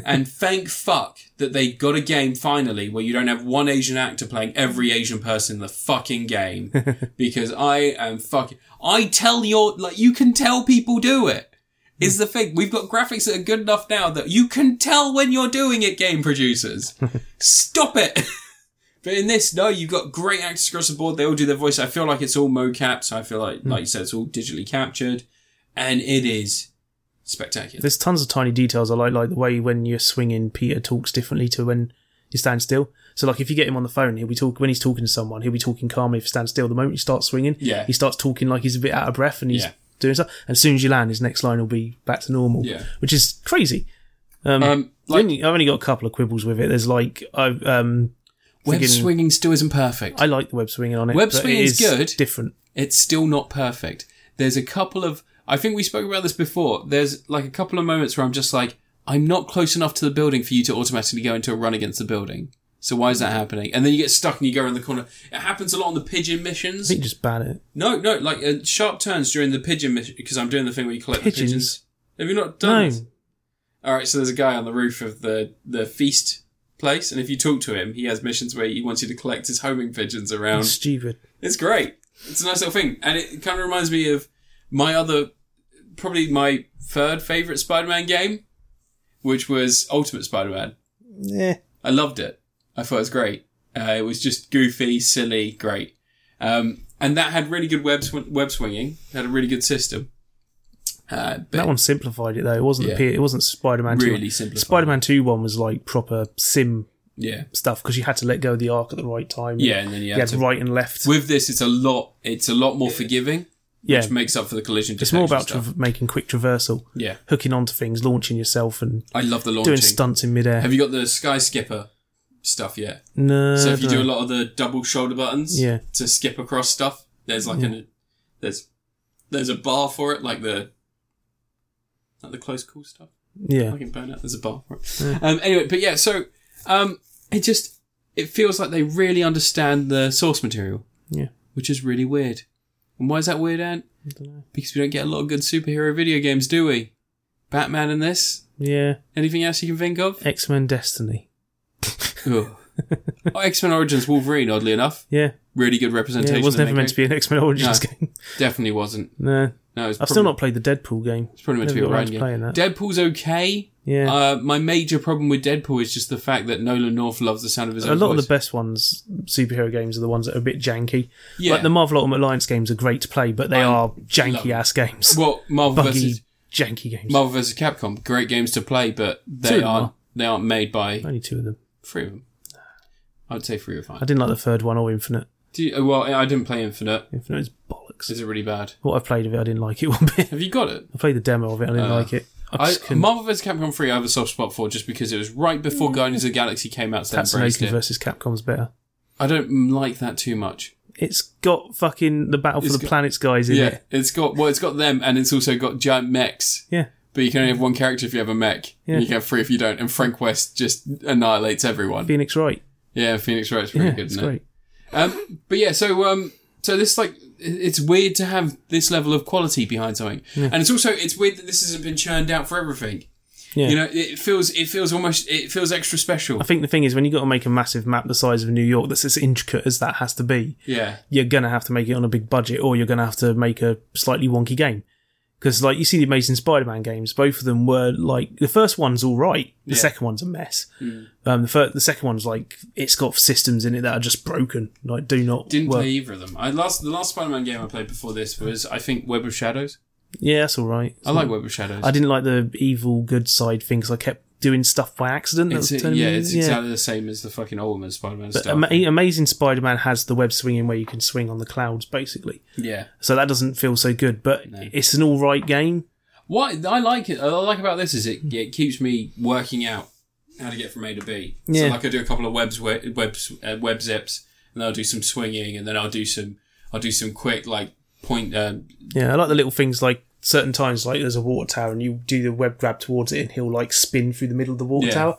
and thank fuck that they got a game finally where you don't have one Asian actor playing every Asian person in the fucking game. because I am fucking. I tell your like you can tell people do it. Is the thing we've got graphics that are good enough now that you can tell when you're doing it, game producers. Stop it. But in this, no, you've got great actors across the board. They all do their voice. I feel like it's all mocap, so I feel like, like you said, it's all digitally captured, and it is spectacular. There's tons of tiny details I like, like the way when you're swinging, Peter talks differently to when you stand still. So, like, if you get him on the phone, he'll be talk when he's talking to someone, he'll be talking calmly if you stand still. The moment you start swinging, Yeah. he starts talking like he's a bit out of breath and he's Yeah. doing stuff. And as soon as you land, his next line will be back to normal, Yeah. which is crazy. Um, Um, the only- I've only got a couple of quibbles with it. There's like, I've, um, Web friggin- swinging still isn't perfect. I like the web swinging on it. Web but it swinging's is good. Different. it's still not perfect. There's a couple of, I think we spoke about this before. There's like a couple of moments where I'm just like, I'm not close enough to the building for you to automatically go into a run against the building. So why is that happening? And then you get stuck and you go around the corner. It happens a lot on the pigeon I missions. think you just ban it. No, no, like uh, sharp turns during the pigeon mission because I'm doing the thing where you collect the Pigeons? pigeons. Have you not done? No. this? All right, so there's a guy on the roof of the the feast place, and if you talk to him, he has missions where he wants you to collect his homing pigeons around. It's stupid. It's great. It's a nice little thing, and it kind of reminds me of my other, probably my third favorite Spider-Man game, which was Ultimate Spider-Man. Yeah. I loved it. I thought it was great. Uh, it was just goofy, silly, great. Um, and that had really good web sw- web swinging. It had a really good system. Uh, but That one simplified it though. It wasn't Yeah. the peer, it wasn't Spider Man really Two. simplified. Spider Man Two one was like proper sim yeah, stuff because you had to let go of the arc at the right time. yeah, and then you you have to. had right and left. With this, it's a lot. It's a lot more forgiving, yeah, which makes up for the collision. it's more detection about stuff. tra- making quick traversal, yeah. hooking onto things, launching yourself, and I love the launching. doing stunts in midair. Have you got the sky skipper stuff yet? no, so if you dunno. do a lot of the double shoulder buttons Uh, Yeah. to skip across stuff, there's like an there's there's a bar for it, like the like the close call stuff. yeah, I can burn out. There's a bar for it. Um, anyway, but yeah, so um, it just it feels like they really understand the source material, yeah, which is really weird. And why is that weird, Ant? Because we don't get a lot of good superhero video games, do we? Batman in this. yeah. Anything else you can think of? X Men Destiny. oh, X Men Origins Wolverine, oddly enough, Yeah, really good yeah. representation. It was of that never meant to be an X Men Origins No. game. Definitely wasn't. no, No, it's I've still not played the Deadpool game. It's probably meant to be never got alright. around to yeah. playing that. Deadpool's okay. Yeah. Uh, my major problem with Deadpool is just the fact that Nolan North loves the sound of his own a lot of voice. the best ones, superhero games, are the ones that are a bit janky. Yeah. Like the Marvel Ultimate Alliance games are great to play, but they I are love- janky ass games. well, Marvel Buggy, versus janky games. Marvel versus Capcom, great games to play, but Two they of them aren't are. they aren't made by Only two of them. three of them. I'd say three are fine. I didn't like the third one or Infinite. Do you, uh, well, I didn't play Infinite. Infinite is bollocks. Is it really bad? What I've played of it, I didn't like it one bit. Have you got it? I played the demo of it, I didn't Uh, like it. I I, just couldn't. Marvel vs. Capcom 3 I have a soft spot for just because it was right before Guardians of the Galaxy came out, so they embraced Tatsunoko it. versus Capcom's better. I don't like that too much. It's got fucking the Battle for It's the got- Planets guys in Yeah, it. it's got well, it's got them, and it's also got giant mechs. Yeah. but you can only have one character if you have a mech. Yeah. You can have three if you don't. And Frank West just annihilates everyone. Phoenix Wright. Yeah, Phoenix Wright's pretty Yeah, good. it's isn't it? great. Um, but yeah, so um, so this like it- it's weird to have this level of quality behind something, and it's also it's weird that this hasn't been churned out for everything. Yeah. You know, it feels it feels almost it feels extra special. I think the thing is when you got to make a massive map the size of New York that's as intricate as that has to be, Yeah, you're gonna have to make it on a big budget, or you're gonna have to make a slightly wonky game. Because like you see the Amazing Spider-Man games, both of them were like the first one's all right, the Yeah. Hmm. second one's a mess. Um, the first, the second one's like it's got systems in it that are just broken, like do not didn't work. play either of them. I last the last Spider-Man game I played before this was I think Web of Shadows. Yeah, that's all right. I like Web of Shadows. Hmm. I didn't like the evil good side thing 'cause I kept doing stuff by accident. that It's, e, was turning yeah, me- it's exactly the same as the fucking old one, Spider-Man But um, stuff. Ama- Amazing Spider-Man has the web swinging where you can swing on the clouds, basically. yeah, So that doesn't feel so good, but it's an all right game. what I like it, I like about this is it it keeps me working out how to get from A to B. So Yeah. like I do a couple of webs we- webs uh, web zips, and then I'll do some swinging, and then I'll do some I'll do some quick like point. Um, Yeah, I like the little things like certain times, like there's a water tower and you do the web grab towards it, and he'll like spin through the middle of the water Yeah. tower.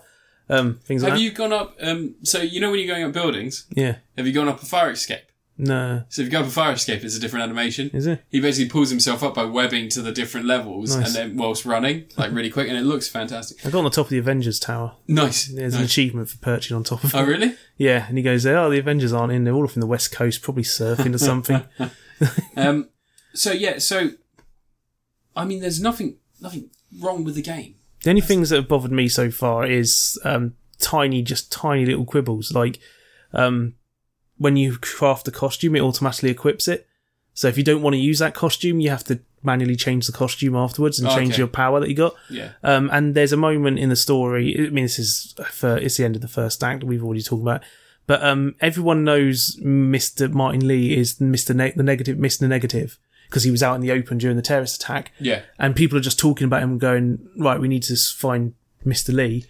Um, things like have that. you gone up? Um, so you know when you're going up buildings, yeah, have you gone up a fire escape? no, So if you go up a fire escape, it's a different animation. is it? He basically pulls himself up by webbing to the different levels, Nice. and then whilst running, like really quick, and it looks fantastic. I got on the top of the Avengers tower. Nice. There's an nice. achievement for perching on top of it. Oh really? Yeah, and he goes there. Oh, the Avengers aren't in. They're all off in the West Coast, probably surfing or something. Um, so yeah, so I mean, there's nothing nothing wrong with the game. The only things that have bothered me so far is um, tiny, just tiny little quibbles. Like um, when you craft a costume, it automatically equips it. So if you don't want to use that costume, you have to manually change the costume afterwards and Oh, change okay. your power that you got. Yeah, Um, and there's a moment in the story. I mean, this is for, it's the end of the first act. We've already talked about, but um, everyone knows Mr. Martin Lee is Mr. Ne- the negative, Mr. Negative, because he was out in the open during the terrorist attack yeah, and people are just talking about him and going right we need to s- find mr lee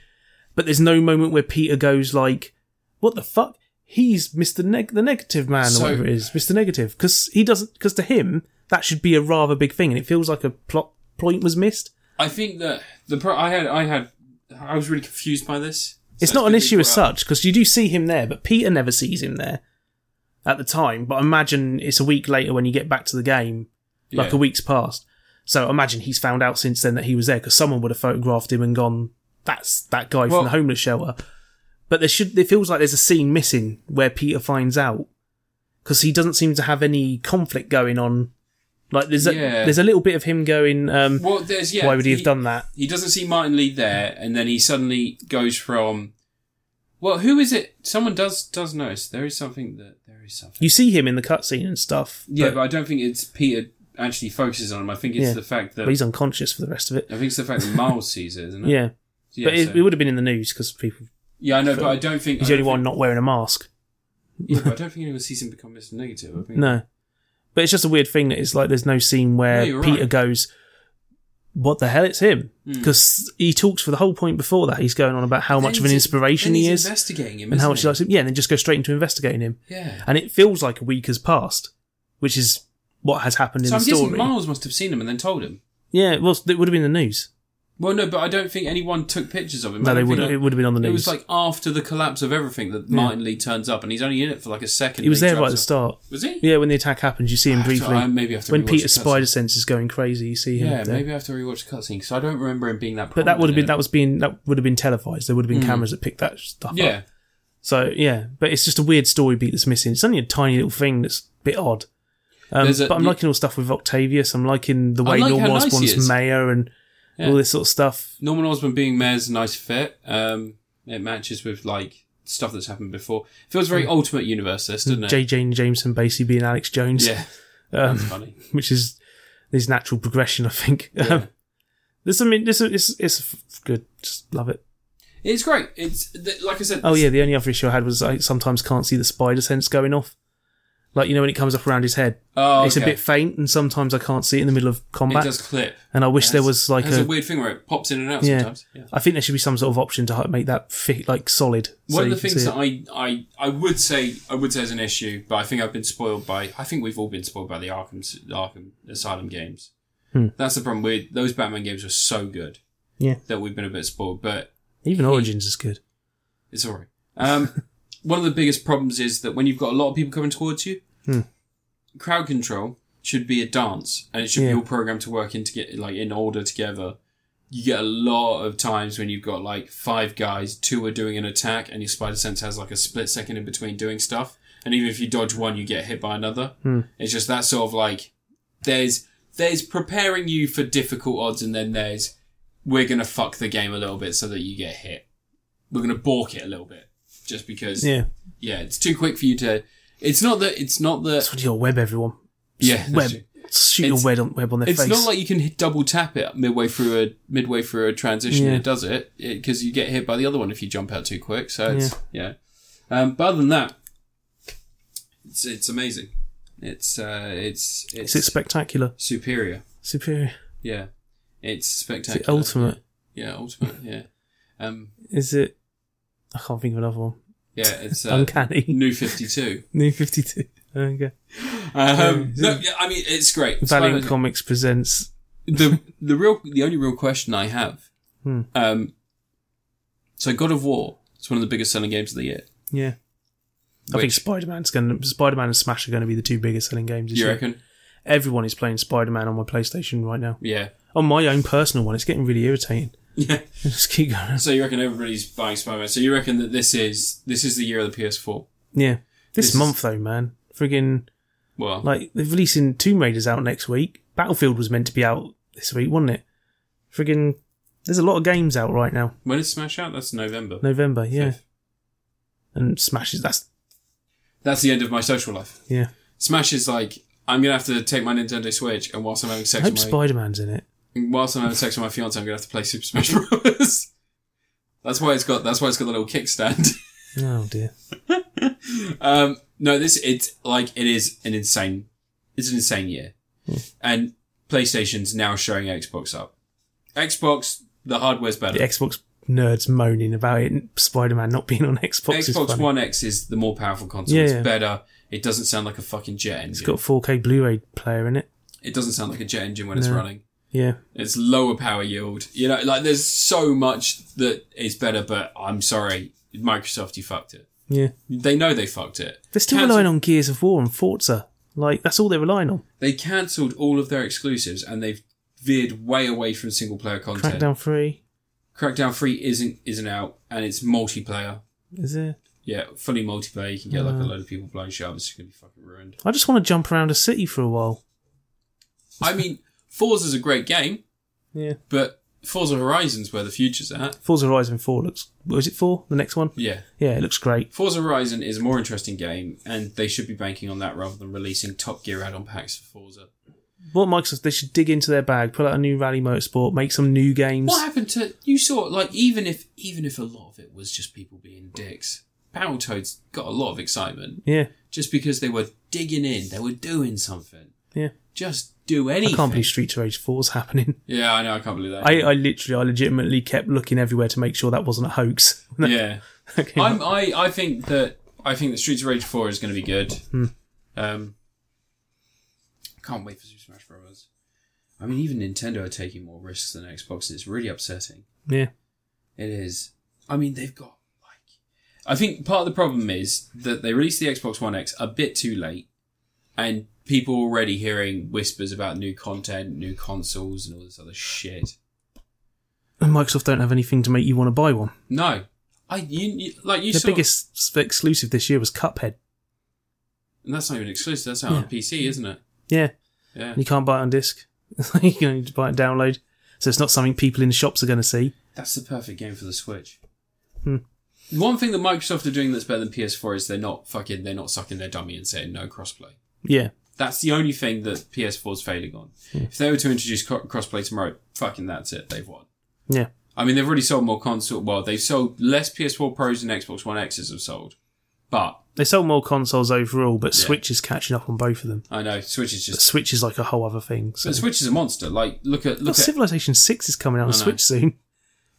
but there's no moment where peter goes like what the fuck he's mr Neg- the negative man So- or whatever it is mr negative because he doesn't because to him that should be a rather big thing and it feels like a plot point was missed I think that the pro- I had I had I was really confused by this. So it's not an good issue you as brought up. such because you do see him there but peter never sees him there at the time but imagine it's a week later when you get back to the game like Yeah. a week's passed. So imagine he's found out since then that he was there because someone would have photographed him and gone, "That's that guy Well- from the homeless shelter." But there should it feels like there's a scene missing where Peter finds out because he doesn't seem to have any conflict going on. Like there's a Yeah. there's a little bit of him going, um, Well, there's yeah. "Why would he have he- done that?" He doesn't see Martin Lee there, and then he suddenly goes from. Well, who is it? Someone does does notice there is something that there is something. You see him in the cutscene and stuff. yeah, but, I don't think it's Peter actually focuses on him. I think it's Yeah. the fact that but he's unconscious for the rest of it. I think it's the fact that Miles sees it, isn't it? Yeah, yeah. but it, so- it would have been in the news because people. yeah, I know, but I don't think He's I the only don't one think- not wearing a mask. Yeah, but I don't think anyone sees him become Mr. Negative. I think. No. But it's just a weird thing that it's like there's no scene where No, you're Peter right. Hmm. goes, What the hell? It's him. Because he talks for the whole point before that. He's going on about how Then much of an he's- inspiration then he he's is investigating him, and how isn't much he likes him. Yeah, and then just go straight into investigating him. Yeah. And it feels like a week has passed, which is what has happened in So I'm the guessing story. Miles must have seen him and then told him. yeah, well, it would have been in the news. Well, no, but I don't think anyone took pictures of him. No, I they don't would. think- It would have been on the news. It was like after the collapse of everything that Yeah. Martin Lee turns up, and he's only in it for like a second. he was and there right at the drives start. off. Was he? Yeah, when the attack happens, you see him I have to- briefly. I maybe have to when rewatch Peter's the cutscene. spider sense is going crazy, you see him. Yeah, there. maybe I have to rewatch the cutscene because I don't remember him being that. But that would have been prominent that was being that would have been televised. There would have been cameras that picked that stuff in it. up. Hmm. Yeah, So yeah, but it's just a weird story beat that's missing. It's only a tiny little thing that's a bit odd. Um, There's a- but I'm yeah. liking all the stuff with Octavius. I'm liking the I way like how Norman nice he Osborn's is. mayor and Yeah. all this sort of stuff. Norman Osborn being mayor's a nice fit. Um, it matches with like stuff that's happened before. Feels very Ultimate Universe, this, doesn't it? JJ and Jameson basically being Alex Jones, yeah, um, that's funny. which is his natural progression, I think. Yeah. This, I mean, this is it's f- good. Just love it. It's great. It's th- like I said. Oh yeah, the only other issue I had was I sometimes can't see the spider sense going off. Like you know when it comes up around his head, Oh, it's a okay. bit faint, and sometimes I can't see it in the middle of It combat. does clip. and I wish It there has- was like it has a, a, weird thing where it pops in and out yeah, sometimes. Yeah. I think there should be some sort of option to h- make that fit like solid. so One of you the can things see that it. I, I I would say I would say is an issue, but I think I've been spoiled by I think we've all been spoiled by the Arkham Arkham Asylum games. Hmm. That's the problem. with those Batman games were so good Yeah. that we've been a bit spoiled, but Even Origins is good. it's all right. Um, one of the biggest problems is that when you've got a lot of people coming towards you, Hmm. crowd control should be a dance, and it should Yeah. be all programmed to work in to get like in order together. You get a lot of times when you've got like five guys, two are doing an attack, and your spider sense has like a split second in between doing stuff. And even if you dodge one, you get hit by another. Hmm. It's just that sort of like there's there's preparing you for difficult odds, and then there's we're gonna fuck the game a little bit so that you get hit. We're gonna balk it a little bit just because Yeah. yeah, it's too quick for you to. It's not that. It's not That's that. what your web, everyone. Yeah, that's Web. true. Shoot It's- your web on, web on their It's face. not like you can hit double tap it midway through a midway through a transition. Yeah. and It does it because you get hit by the other one if you jump out too quick. So it's yeah. Um, but other than that, it's it's amazing. It's uh, it's it's, is it spectacular? superior. Superior? Yeah, it's Is it spectacular. ultimate? Yeah, ultimate. Yeah, um, Is it? I can't think of another one. yeah. It's uh, Uncanny. new fifty two. New Fifty Two. Okay. Um, no, yeah, I mean it's great. Valiant Spider- Comics presents. the the real the only real question I have. Hmm. Um, so God of War is one of the biggest selling games of the year. Yeah. I think Which- Spider Man's going. to Spider Man and Smash are going to be the two biggest selling games. This you year. reckon? Everyone is playing Spider Man on my PlayStation right now. Yeah. On my own personal one, it's getting really irritating. Yeah. Just keep going. So you reckon everybody's buying Spider Man? So you reckon that this is this is the year of the PS4? Yeah. This, This- month though, man, friggin' Well, like they're releasing Tomb Raiders out next week. Battlefield was meant to be out this week, wasn't it? Friggin' there's a lot of games out right now. when is Smash out? That's November. November, yeah. Fifth. And Smash is that's That's the end of my social life. yeah. Smash is like I'm gonna have to take my Nintendo Switch, and whilst I'm having I sex, hope with my, Spider Man's in it. whilst I'm having sex with my fiance, I'm gonna have to play Super Smash Bros. that's why it's got that's why it's got the little kickstand. Oh dear. Um, no, this it's like it is an insane, it's an insane year, Hmm. and PlayStation's now showing Xbox up. Xbox, the hardware's better. The Xbox nerds moaning about it Spider Man not being on Xbox is Xbox funny. One X is the more powerful console. Yeah, it's yeah. better. It doesn't sound like a fucking jet engine. It's got four K Blu ray player in it. it doesn't sound like a jet engine when it's No. running. Yeah. It's lower power yield. You know, like there's so much that is better, but I'm sorry, Microsoft, you fucked it. Yeah. They know they fucked it. They're still Cancel- relying on Gears of War and Forza. Like that's all they're relying on. They cancelled all of their exclusives and they've veered way away from single player content. Crackdown three. Crackdown Three isn't isn't out, and it's multiplayer. Is there Yeah, fully multiplayer. You can get like Uh. a load of people blowing shit up. It's gonna be fucking ruined. I just want to jump around a city for a while. I mean, Forza's a great game, Yeah. but Forza Horizon's where the future's at. Forza Horizon 4 looks. Was it 4? The next one? Yeah, Yeah, it looks great. Forza Horizon is a more interesting game, and they should be banking on that rather than releasing Top Gear add-on packs for Forza. What Microsoft, they should dig into their bag, pull out a new Rally Motorsport, make some new games. What happened to you saw like even if even if a lot of it was just people being dicks, Battletoads got a lot of excitement Yeah, just because they were digging in, they were doing something. yeah. Just do I anything. can't believe Streets of Rage 4's happening. Yeah, I know. I can't believe that. I, I literally, I legitimately kept looking everywhere to make sure that wasn't a hoax. when that- yeah, that came I'm, up. I I think that I think that Streets of Rage Four is going to be good. Hmm. Um, can't wait for Super Smash Bros. I mean, even Nintendo are taking more risks than Xbox. It's really upsetting. Yeah. It is. I mean, they've got like. I think part of the problem is that they released the Xbox One X a bit too late, and people are already hearing whispers about new content, new consoles, and all this other shit. And Microsoft don't have anything to make you want to buy one. No, I you, you like you Their saw, biggest s- exclusive this year was Cuphead. and that's not even exclusive. That's out on Yeah. PC, isn't it? Yeah. Yeah. And you can't buy it on disc. you can only buy it download. So it's not something people in shops are going to see. That's the perfect game for the Switch. Hmm. One thing that Microsoft are doing that's better than PS4 is they're not fucking they're not sucking their dummy and saying no crossplay. Yeah. That's the only thing that PS4's failing on. Hmm. If they were to introduce co- crossplay tomorrow, fucking that's it. They've won. Yeah. I mean, they've already sold more console. Well, they've sold less PS4 Pros than Xbox One X's have sold. But They sell more consoles overall, but Switch is catching up on both of them. I know Switch is But just Switch is like a whole other thing. So. but Switch is a monster. Like look at Well, look at Civilization Six is coming out on I know. Switch soon.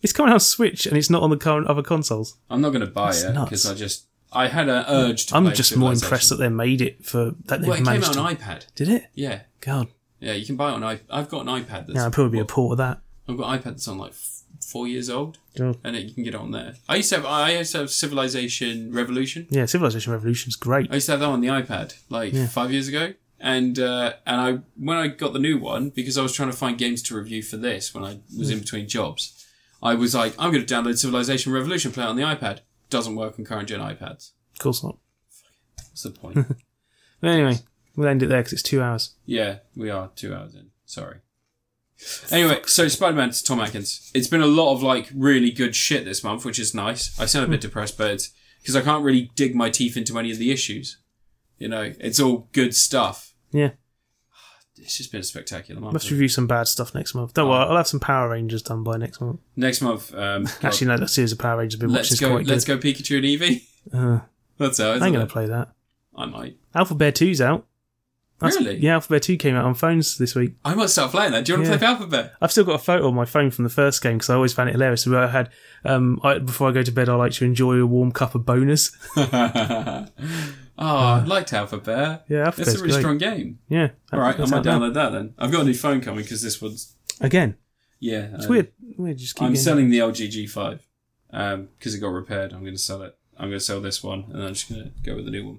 It's coming out on Switch, and it's not on the current other consoles. I'm not going to buy That's it nuts. because I just I had an urge to. I'm play just more Civilization. impressed that they made it for that they Well, it came managed. out to- on iPad. Did it? Yeah, God, Yeah, you can buy it on. I- I've got an iPad that's. Yeah, I'd probably be a port of that. I've got an iPad that's on like f- four years old, Oh. and it, you can get it on there. I used to have. I used to have Civilization Revolution. Yeah, Civilization Revolution's great. I used to have that on the iPad like five years ago, and uh, and I when I got the new one because I was trying to find games to review for this when I was in between jobs, I was like, I'm going to download Civilization Revolution, play it on the iPad. Doesn't work on current gen iPads. Of course not. What's the point? But anyway, we'll end it there because it's two hours. Yeah, we are two hours in. Sorry. Anyway, so Spider Man to Tom Atkins. It's been a lot of like really good shit this month, which is nice. I sound a bit depressed, but it's because I can't really dig my teeth into any of the issues. You know, it's all good stuff. Yeah, It's just been a spectacular month. must review some bad stuff next month. Don't Oh. worry, I'll have some Power Rangers done by next month. Next month, um, Actually, no, that series of Power Rangers I've been watching let's is go. quite Let's good. go Pikachu and Eevee. Uh, That's how. I Isn't ain't going it? to play that. I might. Alpha Bear 2's out. Really? Yeah, Alpha Bear 2 came out on phones this week. I might start playing that. Do you want to Yeah. play Alphabet? I've still got a photo on my phone from the first game because I always found it hilarious. Where I had, um, I, before I go to bed, I like to enjoy a warm cup of bonus. oh, I liked Alphabet. Uh, Yeah, it's Alphabet's a really great. strong game. Yeah. All right, I that's might out now. download that then. I've got a new phone coming because this one's Again, yeah. it's um, weird. Weird. Just keep I'm getting- selling the LG G5 because um, it got repaired. I'm going to sell it. I'm going to sell this one, and I'm just going to go with the new one.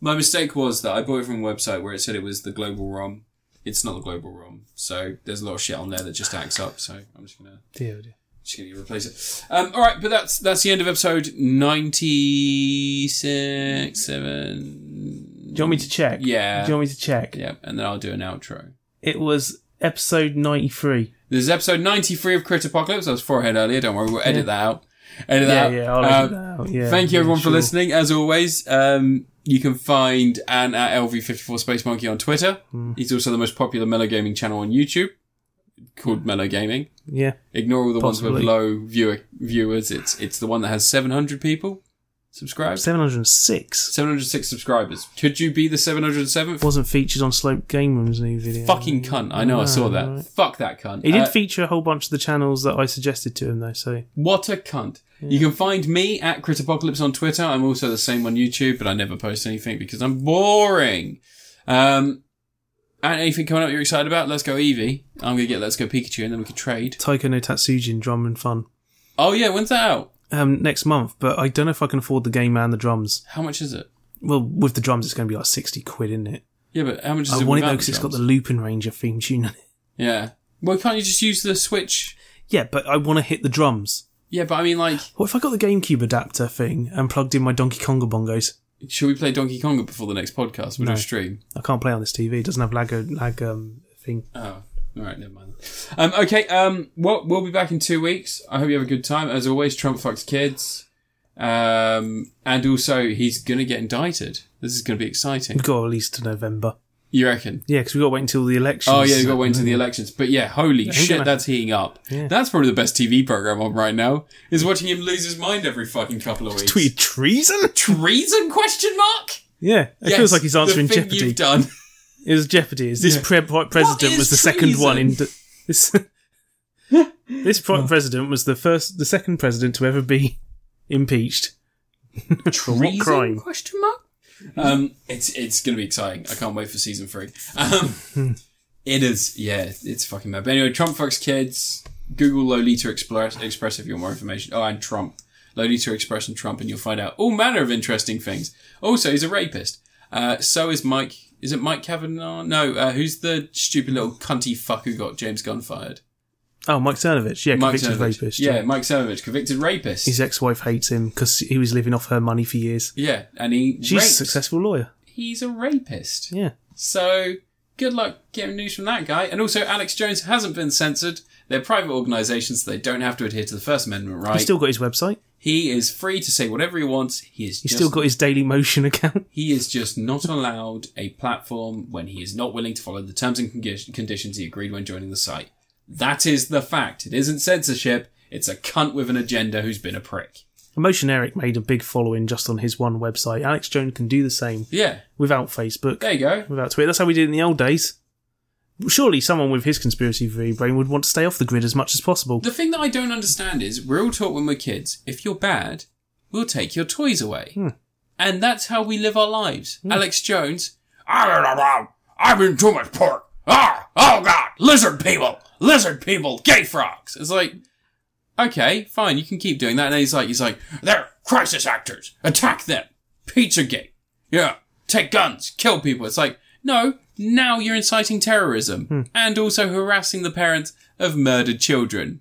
My mistake was that I bought it from a website where it said it was the global ROM. It's not the global ROM, so there's a lot of shit on there that just acts up. So I'm just going to Dear, oh dear. just going to replace it. Um, all right, but that's that's the end of episode ninety six seven. Do you want me to check? Yeah. Do you want me to check? Yeah, and then I'll do an outro. It was episode 93. This is episode 93 of Crit Apocalypse. I was forehead earlier. Don't worry, we'll edit that out. Edit Yeah, that yeah, out. I'll Um, edit that out, yeah, Thank you, yeah, everyone, for sure. listening. As always, um, you can find Anne at LV54 Space Monkey on Twitter. Mm. He's also the most popular Mellow Gaming channel on YouTube called Mellow Gaming. Yeah. Ignore all the ones Mm. Possibly. with low viewer viewers. It's it's the one that has 700 people subscribed. 706. 706 subscribers. Could you be the 707th? Wasn't featured on Slope Game Room's new video. Fucking cunt. I know, I saw that. Alright. Fuck that cunt. He did Uh, feature a whole bunch of the channels that I suggested to him, though, so. What a cunt. You can find me at Critapocalypse on Twitter. I'm also the same on YouTube, but I never post anything because I'm boring. Um, and anything coming up you're excited about? Let's go Eevee. I'm going to get Let's Go Pikachu and then we can trade. Taiko no Tatsujin, Drum and Fun. Oh yeah, when's that out? Um, next month, but I don't know if I can afford the game and the drums. How much is it? Well, with the drums, it's going to be like 60 quid, isn't it? Yeah, but how much is I it want it without though because it's got the drums? Lupin Ranger theme tune on it. Yeah. Well, can't you just use the Switch? Yeah, but I want to hit the drums. Yeah, but I mean like, What if I got the GameCube adapter thing and plugged in my Donkey Konga bongos? should we play Donkey Konga before the next podcast? We'll do a No. stream. I can't play on this TV. It doesn't have lag, lag um, thing. Oh, all right, never mind. Um, okay, um, well, we'll be back in two weeks. I hope you have a good time. As always, Trump fucks kids. Um, and also, he's going to get indicted. This is going to be exciting. We've got at least to November. You reckon? Yeah, because we've got to wait until the election. Oh, yeah, we've got to wait until the elections. But yeah, holy shit, gonna- that's heating up. That's probably the best TV program on right now, is watching him lose his mind every fucking couple of weeks. Tweet treason? Treason, question mark? Yeah, it Yes, feels like he's answering the thing Jeopardy. You've done. It was Jeopardy. Is this Yeah. pre- pre- president is was the second one in d- this? this pre- president was the first, the second president to ever be impeached. treason? crime? Question mark. Um, it's it's going to be exciting. I can't wait for season three. Um, Hmm. it is, yeah, it's fucking mad. But anyway, Trump fucks kids. Google Lolita Express, Express if you want more information. Oh, and Trump, Lolita Express and Trump, and you'll find out all manner of interesting things. Also, he's a rapist. Uh, so is Mike. Is it Mike Kavanaugh? No, uh, who's the stupid little cunty fuck who got James Gunn fired? Oh, Mike Cernovich, yeah, Mike convicted Cernovich. rapist. Yeah, Mike Cernovich, convicted rapist. his ex-wife hates him because he was living off her money for years. yeah, and he She's a raped. successful lawyer. He's a rapist. Yeah, So good luck getting news from that guy. And also, Alex Jones hasn't been censored. They're private organisations, so they don't have to adhere to the First Amendment right. he's still got his website. he is free to say whatever he wants. He is He's just, still got his Daily Motion account. he is just not allowed a platform when he is not willing to follow the terms and condi- conditions he agreed when joining the site. That is the fact. It isn't censorship. It's a cunt with an agenda who's been a prick. Emotion Eric made a big following just on his one website. Alex Jones can do the same Yeah, without Facebook. there you go. without Twitter. That's how we did it in the old days. Surely someone with his conspiracy theory brain would want to stay off the grid as much as possible. The thing that I don't understand is we're all taught when we're kids if you're bad, we'll take your toys away. "Ah, And that's how we live our lives. Alex Jones, I don't know, I'm eating too much pork. Ah! Oh god! Lizard people! Lizard people! Gay frogs! It's like, okay, fine, you can keep doing that. And then he's like, he's like, they're crisis actors! Attack them! Pizzagate! Yeah, take guns, kill people. It's like, no, now you're inciting terrorism and also harassing the parents of murdered children.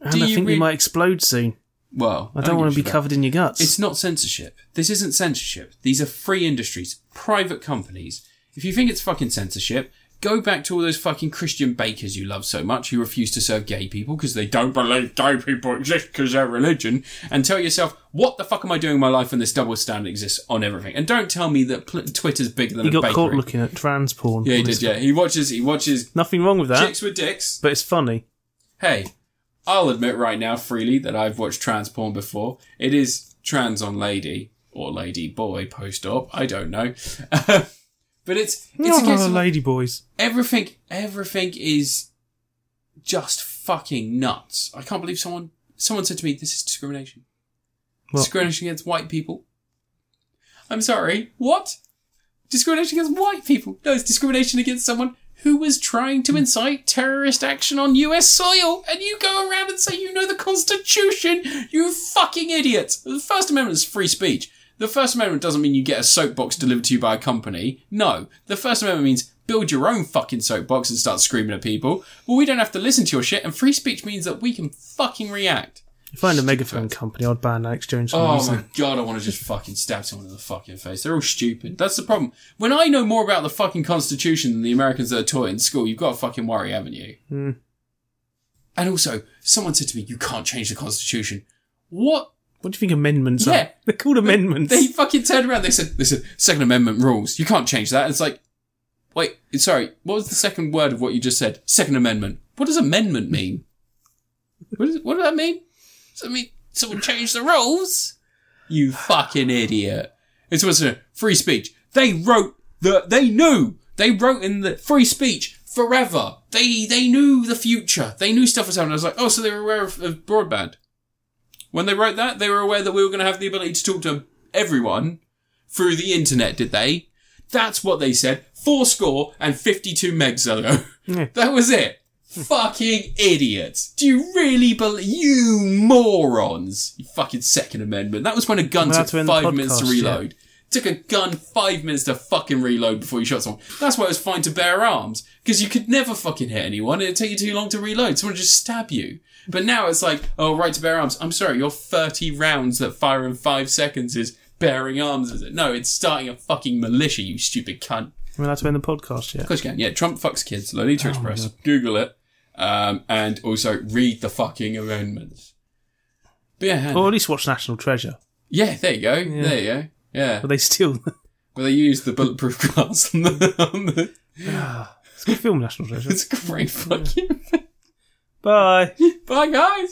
And Do I you think re- we might explode soon. Well, I don't want to be covered. covered in your guts. It's not censorship. This isn't censorship. These are free industries, private companies. If you think it's fucking censorship, go back to all those fucking Christian bakers you love so much who refuse to serve gay people because they don't believe gay people exist because they're religion and tell yourself, what the fuck am I doing in my life when this double standard exists on everything? And don't tell me that pl- Twitter's bigger than he a got bakery. caught looking at trans porn. yeah, he All this did, yeah. He watches, he watches Nothing wrong with that, chicks with dicks. but it's funny. Hey, I'll admit right now freely that I've watched trans porn before. It is trans on lady or lady boy post op. I don't know, but it's it's a case Oh, of lady boys. everything. Everything is just fucking nuts. I can't believe someone someone said to me this is discrimination. What? Discrimination against white people. I'm sorry. What? Discrimination against white people? No, it's discrimination against someone who was trying to incite terrorist action on US soil, and you go around and say you know the Constitution, you fucking idiots. The First Amendment is free speech. The First Amendment doesn't mean you get a soapbox delivered to you by a company. No, the First Amendment means build your own fucking soapbox and start screaming at people. Well, we don't have to listen to your shit, and free speech means that we can fucking react. If I had a megaphone company, I'd ban Alex Jones. From Oh using my god, I want to just fucking stab someone in the fucking face. They're all stupid. That's the problem. When I know more about the fucking Constitution than the Americans that are taught in school, you've got to fucking worry, haven't you? Hmm. And also, someone said to me, you can't change the Constitution. What? What do you think amendments Yeah. are? They're called amendments. They fucking turned around. They said, they said, Second Amendment rules. You can't change that. It's like, wait, sorry. What was the second word of what you just said? Second Amendment. What does amendment mean? what, does, what does that mean? Does that mean someone changed the rules? You fucking idiot. It's what's a free speech. They wrote the, they knew. They wrote in the free speech forever. They, they knew the future. They knew stuff was happening. I was like, oh, so they were aware of, of broadband. When they wrote that, they were aware that we were going to have the ability to talk to everyone through the internet, did they? That's what they said. Four score and 52 megs ago. that was it. fucking idiots. Do you really believe, you morons? You fucking second amendment. That was when a gun Well, took that's when the five minutes to podcast, yeah. reload. Took a gun five minutes to fucking reload before you shot someone. That's why it was fine to bear arms. Because you could never fucking hit anyone. It'd take you too long to reload. Someone would just stab you. But now it's like, oh, right to bear arms. I'm sorry, your 30 rounds that fire in five seconds is bearing arms, is it? No, it's starting a fucking militia, you stupid cunt. We're allowed to end the podcast yet. Of course you can. Yeah, Trump fucks kids. Lolita Express. Google it. Um, and also read the fucking amendments. But yeah, Hannah. Or at least watch National Treasure. yeah, there you go. There you go. Yeah. But they still. Well, they use the bulletproof glass on the. On the it's a good film, National Treasure. it's a great fucking. Bye. Bye, guys.